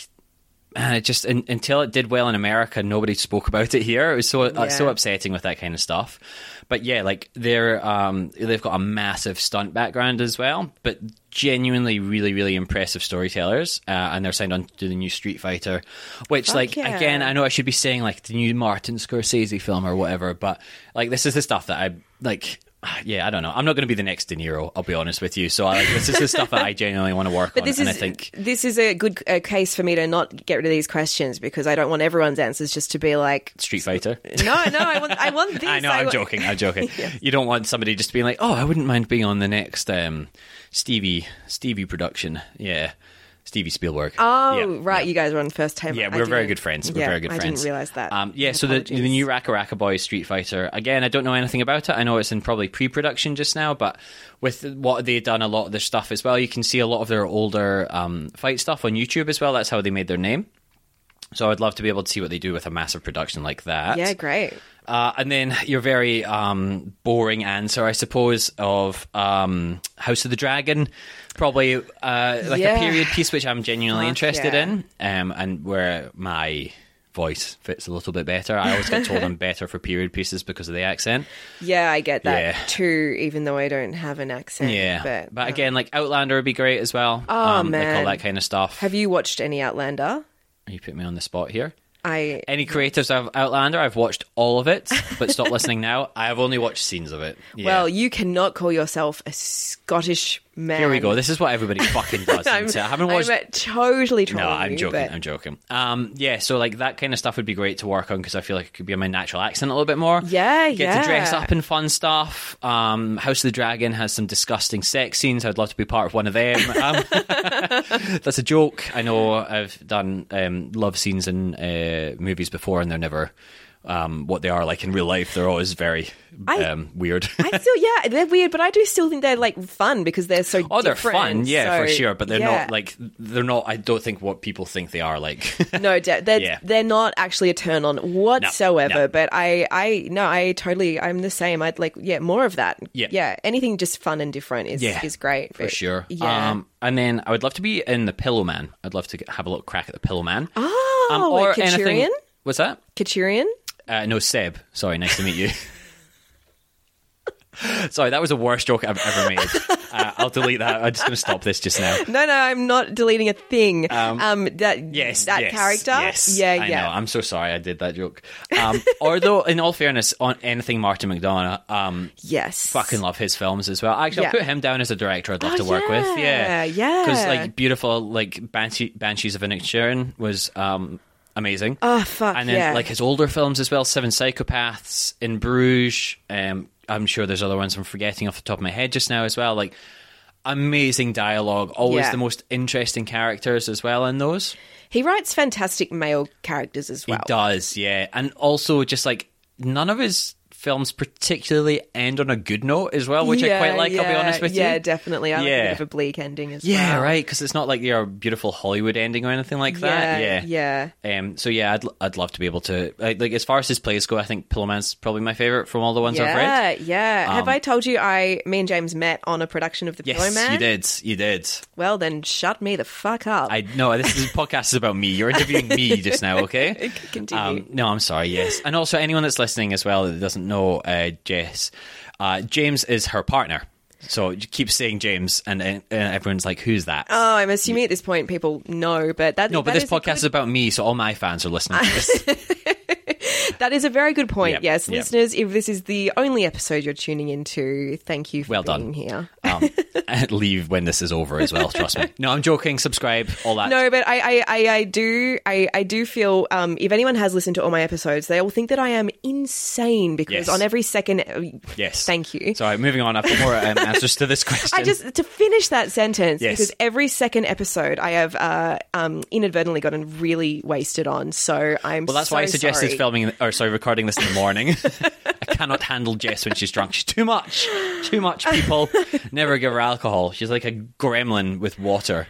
man, it just un until it did well in America, nobody spoke about it here. It was so uh, so
Yeah.
upsetting with that kind of stuff. But yeah, like they're um, they've got a massive stunt background as well, but genuinely really really impressive storytellers uh, and they're signed on to the new street fighter which like
yeah.
again I know I should be saying like the new Martin Scorsese film or whatever, but like this is the stuff that I like. Yeah, I don't know. I'm not going to be the next De Niro. I'll be honest with you. So I, like, this is the stuff that I genuinely want to work on,
This
and
is
I think
this is a good uh, case for me to not get rid of these questions because I don't want everyone's answers just to be like,
Street Fighter.
no, no, I want, I want this.
I know. I'm
wa-
joking. I'm joking. You don't want somebody just being like, "Oh, I wouldn't mind being on the next um, Stevie Stevie production." Yeah, Stevie Spielberg.
Oh,
Yeah,
right.
yeah.
You guys were on first time.
Yeah,
I
we're very
didn't-
good friends. We're
yeah,
very good
I
friends.
didn't realize that.
Um, yeah, so the, the
Apologies.
new Raka Raka Boy Street Fighter, again, I don't know anything about it. I know it's in probably pre production just now, but with what they've done, a lot of their stuff as well, you can see a lot of their older um, fight stuff on YouTube as well. That's how they made their name. So I'd love to be able to see what they do with a massive production like that.
Yeah, great.
Uh, and then your very um, boring answer, I suppose, of um, House of the Dragon, probably uh, like
Yeah.
a period piece which I'm genuinely
Fuck
interested
yeah.
in, um, and where my voice fits a little bit better. I always get told I'm better for period pieces because of the accent.
Yeah, I get that
Yeah.
too. Even though I don't have an accent.
Yeah, but,
but, uh,
again, like Outlander would be great as well. Oh like
man.
all that kind of stuff.
have you watched any Outlander?
you put me on the spot here.
I
Any creatives of Outlander? I've watched all of it, but stop listening now. I have only watched scenes of it. Yeah.
well, you cannot call yourself a Scottish Man.
Here we go. This is what everybody fucking does.
Um, I'm,
I haven't watched.
I'm uh, totally trolling.
no, I'm
you,
joking.
but-
I'm joking. Um, yeah, so like that kind of stuff would be great to work on because I feel like it could be my natural accent a little bit more.
Yeah,
Get to dress
yeah.
up in fun stuff. Um, House of the Dragon has some disgusting sex scenes. I'd love to be part of one of them. Um, that's a joke. I know I've done um, love scenes in uh, movies before, and they're never um, what they are like in real life. They're always very
I-
um, weird.
I still, yeah, they're weird, but I do still think they're like fun because they're so.
Oh, they're
different,
fun, yeah, for
so-
sure. But they're
yeah.
not like they're not. I don't think what people think they are like.
No, de- they're
Yeah.
they're not actually a turn on whatsoever.
no.
But I, I no, I totally, I'm the same. I'd like, yeah, more of that.
Yeah.
yeah, anything just fun and different is
Yeah,
is great
for sure.
Yeah.
Um, and then I would love to be in the Pillow Man. I'd love to get, have a little crack at the Pillow Man.
oh,
Um,
or
or anything.
Katurian,
What's that?
Katurian.
Uh, no, Seb. Sorry, nice to meet you. Sorry, that was the worst joke I've ever made. Uh, I'll delete that. I'm just going to stop this just now.
No, no, I'm not deleting a thing. Um, that
Yes,
that
yes,
character.
Yes,
yeah,
I
yeah.
know. I'm so sorry I did that joke. Um, although, in all fairness, on anything Martin McDonough, um,
yes,
fucking love his films as well. Actually,
Yeah.
I'll put him down as a director I'd love
Oh,
to work with.
yeah,
Yeah,
yeah.
Because like beautiful, like Banshee, Banshees of Inisherin was um, amazing.
Oh fuck
and then
yeah.
like his older films as well, Seven Psychopaths, In Bruges. Um, I'm sure there's other ones I'm forgetting off the top of my head just now as well. Like amazing dialogue, always
Yeah.
the most interesting characters as well in those.
he writes fantastic male characters as well.
He does, yeah. And also just like none of his films particularly end on a good note as well, which I
Yeah,
quite like, I'll be
yeah,
honest with you.
Yeah, definitely. I like a
Yeah.
bit of a bleak ending as well.
Yeah, right. Because it's not like your beautiful Hollywood ending or anything like that.
Yeah,
Yeah,
yeah.
Um, so yeah, I'd, l- I'd love to be able to like, like as far as his plays go. I think Pillow Man's probably my favorite from all the ones I've read.
Yeah, yeah. Have I told you I, me and James met on a production of The
Um, Yes,
Pillow Man?
you did. You did.
Well, then shut me the fuck up.
I know this is, podcast is about me. You're interviewing me just now, okay? Um,
Continue.
no, I'm sorry. Yes, and also anyone that's listening as well that doesn't know uh, Jess, uh, James is her partner. So you keep saying James, and, and everyone's like, "Who's that?"
oh, I'm assuming at this point people know, but that
no, but
that
this
is a
podcast is about me, so all my fans are listening to this.
good- that is a very good point.
Yep,
yes,
yep.
listeners, if this is the only episode you're tuning into, thank you for
Well
being
done.
here.
um, and leave when this is over as well. Trust me. No, I'm joking. Subscribe, all that.
No, but I, I, I, I do, I, I do feel. Um, if anyone has listened to all my episodes, they all think that I am insane because
Yes.
on every second, uh,
Yes.
thank you.
Sorry, moving on. I've got more um, answers to this question.
I just to finish that sentence
Yes.
because every second episode I have uh, um, inadvertently gotten really wasted on. So I'm
Well, that's why I suggested filming, or sorry, recording this in the morning. I cannot handle Jess when she's drunk. She's too much, too much. People never give her alcohol. She's like a gremlin with water.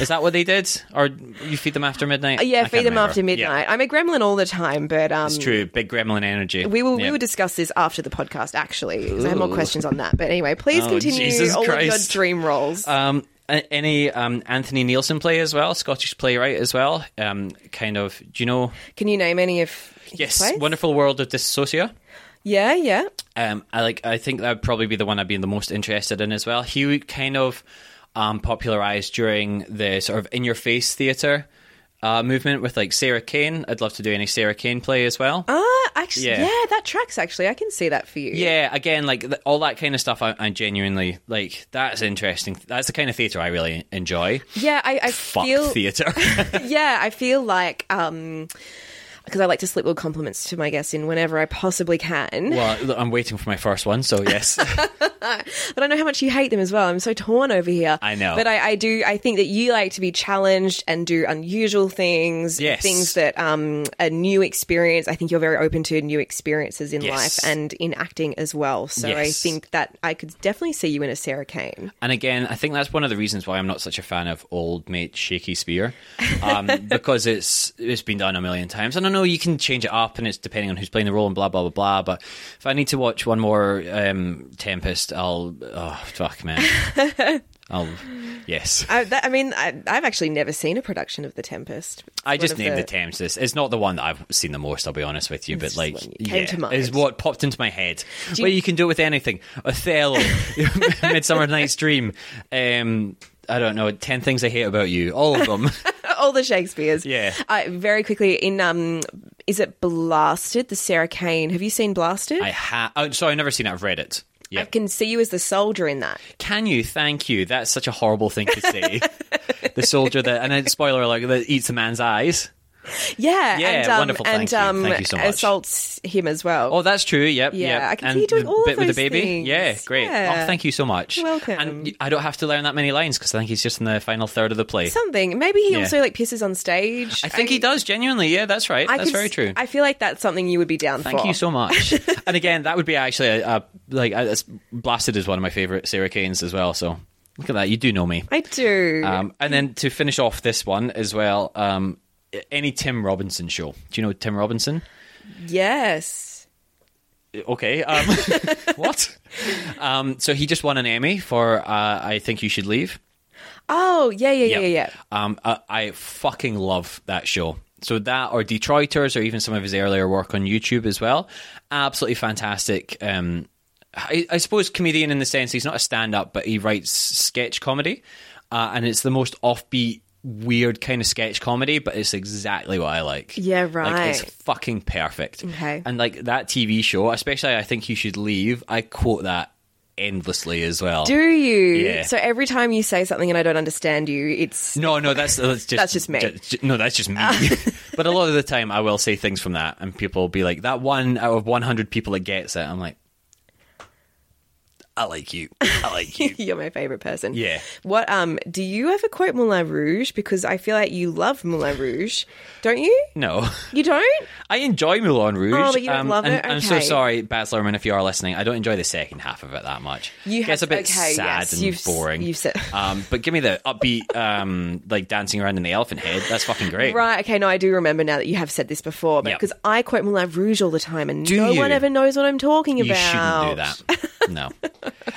Is that what they did, or you feed them after midnight? I
Uh, Yeah,
can't
feed them
remember.
after midnight. I'm a gremlin all the time, but um,
Yeah, true, big gremlin energy.
we will we
Yeah.
will discuss this after the podcast. Actually, 'cause I have more
Ooh.
questions on that. But anyway, please
Oh,
continue
Jesus
all of your
Christ.
dream roles.
Um, a- any um, Anthony Nielsen play as well, Scottish playwright as well. Um, kind of, do you know?
Can you name any of his
Yes,
plays?
Wonderful World of Dissociation.
Yeah, yeah.
Um, I like. I think that would probably be the one I'd be the most interested in as well. He would kind of um, popularized during the sort of in-your-face theater uh, movement with like Sarah Kane. I'd love to do any Sarah Kane play as well.
Ah, actually, yeah.
Yeah.
that tracks. Actually, I can see that for you.
yeah, again, like th- all that kind of stuff. I, I genuinely like. That's interesting. That's the kind of theater I really enjoy.
yeah. I, I
Fuck
feel
theater.
yeah, I feel like um because I like to slip little compliments to my guests in whenever I possibly can.
well, look, I'm waiting for my first one, so yes.
But I know how much you hate them as well. I'm so torn over here.
I know.
But I, I do I think that you like to be challenged and do unusual things.
Yes.
Things that um a new experience. I think you're very open to new experiences in
Yes.
life and in acting as well. So I
Yes.
think that I could definitely see you in a Sarah Kane.
And again, I think that's one of the reasons why I'm not such a fan of old mate shaky spear, um, because it's it's been done a million times. And I know you can change it up, and it's depending on who's playing the role and blah blah blah blah. But if I need to watch one more um, Tempest, I'll oh fuck man, I'll yes.
I, that, I mean, I, I've actually never seen a production of The Tempest. It's
I
one
just
of
named the, Tempest. It's not the one that I've seen the most. I'll be honest with you, but
just
like,
one you came
yeah,
to mind.
is what popped into my head. Well, you-, can do it with anything. Othello, Midsummer Night's Dream. Um, I don't know. Ten things I hate about you. All of them.
all the Shakespeare's.
Yeah.
Uh, very quickly in um, is it Blasted? The Sarah Kane. Have you seen Blasted?
I ha. Oh, sorry, I've never seen it. I've read it. Yeah.
I can see you as the soldier in that.
Can you? Thank you. That's such a horrible thing to say. the soldier that, and then spoiler alert, that eats a man's eyes.
Yeah,
Yeah,
and, um,
wonderful.
And
Thank you.
um,
Thank you so much.
assaults him as well.
Oh, that's true. Yep.
Yeah,
yep.
I can
and
see you doing
the
all of
bit with
those
the baby.
things.
Yeah, great.
Yeah.
Oh, thank you so much.
You're welcome.
And y- I don't have to learn that many lines because I think he's just in the final third of the play.
Something. Maybe he
Yeah.
also like pisses on stage.
I think he does genuinely. Yeah, that's right.
I
that's
could
very
s-
true.
I feel like that's something you would be down for.
Thank you so much. and again, that would be actually a, a, like a, it's- blasted is one of my favorite Sarah Kane's as well. So look at that. You do know me.
I do.
Um, and then to finish off this one as well, um, any Tim Robinson show? Do you know Tim Robinson?
yes.
Okay. Um, what? Um, so he just won an Emmy for uh, I think you should leave.
Oh yeah yeah yeah yeah. yeah.
Um, I, I fucking love that show. So that or Detroiters or even some of his earlier work on YouTube as well. Absolutely fantastic. Um, I, I suppose comedian in the sense he's not a stand-up, but he writes sketch comedy, uh, and it's the most offbeat, weird kind of sketch comedy. But it's exactly what I like.
Yeah,
Like, it's
right.
fucking perfect.
Okay.
And like that TV show, especially I think you should leave. I quote that endlessly as well.
Do you?
Yeah.
So every time you say something and I don't understand you, it's
No, no, that's that's just
That's just me. Uh.
ju- ju- no, that's just me. but a lot of the time, I will say things from that, and people will be like, "That one out of one hundred people that gets it." I'm like, "I like you. I like you."
you're my favorite person.
Yeah.
What um do you ever quote Moulin Rouge because I feel like you love Moulin Rouge, don't you?
no,
You don't?
I enjoy Moulin Rouge. um,
Oh, but you don't love
and
it?
I'm so
Okay.
sorry, Baz Luhrmann, if you are listening. I don't enjoy the second half of it that much.
You
It's a
have-
bit
okay,
sad
yes,
and
you've s-
boring.
you've said-
um, but give me the upbeat, um, like dancing around in the elephant head. That's fucking great.
Right. Okay. No, I do remember now that you have said this before, but
Yep.
because I quote Moulin Rouge all the time, and
Do
no one
you?
ever knows what I'm talking
You
about.
shouldn't do that. No.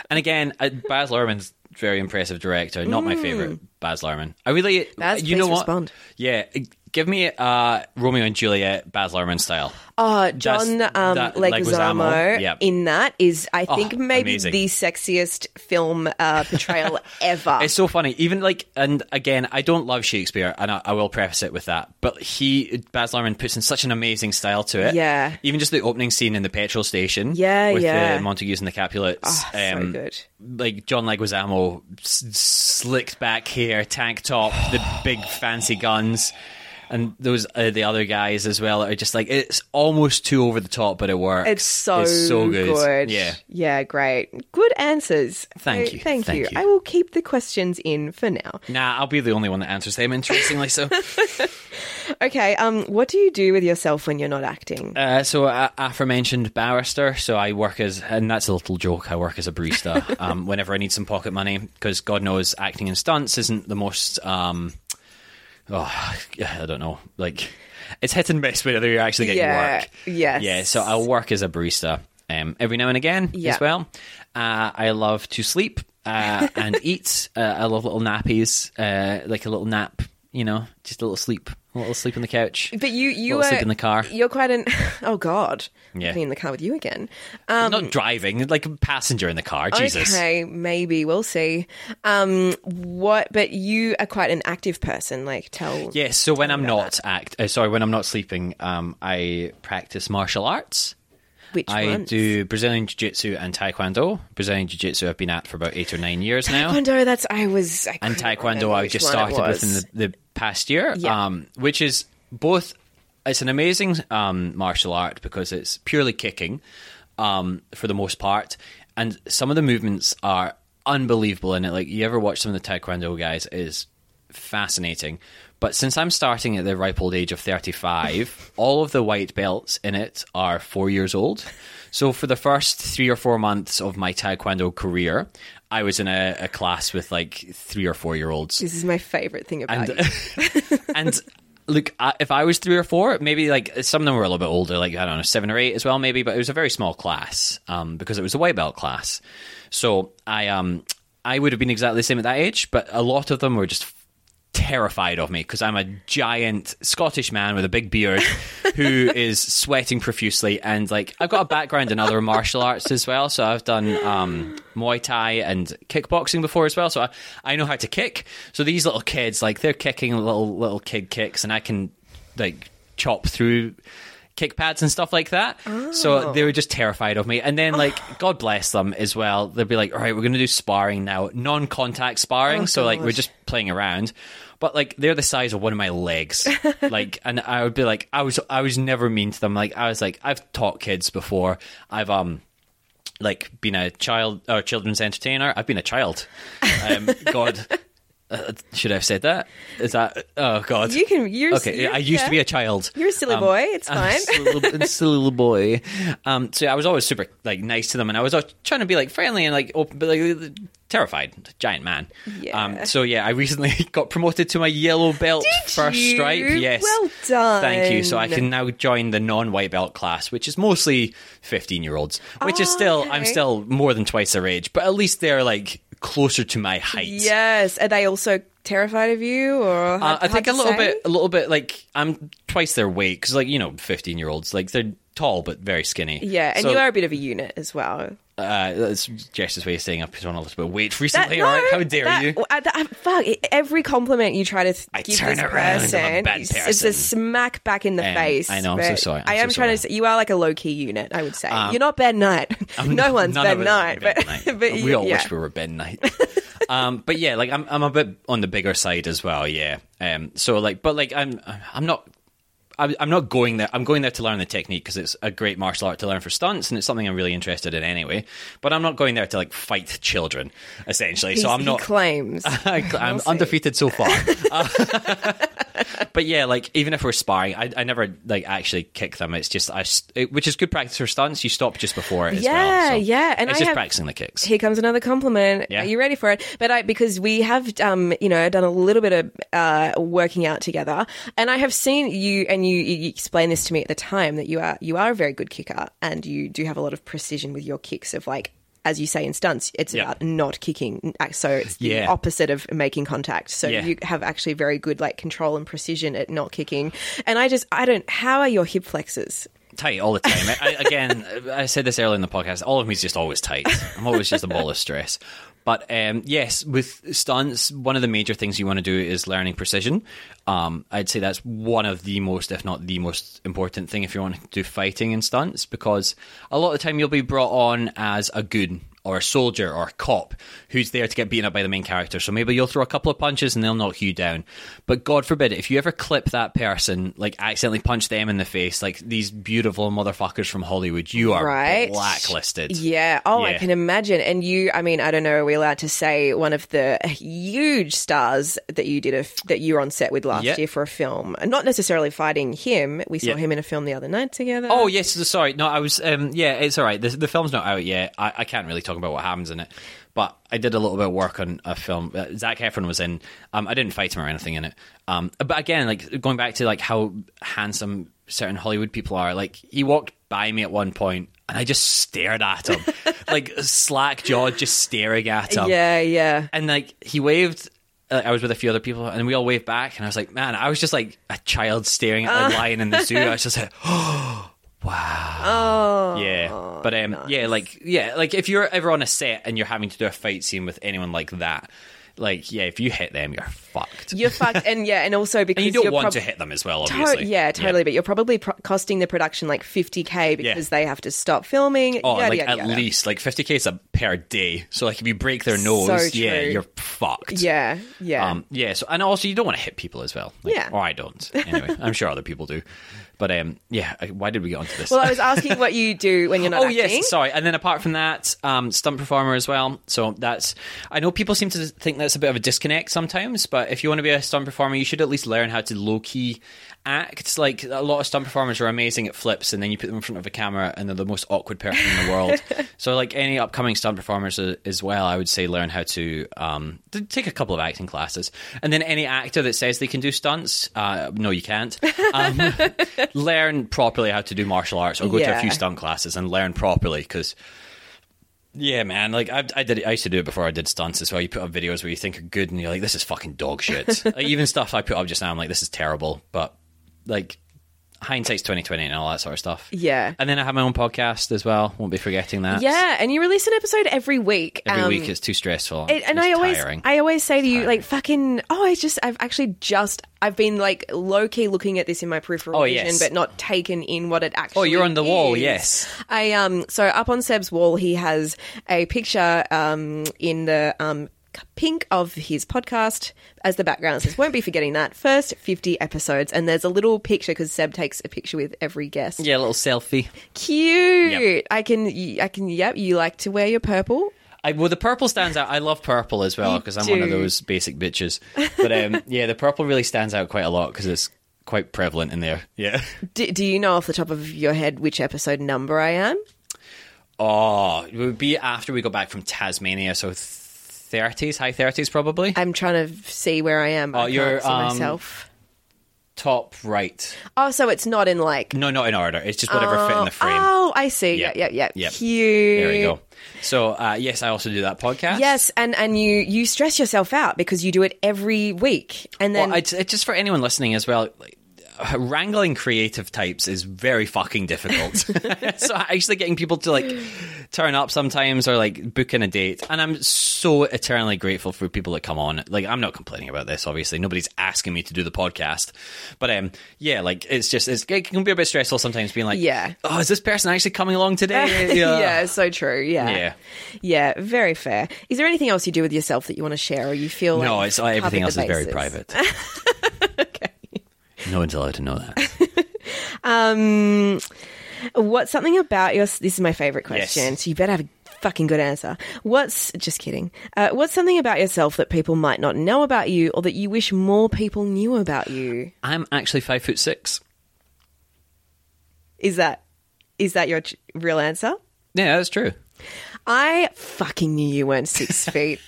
and again, uh, Baz Luhrmann's very impressive director. Not my favorite Baz Luhrmann. I really,
Mm. Baz,
you
please
know what?
respond.
Yeah, give me uh, Romeo and Juliet, Baz Luhrmann style.
Uh, John
That's-
um,
that-
Leguizamo
Leguizamo, yep. Oh,
in that is, I think, maybe
amazing.
the sexiest film uh, portrayal ever.
It's so funny. Even like, and again, I don't love Shakespeare, and I, I will preface it with that. But he, Baz Luhrmann, puts in such an amazing style to it.
Yeah.
Even just the opening scene in the petrol station.
Yeah,
with
yeah.
the Montagues and the Capulets.
Oh, so
um,
good.
Like John Leguizamo, s- slicked back hair, tank top, the big fancy guns. And those uh, the other guys as well are just like it's almost too over the top, but it works.
It's so, good.
Yeah,
Yeah, great. Good answers.
Thank
So,
you,
Thank,
thank
you.
you.
I will keep the questions in for now.
nah, I'll be the only one that answers them. Interestingly, so
Okay. Um, what do you do with yourself when you're not acting?
Uh, so, uh, aforementioned barrister. So, I work as, and that's a little joke. I work as a barista um, whenever I need some pocket money because God knows acting in stunts isn't the most. Um, oh, I don't know. Like, it's hit and miss whether you're actually getting
Yeah,
work.
yes.
Yeah. So, I work as a barista um, every now and again
Yeah.
as well. Uh, I love to sleep uh, and eat. Uh, I love little nappies, uh, like a little nap. You know, just a little sleep, a little sleep on the couch.
But you, you
Little
are,
sleep in the car.
You're quite an. Oh God.
Yeah.
I'll Be in the car with you again. Um,
not driving, like a passenger in the car. Jesus.
Okay, maybe we'll see. Um, what? But you are quite an active person. Like, tell.
Yes. So when I'm not act, uh, sorry, when I'm not sleeping, um, I practice martial arts.
Which
I
ones?
do Brazilian Jiu Jitsu and Taekwondo. Brazilian Jiu Jitsu I've been at for about eight or nine years now.
Taekwondo. That's I was. I
and
couldn't remember
Taekwondo I
which
just
one it
started
was.
within the, the past year,
Yeah.
um, which is both, it's an amazing um, martial art because it's purely kicking um, for the most part. And some of the movements are unbelievable in it. Like, you ever watch some of the Taekwondo guys, it is fascinating. But since I'm starting at the ripe old age of 35, all of the white belts in it are four years old. So for the first three or four months of my taekwondo career, I was in a, a class with like three or four year olds.
This is my favorite thing about you.
And, and look, I, if I was three or four, maybe like some of them were a little bit older, like I don't know, seven or eight as well, maybe. But it was a very small class um, because it was a white belt class. So I um I would have been exactly the same at that age, but a lot of them were just terrified of me because I'm a giant Scottish man with a big beard who is sweating profusely and like I've got a background in other martial arts as well so I've done um, Muay Thai and kickboxing before as well so I, I know how to kick so these little kids like they're kicking little little kid kicks and I can like chop through kick pads and stuff like that. So they were just terrified of me. And then, like, God bless them as well. They'd be like, all right, we're going to do sparring now, non contact sparring. so, like,
God.
we're just playing around. But like they're the size of one of my legs, like, and I would be like, I was, I was never mean to them. Like, I was like, I've taught kids before. I've um, like been a child or children's entertainer. I've been a child. Um, God, uh, should I have said that? Is that? Oh God,
You can- you're-
okay.
you're-
I used
yeah.
to be a child.
You're a silly boy. It's
I'm a
fine.
silly little, silly little boy. Um, so I was always super like nice to them, and I was always trying to be like friendly and like open, but like terrified, giant man.
Yeah.
Um, so yeah, I recently got promoted to my yellow belt
Did
first
you?
stripe. Yes,
Well done.
Thank you. So I can now join the non-white belt class, which is mostly fifteen-year-olds, which is
Oh,
still I'm
okay.
still more than twice their age, but at least they're like closer to my height.
Yes. Are they also terrified of you, or
Uh,
hard,
I think
hard to
a little
say?
bit, a little bit like I'm twice their weight because, like you know, fifteen year olds like they're tall but very skinny.
Yeah, and
So,
you are a bit of a unit as well.
Uh, that's Jess's way of saying I've put on a little bit of weight
That-
recently.
no,
all right, how dare
that-
you?
I- that- I- fuck! e, Every compliment you try to th-
I
give
turn
this
around, I'm a
person,
bad
it's- it's
person.
a smack back in the
And
face.
I know, I'm so
but
sorry, I'm
I
so
am trying to
sorry. Um,
say you are like a low key unit. I would say you're not Ben Knight. no
not-
one's
none
Ben
of us
Knight,
are Ben
but
Knight.
but
we
you-
all
yeah.
wish we were Ben Knight. um, but yeah, like I'm, I'm a bit on the bigger side as well. Yeah. Um, so like, but like I'm, I'm not. I'm I'm not going there. I'm going there to learn the technique because it's a great martial art to learn for stunts, and it's something I'm really interested in anyway. But I'm not going there to like fight children, essentially.
He's-
so I'm
he
not.
claims.
I, I'm
see.
undefeated so far. Uh, but yeah, like even if we're sparring, I, I never like actually kick them. It's just I, s- it, which is good practice for stunts. You stop just before it. As
Yeah,
well, so
yeah, and
it's
I
just
have-
practicing the kicks.
Here comes another compliment.
Yeah.
Are you ready for it? But I because we have um you know done a little bit of uh working out together, and I have seen you and you, you explained this to me at the time that you are you are a very good kicker and you do have a lot of precision with your kicks of like. As you say in stunts, it's
Yeah.
about not kicking. So it's the
Yeah.
opposite of making contact. So
Yeah.
you have actually very good like control and precision at not kicking. And I just, I don't, how are your hip flexors?
tight all the time. I, I- again, I said this earlier in the podcast. All of me is just always tight. I'm always just a ball of stress. But um, yes, with stunts, one of the major things you want to do is learning precision. Um, I'd say that's one of the most, if not the most important thing, if you want to do fighting in stunts, because a lot of the time you'll be brought on as a goon or a soldier or a cop who's there to get beaten up by the main character. So maybe you'll throw a couple of punches and they'll knock you down. But God forbid, if you ever clip that person, like accidentally punch them in the face, like these beautiful motherfuckers from Hollywood, you are
Right.
blacklisted.
Yeah. Oh, I
Yeah.
can imagine. And you, I mean, I don't know, are we allowed to say one of the huge stars that you did, a f that you were on set with last
Yeah.
year for a film? And Not necessarily fighting him. We saw
Yeah.
him in a film the other night together.
Oh yes, sorry. No, I was. Um, yeah, it's all right. The, the film's not out yet. I, I can't really talk about what happens in it, but I did a little bit of work on a film. Uh, Zach Efron was in. Um, I didn't fight him or anything in it. Um, but again, like going back to like how handsome certain Hollywood people are. Like he walked by me at one point, and I just stared at him, like slack jawed, just staring at him
yeah, yeah.
and like he waved. uh, I was with a few other people, and we all waved back. And I was like, "Man, I was just like a child staring
Uh.
at a lion in the zoo." I was just like, "Oh, wow, oh, yeah." But um, yeah, like yeah, like if you're ever on a set and you're having to do a fight scene with anyone like that, like yeah, if you hit them, you're fucked.
You're fucked. And yeah, and also because
and you don't
are
want to hit them as well,
To-
obviously.
yeah, totally. But you're probably pro- costing the production like 50k because they have to stop filming.
Oh,
yada,
like
yada,
at
yada.
least like 50k is a per day. So like if you break their nose, yeah,
true.
you're fucked.
Yeah, yeah.
Um, yeah. So, and also, you don't want to hit people as well. Like,
Yeah.
Or I don't. Anyway, I'm sure other people do. But um, yeah. I- Why did we get onto this?
well, I was asking what you do when you're not
oh
acting.
yes, sorry. And then apart from that, um, stunt performer as well. So that's. I know people seem to think that's a bit of a disconnect sometimes, but if you want to be a stunt performer, you should at least learn how to low key act. Like a lot of stunt performers are amazing at flips, and then you put them in front of a camera, and they're the most awkward person in the world. So like any upcoming stunt performers a- as well, I would say learn how to um, t- take a couple of acting classes, and then any actor that says they can do stunts, uh, no, you can't. Um, learn properly how to do martial arts, or go to a
Yeah.
few stunt classes and learn properly because yeah man like I, I did it- i used to do it before i did stunts as well you put up videos where you think are good and you're like this is fucking dog shit like, even stuff i put up just now i'm like this is terrible but like hindsight's twenty twenty and all that sort of stuff.
Yeah.
And then I have my own podcast as well. Won't be forgetting that.
Yeah, and you release an episode every week.
Every
um,
week it's too stressful.
It- and
it's
I always,
tiring.
I always say to you, like, fucking. Oh, I just, I've actually just, I've been like low key looking at this in my peripheral
Oh,
vision,
yes. Oh,
but not taken in what it actually.
you're on the wall,
is.
yes.
I um. So up on Seb's wall, he has a picture um in the um pink of his podcast as the background. It says, "Won't be forgetting that first fifty episodes." And there's a little picture because Seb takes a picture with every guest.
yeah, a little selfie.
Cute.
Yep.
I can. I can. Yep. You like to wear your purple.
I, well, the purple stands out. I love purple as well because I'm one of
do.
those basic bitches. But um, yeah, the purple really stands out quite a lot because it's quite prevalent in there. Yeah.
Do, do you know off the top of your head which episode number I am?
Oh, it would be after we go back from Tasmania, so thirties, high thirties, probably.
I'm trying to see where I am. I
Oh, you're,
can't see
um,
myself.
Top right.
Oh, so it's not in like.
No, not in order. It's just whatever fit in the frame.
Oh, I see. Yeah, yeah,
Yep.
yeah.
Yep.
Cute.
There we go. So uh, yes, I also do that podcast.
Yes, and and you you stress yourself out because you do it every week, and then
Well, it's, it's just for anyone listening as well. Like, uh, wrangling creative types is very fucking difficult. so actually getting people to like turn up sometimes or like book in a date, and I'm so eternally grateful for people that come on. Like I'm not complaining about this. Obviously, nobody's asking me to do the podcast, but um, yeah, like it's just it's, it can be a bit stressful sometimes. Being like,
Yeah.
oh, is this person actually coming along today?
yeah. so true. Yeah.
Yeah.
Yeah, very fair. Is there anything else you do with yourself that you want to share, or you feel like
No,
you've
it's uh, everything
covered
else
the
is very
bases?
private. No one's allowed to know that.
What's something about your? This is my favorite
Yes.
question, so you better have a fucking good answer. What's just kidding? Uh, what's something about yourself that people might not know about you, or that you wish more people knew about you?
I'm actually five foot six.
Is that is that your ch- real answer?
Yeah, that's true.
I fucking knew you weren't six feet.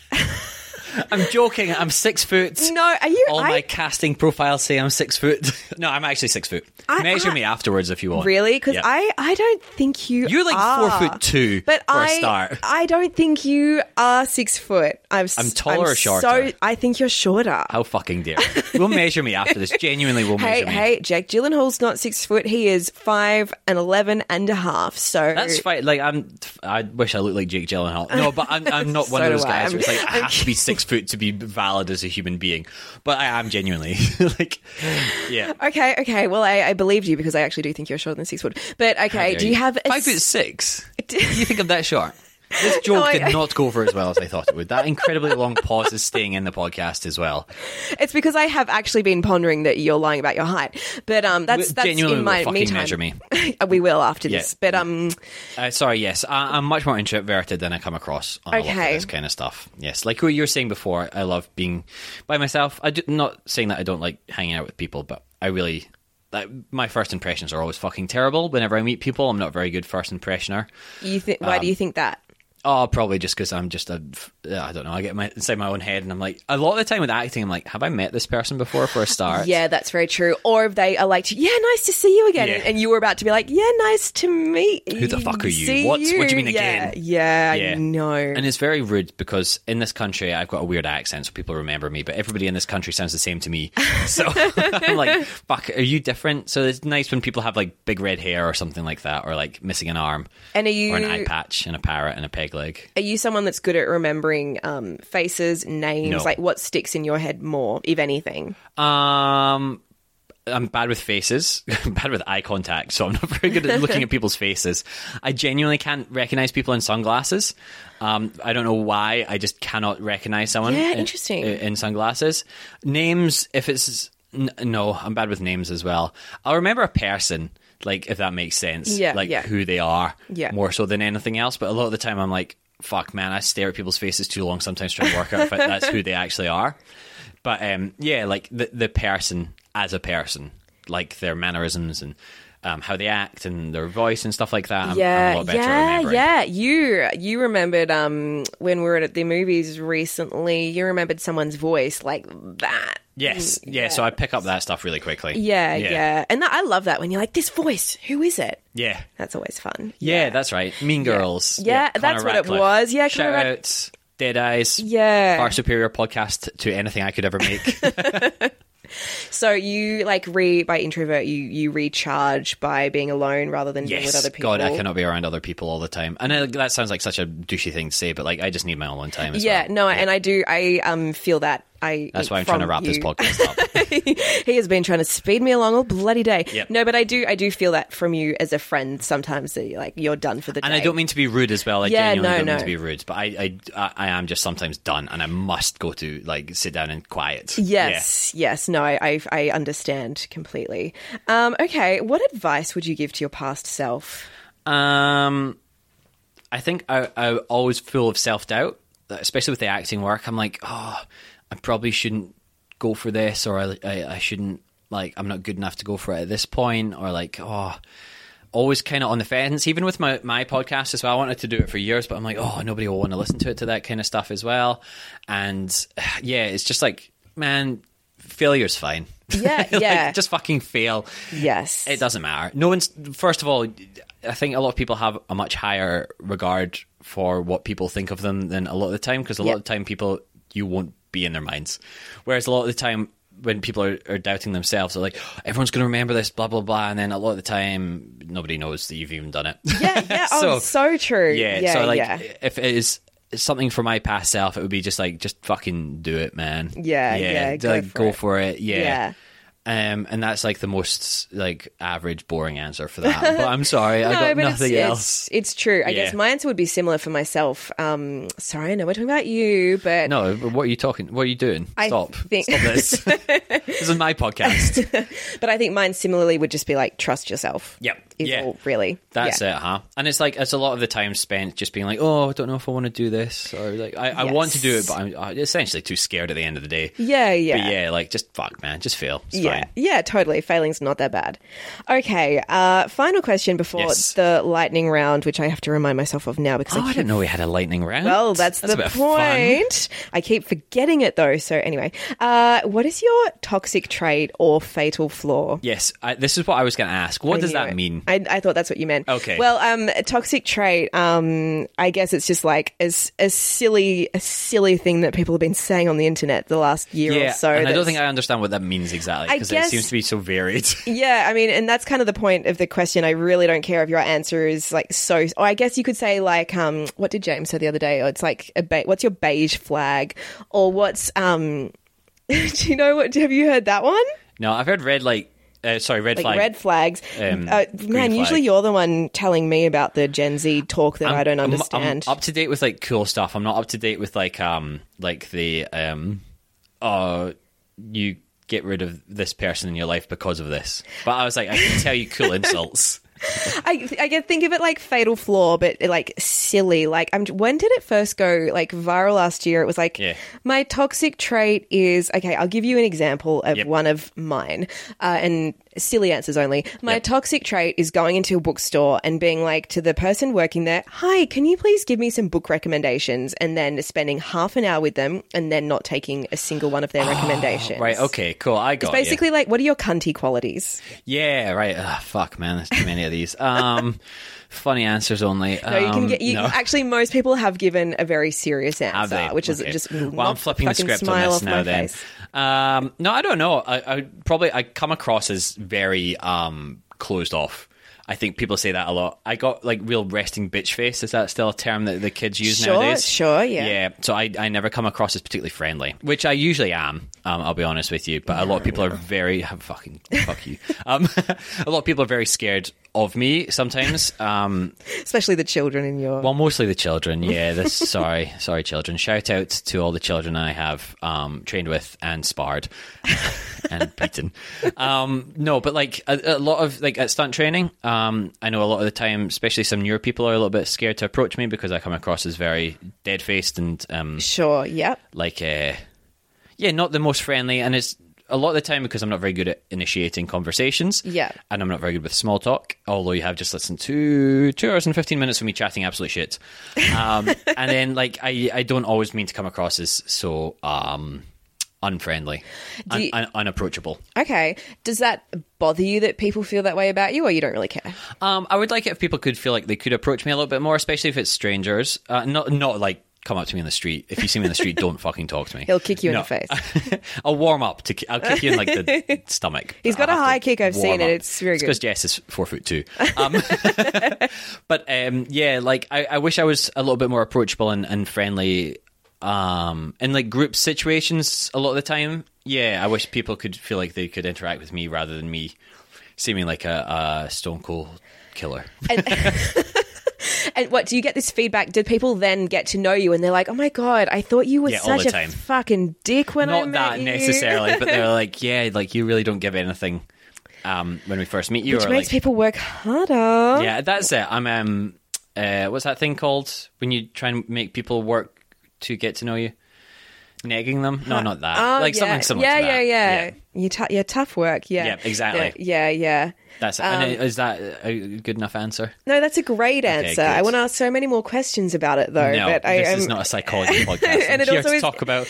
I'm joking. I'm six foot.
no, are you?
All
I
Oh my casting profiles say I'm six foot. no, I'm actually six foot.
I-
Measure
I-
me afterwards if you want.
really because
Yep.
I I don't think you
You're like
are.
four foot two
But
for a
I
start.
I don't think you are six foot. I'm s-
I'm taller or shorter?
So I think you're shorter.
How fucking dare! you. We'll measure me after this. Genuinely, we'll
Hey,
measure me.
hey, Jack Gyllenhaal's not six foot. He is five and eleven and a half. So
That's fine. Like I'm, I wish I looked like Jake Gyllenhaal. No, but I'm, I'm not one
So
of those
do I.
guys.
I'm-
Who's like I
I'm
have to be six foot to be valid as a human being. But I am genuinely like, yeah.
Okay, okay. Well, I, I believed you because I actually do think you're shorter than six foot. But okay,
Dare
do you have a
five foot
s-
six? Do you think I'm that short? This joke
I-
did not go over as well as I thought it would. That incredibly long pause is staying in the podcast as well.
It's because I have actually been pondering that you're lying about your height. But um, that's that's
Genuinely,
in my
will
me
fucking
time.
measure me.
we will after
Yeah.
this. But um,
Uh, sorry, yes, I, I'm much more introverted than I come across on a lot
Okay.
of this kind of stuff. Yes, like what you were saying before, I love being by myself. I do, not saying that I don't like hanging out with people, but I really like, my first impressions are always fucking terrible. Whenever I meet people, I'm not very good first impressioner.
you think why
Um,
do you think that?
Oh, probably just because I'm just a, I don't know. I get my, inside my own head, and I'm like a lot of the time with acting, I'm like, have I met this person before for a start?
Yeah, that's very true. Or if they are like, yeah, nice to see you again,
Yeah.
and you were about to be like, yeah, nice to meet.
Who the fuck are you?
see
What- what do you mean
Yeah,
again?
Yeah,
Yeah.
I know.
And it's very rude because in this country I've got a weird accent, so people remember me. But everybody in this country sounds the same to me. So I'm like, "Fuck, are you different?" So it's nice when people have like big red hair or something like that, or like missing an arm,
And are you
or an eye patch, and a parrot, and a peg leg.
Are you someone that's good at remembering um, faces, names,
No.
like what sticks in your head more, if anything?
Um, I'm bad with faces. I'm bad with eye contact, so I'm not very good at looking at people's faces. I genuinely can't recognize people in sunglasses. Um, I don't know why. I just cannot recognize someone.
Yeah,
in-
interesting.
In, sunglasses, names. If it's n- no, I'm bad with names as well. I'll remember a person. Like if that makes sense,
Yeah,
like
yeah.
who they are,
Yeah.
more so than anything else. But a lot of the time, I'm like, "Fuck, man!" I stare at people's faces too long sometimes trying to work out if that's who they actually are. But um, yeah, like the the person as a person, like their mannerisms and um, how they act and their voice and stuff like that. I'm, I'm a lot better at
yeah,
remembering.
yeah. You you remembered um, when we were at the movies recently. You remembered someone's voice like that.
Yes, yeah, So I pick up that stuff really quickly.
Yeah, yeah,
yeah,
And that, I love that when you're like, this voice, who is it?
yeah.
That's always fun.
Yeah, that's right. Mean Girls.
Yeah,
Conor
that's what it
Radcliffe.
was. Yeah, Conor
shout
Rad-
outs, Dead Eyes.
Yeah.
far superior podcast to anything I could ever make.
So you like re by introvert, you you recharge by being alone rather than being with
Yes,
other people.
God, I cannot be around other people all the time. And I, that sounds like such a douchey thing to say, but like I just need my own time. As
Yeah,
well.
no, and I do. I um feel that. I
that's why I'm trying to
from
wrap this
you.
podcast up.
he has been trying to speed me along all bloody day.
Yep.
No, but I do. I do feel that from you as a friend sometimes that you're like you're done for the
And
day.
I don't mean to be rude as well. I
Yeah,
genuinely
no,
don't mean
no.
to be rude, but I, I I am just sometimes done, and I must go to like sit down and quiet.
Yes, yes. No, I, I I understand completely. Um, okay, what advice would you give to your past self?
Yeah. Um, I think I I always full of self doubt, especially with the acting work. I'm like, oh, I probably shouldn't go for this, or I I, I shouldn't like I'm not good enough to go for it at this point, or like oh. Always kind of on the fence, even with my, my podcast as well. I wanted to do it for years, but I'm like, oh, nobody will want to listen to it to that kind of stuff as well. And yeah, it's just like, man, failure's fine.
Yeah,
Like,
yeah.
Just fucking fail.
Yes,
It doesn't matter. No one's. First of all, I think a lot of people have a much higher regard for what people think of them than a lot of the time because a lot
Yeah.
of the time people you won't be in their minds, whereas a lot of the time when people are, are doubting themselves, they're like, "Oh, "Everyone's going to remember this," blah blah blah, and then a lot of the time nobody knows that you've even done it.
yeah, yeah. Oh, so, true.
Yeah,
yeah,
so like
yeah.
if it is something for my past self, it would be just like just fucking do it, man.
Yeah, yeah,
d-
go
like,
for
go
it.
for it. Yeah.
Yeah.
Um, and that's like the most like average boring answer for that. But I'm sorry, I got
but
nothing
it's,
else.
It's, it's true. I
Yeah.
guess my answer would be similar for myself. Um, sorry, I know we're talking about you, but
No, but what are you talking? What are you doing?
I
Stop!
think-
Stop this! this is my podcast.
but I think mine similarly would just be like trust yourself.
Yep.
Is
Yeah.
all, really.
That's
yeah.
it, huh? And it's like it's a lot of the time spent just being like, "Oh, I don't know if I want to do this," or like, "I, I want to do
Yes.
it, but I'm uh, essentially too scared at the end of the day."
Yeah, yeah.
But yeah, like just fuck, man, just fail. It's
Yeah,
fine.
yeah, totally. Failing's not that bad. Okay, uh, final question before
Yes.
the lightning round, which I have to remind myself of now because
Oh,
I
I
keep
didn't know we had a lightning round.
Well, that's,
a
the
bit of fun.
point. I keep forgetting it though. So anyway, uh, what is your toxic trait or fatal flaw?
Yes, I, this is what I was going to ask. What does
I knew
that
it.
mean?
I, I thought that's what you meant.
Okay.
Well, um, a toxic trait. Um, I guess it's just like as a silly, a silly thing that people have been saying on the internet the last year or
yeah,
so.
and I don't
that's-
think I understand what that means exactly
I
because
guess-
it seems to be so varied.
Yeah, I mean, and that's kind of the point of the question. I really don't care if your answer is like so. Or I guess you could say like, um, what did James say the other day? Or it's like, a be- what's your beige flag? Or what's um, do you know what? Have you heard that one?
no, I've heard red like, uh, sorry, red
Like
flag.
red flags.
um,
uh,
green
man,
flag.
usually you're the one telling me about the Gen Z talk that I'm, I do not
I'm-
understand.
I'm, up to date with like cool stuff. I'm not up to date with like um like the um oh you get rid of this person in your life because of this. But I was like, I can tell you cool insults.
I, I can think of it like fatal flaw, but like silly. Like, I'm, when did it first go like viral last year? It was like,
Yeah.
my toxic trait is okay. I'll give you an example of
Yep.
one of mine, uh, and silly answers only. My
Yep.
toxic trait is going into a bookstore and being like to the person working there, "Hi, can you please give me some book recommendations?" And then spending half an hour with them and then not taking a single one of their recommendations.
Ah, Right? Okay, Oh, cool. I got you.
Basically, like, what are your cunty qualities?
Yeah, right. Ah, fuck, man, there's too many of these. Um, funny answers only.
No, you can
Um,
get. You,
no.
Actually, most people have given a very serious
Have
answer,
they?
which is
Okay.
just.
well, I'm
knock
flipping the
fucking
script on
smile
this
off
now.
my
Then,
face.
um, no, I don't know. I, I probably I come across as very um, closed off. I think people say that a lot. I got like real resting bitch face. Is that still a term that the kids use
Sure,
nowadays?
sure, yeah.
Yeah. So I, I never come across as particularly friendly, which I usually am. Um, I'll be honest with you, but a lot of people are very fucking fuck you. Um, a lot of people are very scared of me sometimes. Um,
especially the children in your.
well, mostly the children. Yeah, this sorry, sorry, children. Shout out to all the children I have um, trained with and sparred and beaten. Um, no, but like a, a lot of like at stunt training, um, I know a lot of the time, especially some newer people are a little bit scared to approach me because I come across as very dead faced and um,
sure. Yep.
like uh, yeah, not the most friendly, and it's a lot of the time because I'm not very good at initiating conversations.
Yeah.
and I'm not very good with small talk. Although you have just listened to two hours and fifteen minutes of me chatting absolute shit, um, and then like I I don't always mean to come across as so um unfriendly,
Do
un-
you-
un- unapproachable.
Okay. Does that bother you that people feel that way about you, or you don't really care?
Um, I would like it if people could feel like they could approach me a little bit more, especially if it's strangers. Uh, not not like come up to me in the street. If you see me in the street, don't fucking talk to me.
He'll kick you in
No.
the face.
I'll warm up to. ki- I'll kick you in like the stomach.
He's got
I'll
a
have to
high kick, I've
warm
seen it.
up.
It's very good.
because Jess is four foot two. Um, but um, yeah, like I, I wish I was a little bit more approachable and, and friendly. Um, in like group situations, a lot of the time, yeah, I wish people could feel like they could interact with me rather than me seeming like a, a stone cold killer.
And what do you get this feedback? Did people then get to know you and they're like, "Oh my god, I thought you were
Yeah, all
such
the
a
time.
fucking dick when I
Not
met
that
you."
necessarily, but they're like, yeah, like you really don't give anything. Um, when we first meet you,
Which
or
makes
like,
people work harder.
Yeah, that's it. I'm um uh what's that thing called when you try and make people work to get to know you? Negging them? No, not that.
Oh,
like
yeah.
something similar
yeah,
to that.
Yeah, yeah, You tou- yeah, tough work. Yeah,
Yeah, exactly.
Yeah, yeah.
That's it. and
Um,
is that a good enough answer?
No, that's a great answer. I
good.
want to ask so many more questions about it, though.
No,
but I,
this is
I'm-
not a psychology podcast.
and
I'm
it
here
also
to
is-
talk about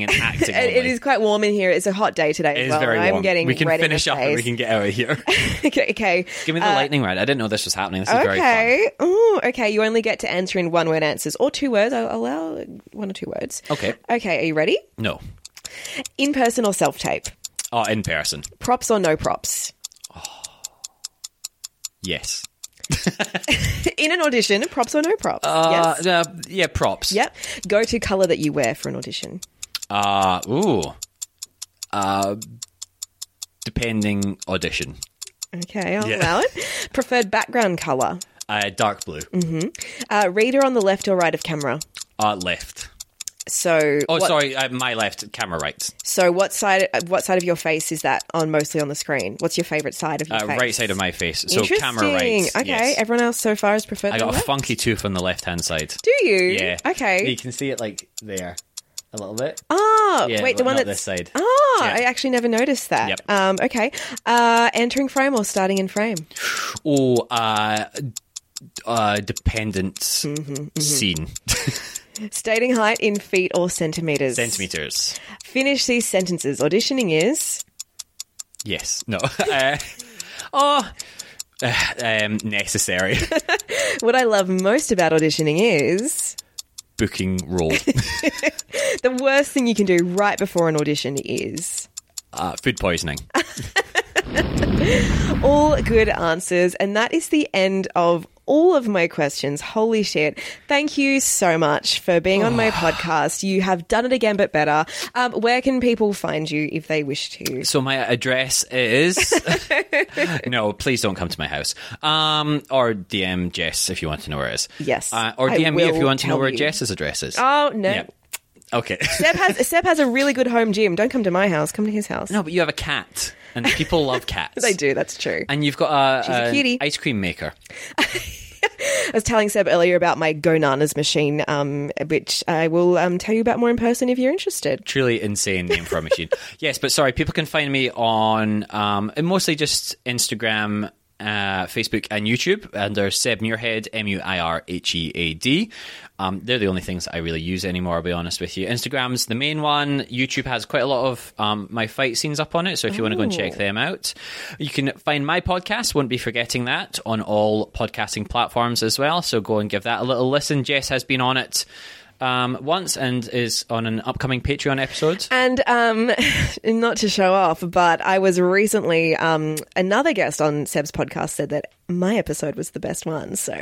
and acting.
It, it
only.
is quite warm in here. It's a hot day today.
It
as
is
well.
very
I'm
warm.
getting
we can
red in
finish
the
up and we
face.
can get out of here.
okay, okay.
Give me the lightning rod. I didn't know this was happening. This is very fun.
okay. Ooh, okay. You only get to answer in one word answers or two words. I'll allow one or two words.
Okay.
Okay. Are you ready?
No.
In person or self tape?
Oh, in person.
Props or no props?
Yes.
In an audition, props or no props?
Uh,
yes.
uh, yeah, props.
Yep. Go to color that you wear for an audition.
Uh, ooh. Uh, depending audition.
Okay, I'll
Yeah.
allow it. Preferred background color.
Uh, dark blue.
Uh, reader on the left or right of camera.
Uh, left.
So,
Oh,
what,
sorry. Uh, my left. Camera right.
so what side? uh, What side of your face is that on? Mostly on the screen. What's your favorite side of your
Uh,
face?
right side of my face. So camera right.
Interesting. Okay,
yes.
everyone else so far has preferred.
I
the
got a
left.
funky tooth on the left hand side.
Do you?
Yeah. You
Okay.
can see it like there, a little bit.
Ah,
Yeah,
wait, the
but
one
not
that's
this side.
Ah,
Yeah.
I actually never noticed that.
Yep.
Um, okay. Uh, entering frame or starting in frame?
Oh, uh, uh, dependent
Mm-hmm,
scene
Stating height in feet or centimeters.
centimeters.
Finish these sentences. Auditioning is
Yes. No. uh, oh, uh, um, necessary.
what I love most about auditioning is
Booking role.
the worst thing you can do right before an audition is
Uh, food poisoning.
all good answers, and that is the end of. All of my questions. Holy shit. Thank you so much for being on
Oh.
my podcast. You have done it again, but better. Um, where can people find you if they wish to?
So my address is no. Please don't come to my house. Um, or DM Jess if you want to know where it is.
Yes,
Uh, or
I
DM me if you
will
want to know
tell
where
you.
Jess's address is.
Oh, no.
yeah. Okay.
Seb, has, Seb has a really good home gym. Don't come to my house. Come to his house.
no, but you have a cat, and people love cats.
They do. That's true.
And you've got a,
a
an
cutie.
ice cream maker.
I was telling Seb earlier about my Go Nanas machine, um, which I will um, tell you about more in person if you're interested.
Truly insane name for a machine. yes, but sorry, people can find me on um, and mostly just Instagram, uh, Facebook, and YouTube under Seb Muirhead, M U I R H E A D. Um, they're the only things I really use anymore, I'll be honest with you. Instagram's the main one. YouTube has quite a lot of um, my fight scenes up on it, so if you want to go and check them out, you can find my podcast, won't be forgetting that, on all podcasting platforms as well. So go and give that a little listen. Jess has been on it um, once and is on an upcoming Patreon episode.
And um, not to show off, but I was recently um, another guest on Seb's podcast said that my episode was the best one. So,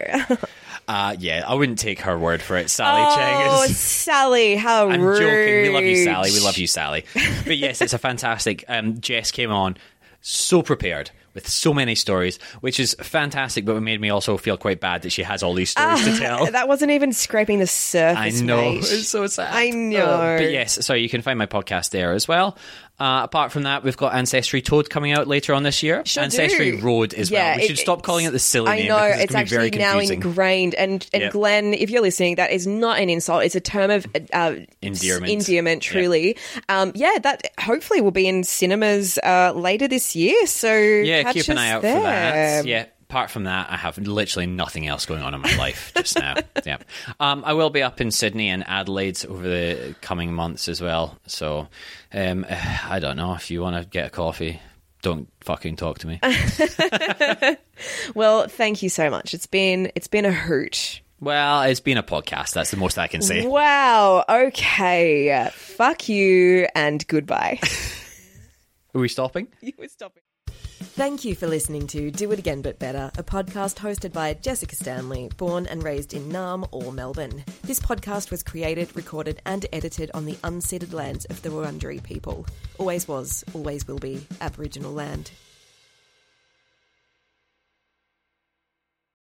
Uh, yeah, I wouldn't take her word for it. Sally
oh,
Chang is.
Sally, how
I'm
rude!
joking. We love you, Sally. We love you, Sally. But yes, it's a fantastic. Um, Jess came on so prepared with so many stories, which is fantastic. But it made me also feel quite bad that she has all these stories to tell.
That wasn't even scraping the
I
surface.
know.
mate.
It's so sad.
I know.
Uh, but yes, so you can find my podcast there as well. Uh, apart from that, we've got Ancestry Toad coming out later on this year.
Sure
Ancestry
do.
Road as well. We
it-
should stop calling it the silly
I
name
know
because
it's,
it's, going to be
actually
very
now
confusing.
ingrained. And and
Yep.
Glenn, if you're listening, that is not an insult. It's a term of uh,
Endearment.
Endearment, truly. Um, yeah, that hopefully will be in cinemas uh, later this year. So
yeah,
catch
keep an
us
eye out
there.
for that. Yeah. Apart from that, I have literally nothing else going on in my life just now. yeah, um, I will be up in Sydney and Adelaide over the coming months as well. So, um, I don't know if you want to get a coffee. Don't fucking talk to me.
Well, thank you so much. It's been it's been a hoot.
Well, it's been a podcast. That's the most I can say.
Wow. Okay. Fuck you and goodbye.
Are we stopping?
you were stopping.
Thank you for listening to Do It Again But Better, a podcast hosted by Jessica Stanley, born and raised in Nam or Melbourne. This podcast was created, recorded, and edited on the unceded lands of the Wurundjeri people. Always was, always will be, Aboriginal land.